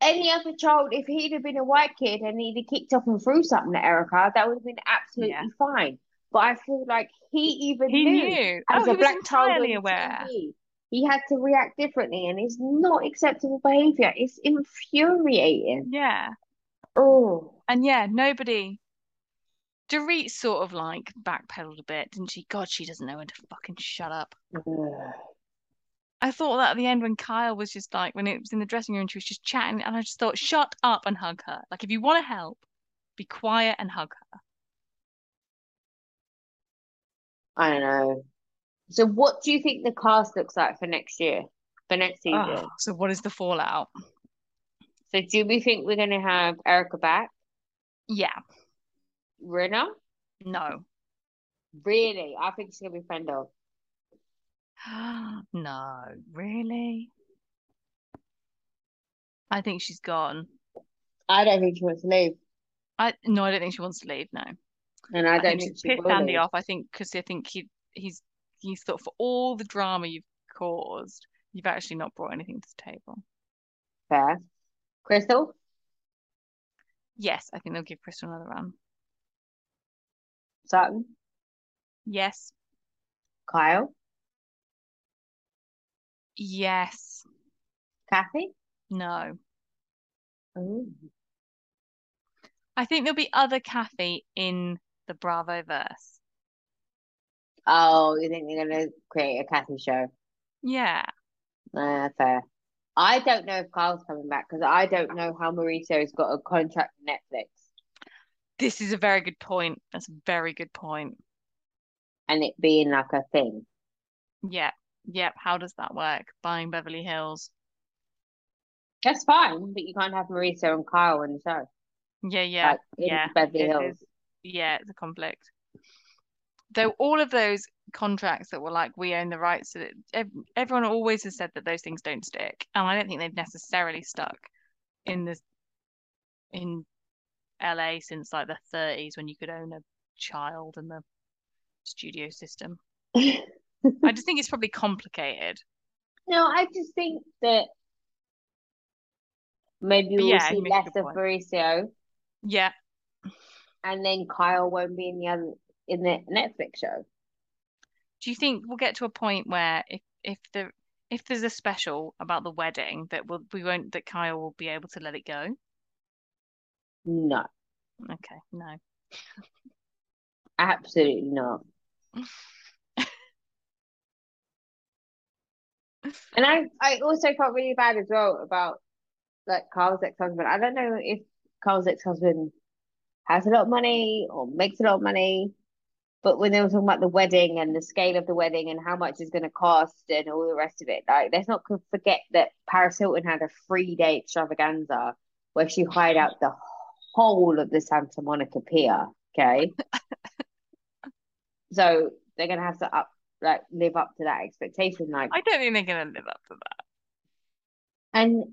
Speaker 1: any other child, if he'd have been a white kid and he'd have kicked off and threw something at Erica, that would have been absolutely
Speaker 2: Yeah.
Speaker 1: fine. But I feel like he even
Speaker 2: He
Speaker 1: knew,
Speaker 2: knew.
Speaker 1: as
Speaker 2: oh,
Speaker 1: a
Speaker 2: he was
Speaker 1: black child on
Speaker 2: entirely aware.
Speaker 1: TV, he had to react differently and it's not acceptable behavior. It's infuriating.
Speaker 2: Yeah.
Speaker 1: Oh.
Speaker 2: And yeah, nobody. Dorit sort of like backpedaled a bit, didn't she? God, she doesn't know when to fucking shut up. I thought that at the end when Kyle was just like, when it was in the dressing room, she was just chatting, and I just thought, shut up and hug her. Like, if you want to help, be quiet and hug her.
Speaker 1: I don't know. So, what do you think the cast looks like for next year, for next season?
Speaker 2: Ugh, so, what is the fallout?
Speaker 1: So, do we think we're going to have Erica back?
Speaker 2: Yeah,
Speaker 1: Rina?
Speaker 2: no.
Speaker 1: Really? I think she's going to be friend of.
Speaker 2: no, really? I think she's gone.
Speaker 1: I don't think she wants to leave.
Speaker 2: I no, I don't think she wants to leave. No.
Speaker 1: And I
Speaker 2: I
Speaker 1: don't
Speaker 2: think
Speaker 1: think
Speaker 2: she's
Speaker 1: she
Speaker 2: pissed
Speaker 1: will
Speaker 2: Andy
Speaker 1: leave.
Speaker 2: off. I think because I think he he's he's thought for all the drama you've caused, you've actually not brought anything to the table.
Speaker 1: Fair. Crystal?
Speaker 2: Yes, I think they'll give Crystal another run.
Speaker 1: Sutton?
Speaker 2: Yes,
Speaker 1: Kyle?
Speaker 2: yes,
Speaker 1: Kathy?
Speaker 2: no.
Speaker 1: Ooh.
Speaker 2: I think there'll be other Kathy in the Bravo verse.
Speaker 1: Oh, you think they're going to create a Kathy show?
Speaker 2: Yeah,
Speaker 1: Uh, fair. I don't know if Kyle's coming back because I don't know how Mauricio's got a contract with Netflix
Speaker 2: this is a very good point. That's a very good point.
Speaker 1: and it being like a thing.
Speaker 2: Yeah, yep. How does that work? Buying Beverly Hills.
Speaker 1: That's fine, but you can't have Marisa and Kyle on the show.
Speaker 2: Yeah, yeah.
Speaker 1: Like, in
Speaker 2: yeah,
Speaker 1: Beverly
Speaker 2: it
Speaker 1: Hills.
Speaker 2: is- yeah, it's a conflict. Though all of those contracts that were like we own the rights to it, ev- everyone always has said that those things don't stick, and I don't think they've necessarily stuck in this in LA since like the 30s when you could own a child and the studio system. I just think it's probably complicated.
Speaker 1: No, I just think that maybe
Speaker 2: But
Speaker 1: we'll
Speaker 2: yeah,
Speaker 1: see
Speaker 2: you make a
Speaker 1: less
Speaker 2: good
Speaker 1: of
Speaker 2: point.
Speaker 1: Mauricio
Speaker 2: Yeah,
Speaker 1: and then Kyle won't be in the other in the Netflix show.
Speaker 2: do you think we'll get to a point where if if the if there's a special about the wedding that will we won't that Kyle will be able to let it go.
Speaker 1: No,
Speaker 2: Okay, no.
Speaker 1: absolutely not. And I, I also felt really bad as well about like Carl's ex husband. I don't know if Carl's ex husband has a lot of money or makes a lot of money, but when they were talking about the wedding and the scale of the wedding and how much it's going to cost and all the rest of it, like let's not co- forget that Paris Hilton had a three day extravaganza where she hired out the whole of the Santa Monica Pier. Okay, so they're going to have to up like live up to that expectation, like.
Speaker 2: I don't think they're gonna live up to that.
Speaker 1: And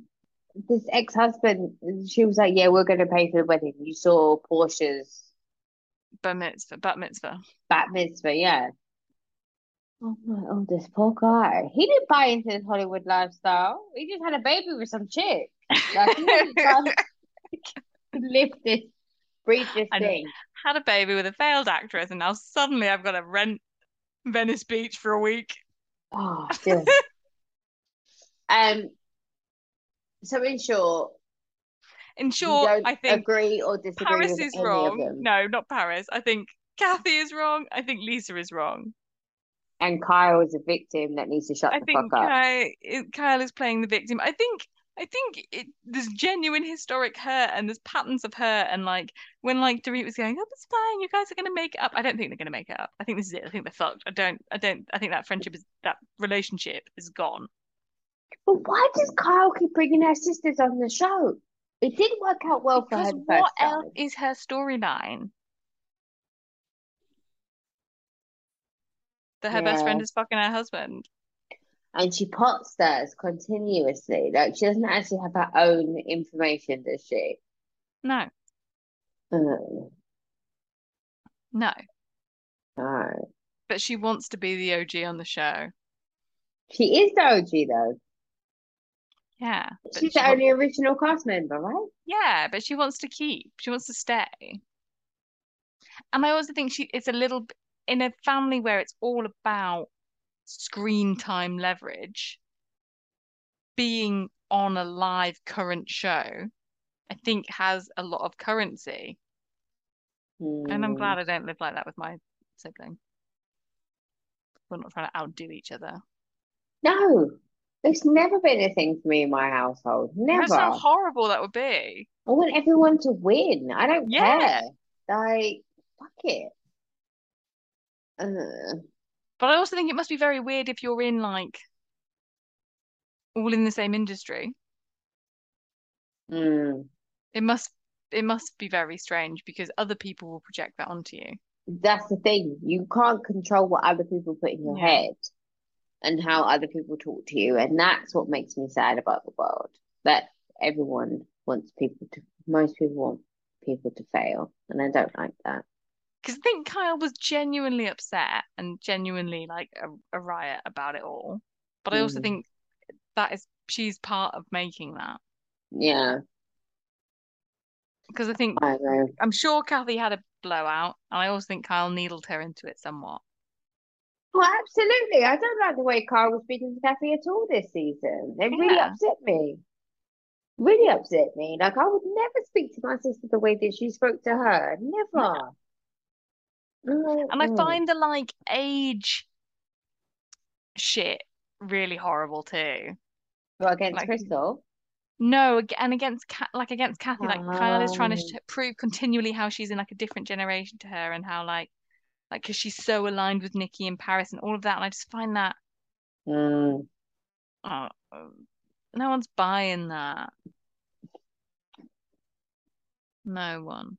Speaker 1: this ex husband, she was like, Yeah, we're going to pay for the wedding. You saw Porsche's
Speaker 2: Bat mitzvah, bat mitzvah.
Speaker 1: bat mitzvah, yeah. Oh, my, oh, this poor guy. He didn't buy into this Hollywood lifestyle. He just had a baby with some chick. Like, he wasn't trying to live this, breathe this
Speaker 2: I know.
Speaker 1: thing.
Speaker 2: Had a baby with a failed actress, and now suddenly I've got to rent Venice Beach for a week.
Speaker 1: Oh, dear. um, so, in short,
Speaker 2: In
Speaker 1: you
Speaker 2: short,
Speaker 1: don't
Speaker 2: I think
Speaker 1: agree or disagree
Speaker 2: Paris
Speaker 1: with
Speaker 2: is
Speaker 1: any of
Speaker 2: wrong.
Speaker 1: them.
Speaker 2: No, not Paris. I think Kathy is wrong. I think Lisa is wrong.
Speaker 1: And Kyle is a victim that needs to shut
Speaker 2: I
Speaker 1: the
Speaker 2: think
Speaker 1: fuck up.
Speaker 2: Ky- it- Kyle is playing the victim. I think I think it, there's genuine historic hurt and there's patterns of hurt and like when like Dorit was going, oh, it's fine, you guys are gonna make it up. I don't think they're gonna make it up. I think this is it. I think they're fucked. I don't. I don't. I think that friendship is that relationship is gone.
Speaker 1: But why does Kyle keep bringing her sisters on the show? It didn't work out well for her
Speaker 2: Because
Speaker 1: the
Speaker 2: what
Speaker 1: Oh, first time.
Speaker 2: else is her storyline? That her best friend
Speaker 1: Yeah.
Speaker 2: is fucking her husband.
Speaker 1: And she pot stirs continuously. Like she doesn't actually have her own information, does she?
Speaker 2: No, Uh,
Speaker 1: Oh,
Speaker 2: no.
Speaker 1: no.
Speaker 2: But she wants to be the OG on the show.
Speaker 1: She is the OG though.
Speaker 2: Yeah. but
Speaker 1: She's
Speaker 2: she
Speaker 1: the
Speaker 2: wa-
Speaker 1: only original cast member, right?
Speaker 2: Yeah, but she wants to keep. She wants to stay. And I also think she it's a little b- in a family where it's all about screen time leverage, being on a live current show, I think has a lot of currency. And I'm
Speaker 1: Hmm.
Speaker 2: glad I don't live like that with my sibling. We're not trying to outdo each other.
Speaker 1: Hmm. No. It's never been a thing for me in my household.
Speaker 2: That's
Speaker 1: Never.
Speaker 2: how horrible that would be.
Speaker 1: I want everyone to win. I don't
Speaker 2: Yeah.
Speaker 1: care. Like, fuck it. Uh,
Speaker 2: But I also think it must be very weird if you're in like all in the same industry.
Speaker 1: hmm.
Speaker 2: It must it must be very strange because other people will project that onto you.
Speaker 1: That's the thing. You can't control what other people put in your
Speaker 2: Yeah.
Speaker 1: head and how other people talk to you. And that's what makes me sad about the world. That everyone wants people to, most people want people to fail. And I don't like that.
Speaker 2: Because I think Kyle was genuinely upset and genuinely like a, a riot about it all. But I also
Speaker 1: Mhm.
Speaker 2: think that is she's part of making that
Speaker 1: Yeah,
Speaker 2: because I think
Speaker 1: I know.
Speaker 2: I'm sure Kathy had a blowout, and I also think Kyle needled her into it somewhat.
Speaker 1: Well, Oh, absolutely. I don't like the way Carl was speaking to Kathy at all this season. It really
Speaker 2: Yeah.
Speaker 1: upset me. Really upset me. Like, I would never speak to my sister the way that she spoke to her. Never. Mm,
Speaker 2: And I
Speaker 1: Mm-mm.
Speaker 2: find the like age shit really horrible too.
Speaker 1: Well, against
Speaker 2: like-
Speaker 1: Crystal.
Speaker 2: No, ag- and against Cat, like against Kathy, like Kyle is trying to sh
Speaker 1: Oh.
Speaker 2: prove continually how she's in like a different generation to her, and how like, like because she's so aligned with Nikki in Paris and all of that, and I just find that
Speaker 1: Mm.
Speaker 2: oh, um, no one's buying that. No one.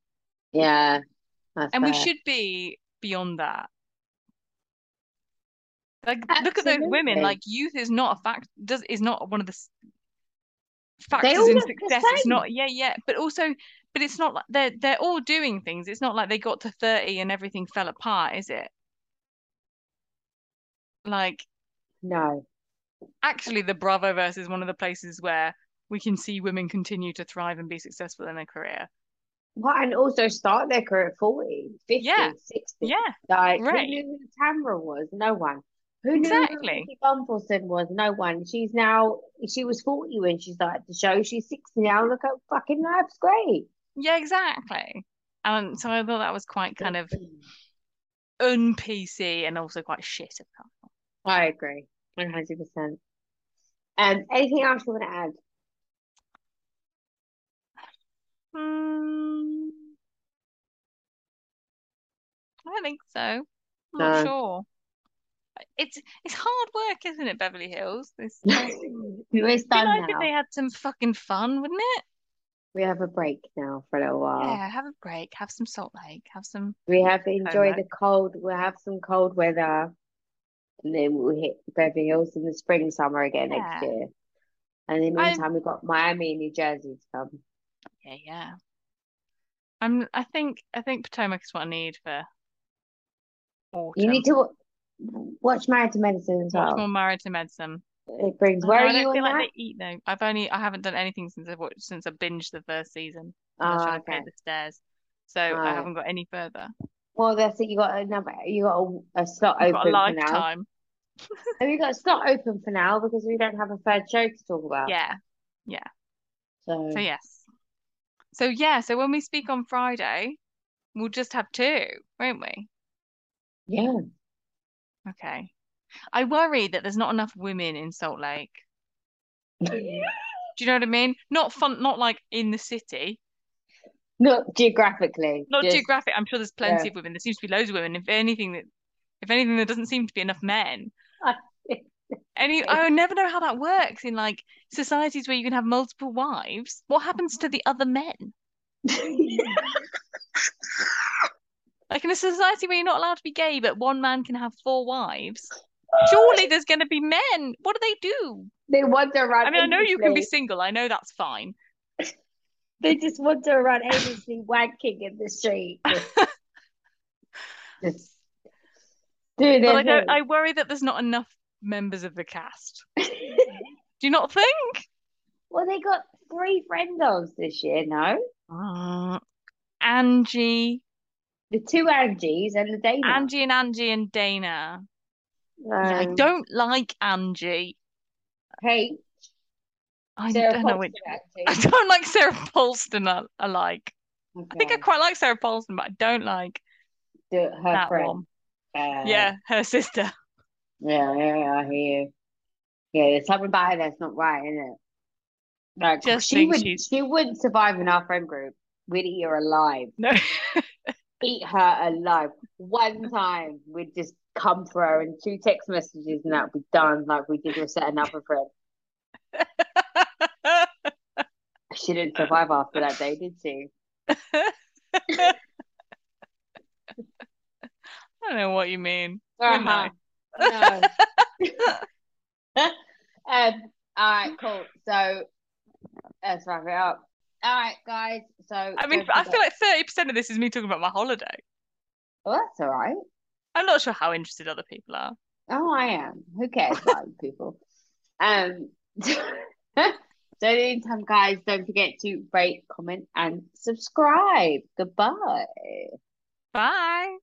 Speaker 1: Yeah, that's
Speaker 2: and we
Speaker 1: fair.
Speaker 2: should be beyond that. Like, look at those women.
Speaker 1: Absolutely.
Speaker 2: Like, youth is not a fact. Does is not one of the s-
Speaker 1: all
Speaker 2: factors
Speaker 1: look
Speaker 2: in
Speaker 1: the
Speaker 2: success. It's
Speaker 1: same.
Speaker 2: not. Yeah, yeah. But also, but it's not like they're they're all doing things. It's not like they got to thirty and everything fell apart, is it? Like,
Speaker 1: No,
Speaker 2: actually, the Bravoverse is one of the places where we can see women continue to thrive and be successful in their career.
Speaker 1: well, and also start their career at 40, 50,
Speaker 2: Yeah.
Speaker 1: 60.
Speaker 2: Yeah,
Speaker 1: Like, who
Speaker 2: right.
Speaker 1: knew who Tamra was? No one. Who knew who
Speaker 2: Exactly.
Speaker 1: Vicky Bumfelson was? No one. She's now she was forty when she started the show. She's sixty now. Look at fucking life's great.
Speaker 2: Yeah, exactly. And so I thought that was quite kind of un PC and also quite shit of her.
Speaker 1: I agree, one hundred percent. Um, anything else you want to add?
Speaker 2: Hmm. I don't think so. I'm
Speaker 1: No.
Speaker 2: not sure. It's it's hard work, isn't it, Beverly Hills? This
Speaker 1: we always
Speaker 2: be
Speaker 1: done
Speaker 2: nice if
Speaker 1: now.
Speaker 2: they had some fucking fun, wouldn't it?
Speaker 1: We have a break now for a little while.
Speaker 2: Yeah, have a break, have some Salt Lake, have some.
Speaker 1: We have enjoyed
Speaker 2: no.
Speaker 1: the cold. We'll have some cold weather, and then we'll hit Beverly Hills in the spring summer again next
Speaker 2: Yeah.
Speaker 1: year. And in the
Speaker 2: I-
Speaker 1: meantime, we've got Miami and New Jersey to come.
Speaker 2: Yeah, yeah. I'm. I think. I think Potomac is what I need for autumn.
Speaker 1: You need to w- watch Married to Medicine as
Speaker 2: Watch
Speaker 1: well.
Speaker 2: more Married to Medicine.
Speaker 1: It brings.
Speaker 2: I
Speaker 1: Where
Speaker 2: know,
Speaker 1: are
Speaker 2: I don't
Speaker 1: you on
Speaker 2: feel like
Speaker 1: that?
Speaker 2: they eat though. I've only I haven't done anything since I watched since I binged the first season. I was
Speaker 1: Oh,
Speaker 2: trying to
Speaker 1: okay.
Speaker 2: clear the stairs, so I
Speaker 1: Right.
Speaker 2: haven't got any further.
Speaker 1: Well, that's it. You got another. You got a, a slot
Speaker 2: I've
Speaker 1: open
Speaker 2: got a
Speaker 1: for now.
Speaker 2: lifetime.
Speaker 1: Have you got a slot open for now because we don't have a third show to talk about.
Speaker 2: Yeah.
Speaker 1: So
Speaker 2: So yes. So yeah. So when we speak on Friday, we'll just have two, won't we?
Speaker 1: yeah.
Speaker 2: Okay. I worry that there's not enough women in Salt Lake. Do you know what I mean? Not fun. Not like in the city.
Speaker 1: Not geographically.
Speaker 2: Not
Speaker 1: just-
Speaker 2: geographic. I'm sure there's plenty
Speaker 1: yeah.
Speaker 2: of women. There seems to be loads of women. If anything, that if anything, there doesn't seem to be enough men. Any, I would never know how that works in like societies where you can have multiple wives. What happens to the other men? Like in a society where you're not allowed to be gay, but one man can have four wives. Surely there's going to be men. What do they do?
Speaker 1: They want to run.
Speaker 2: I mean, I know you can be
Speaker 1: aimlessly.
Speaker 2: single. I know that's fine.
Speaker 1: They just want to run aimlessly wanking in the street. Just do
Speaker 2: But I
Speaker 1: their
Speaker 2: don't.
Speaker 1: thing.
Speaker 2: I worry that there's not enough members of the cast. Do you not think?
Speaker 1: Well, they got three friendos this year, no?
Speaker 2: Uh, Angie,
Speaker 1: The two Angies and the Dana.
Speaker 2: Angie, and Angie and Dana. Yeah, I
Speaker 1: Um,
Speaker 2: don't like Angie.
Speaker 1: Hey,
Speaker 2: I
Speaker 1: Sarah
Speaker 2: don't know
Speaker 1: Paulson,
Speaker 2: which. I
Speaker 1: actually.
Speaker 2: don't like Sarah Paulson al- alike. I think I
Speaker 1: Okay,
Speaker 2: quite like Sarah Paulson, but I don't like
Speaker 1: the- her
Speaker 2: that
Speaker 1: friend.
Speaker 2: one.
Speaker 1: Uh,
Speaker 2: Yeah, her sister.
Speaker 1: yeah, yeah, yeah, I hear you. Yeah, there's something about her that's not right, isn't it? Like
Speaker 2: Just
Speaker 1: she
Speaker 2: think
Speaker 1: would,
Speaker 2: she's-
Speaker 1: she wouldn't survive in our friend group. We'd eat her alive.
Speaker 2: No,
Speaker 1: eat her alive. One time we'd just come for her and two text messages and that we'd done like we did with set another friend. She didn't survive after that day, did she?
Speaker 2: I don't know what you mean. Wouldn't
Speaker 1: Uh-huh.
Speaker 2: I?
Speaker 1: No. um, all right, cool. So let's wrap it up. All right, guys. So
Speaker 2: I mean, I feel like thirty percent of this is me talking about my holiday.
Speaker 1: oh, that's all right.
Speaker 2: I'm not sure how interested other people are.
Speaker 1: Oh, I am. Who cares about you people? Um, so in the meantime, guys, don't forget to rate, comment, and subscribe. Goodbye.
Speaker 2: Bye.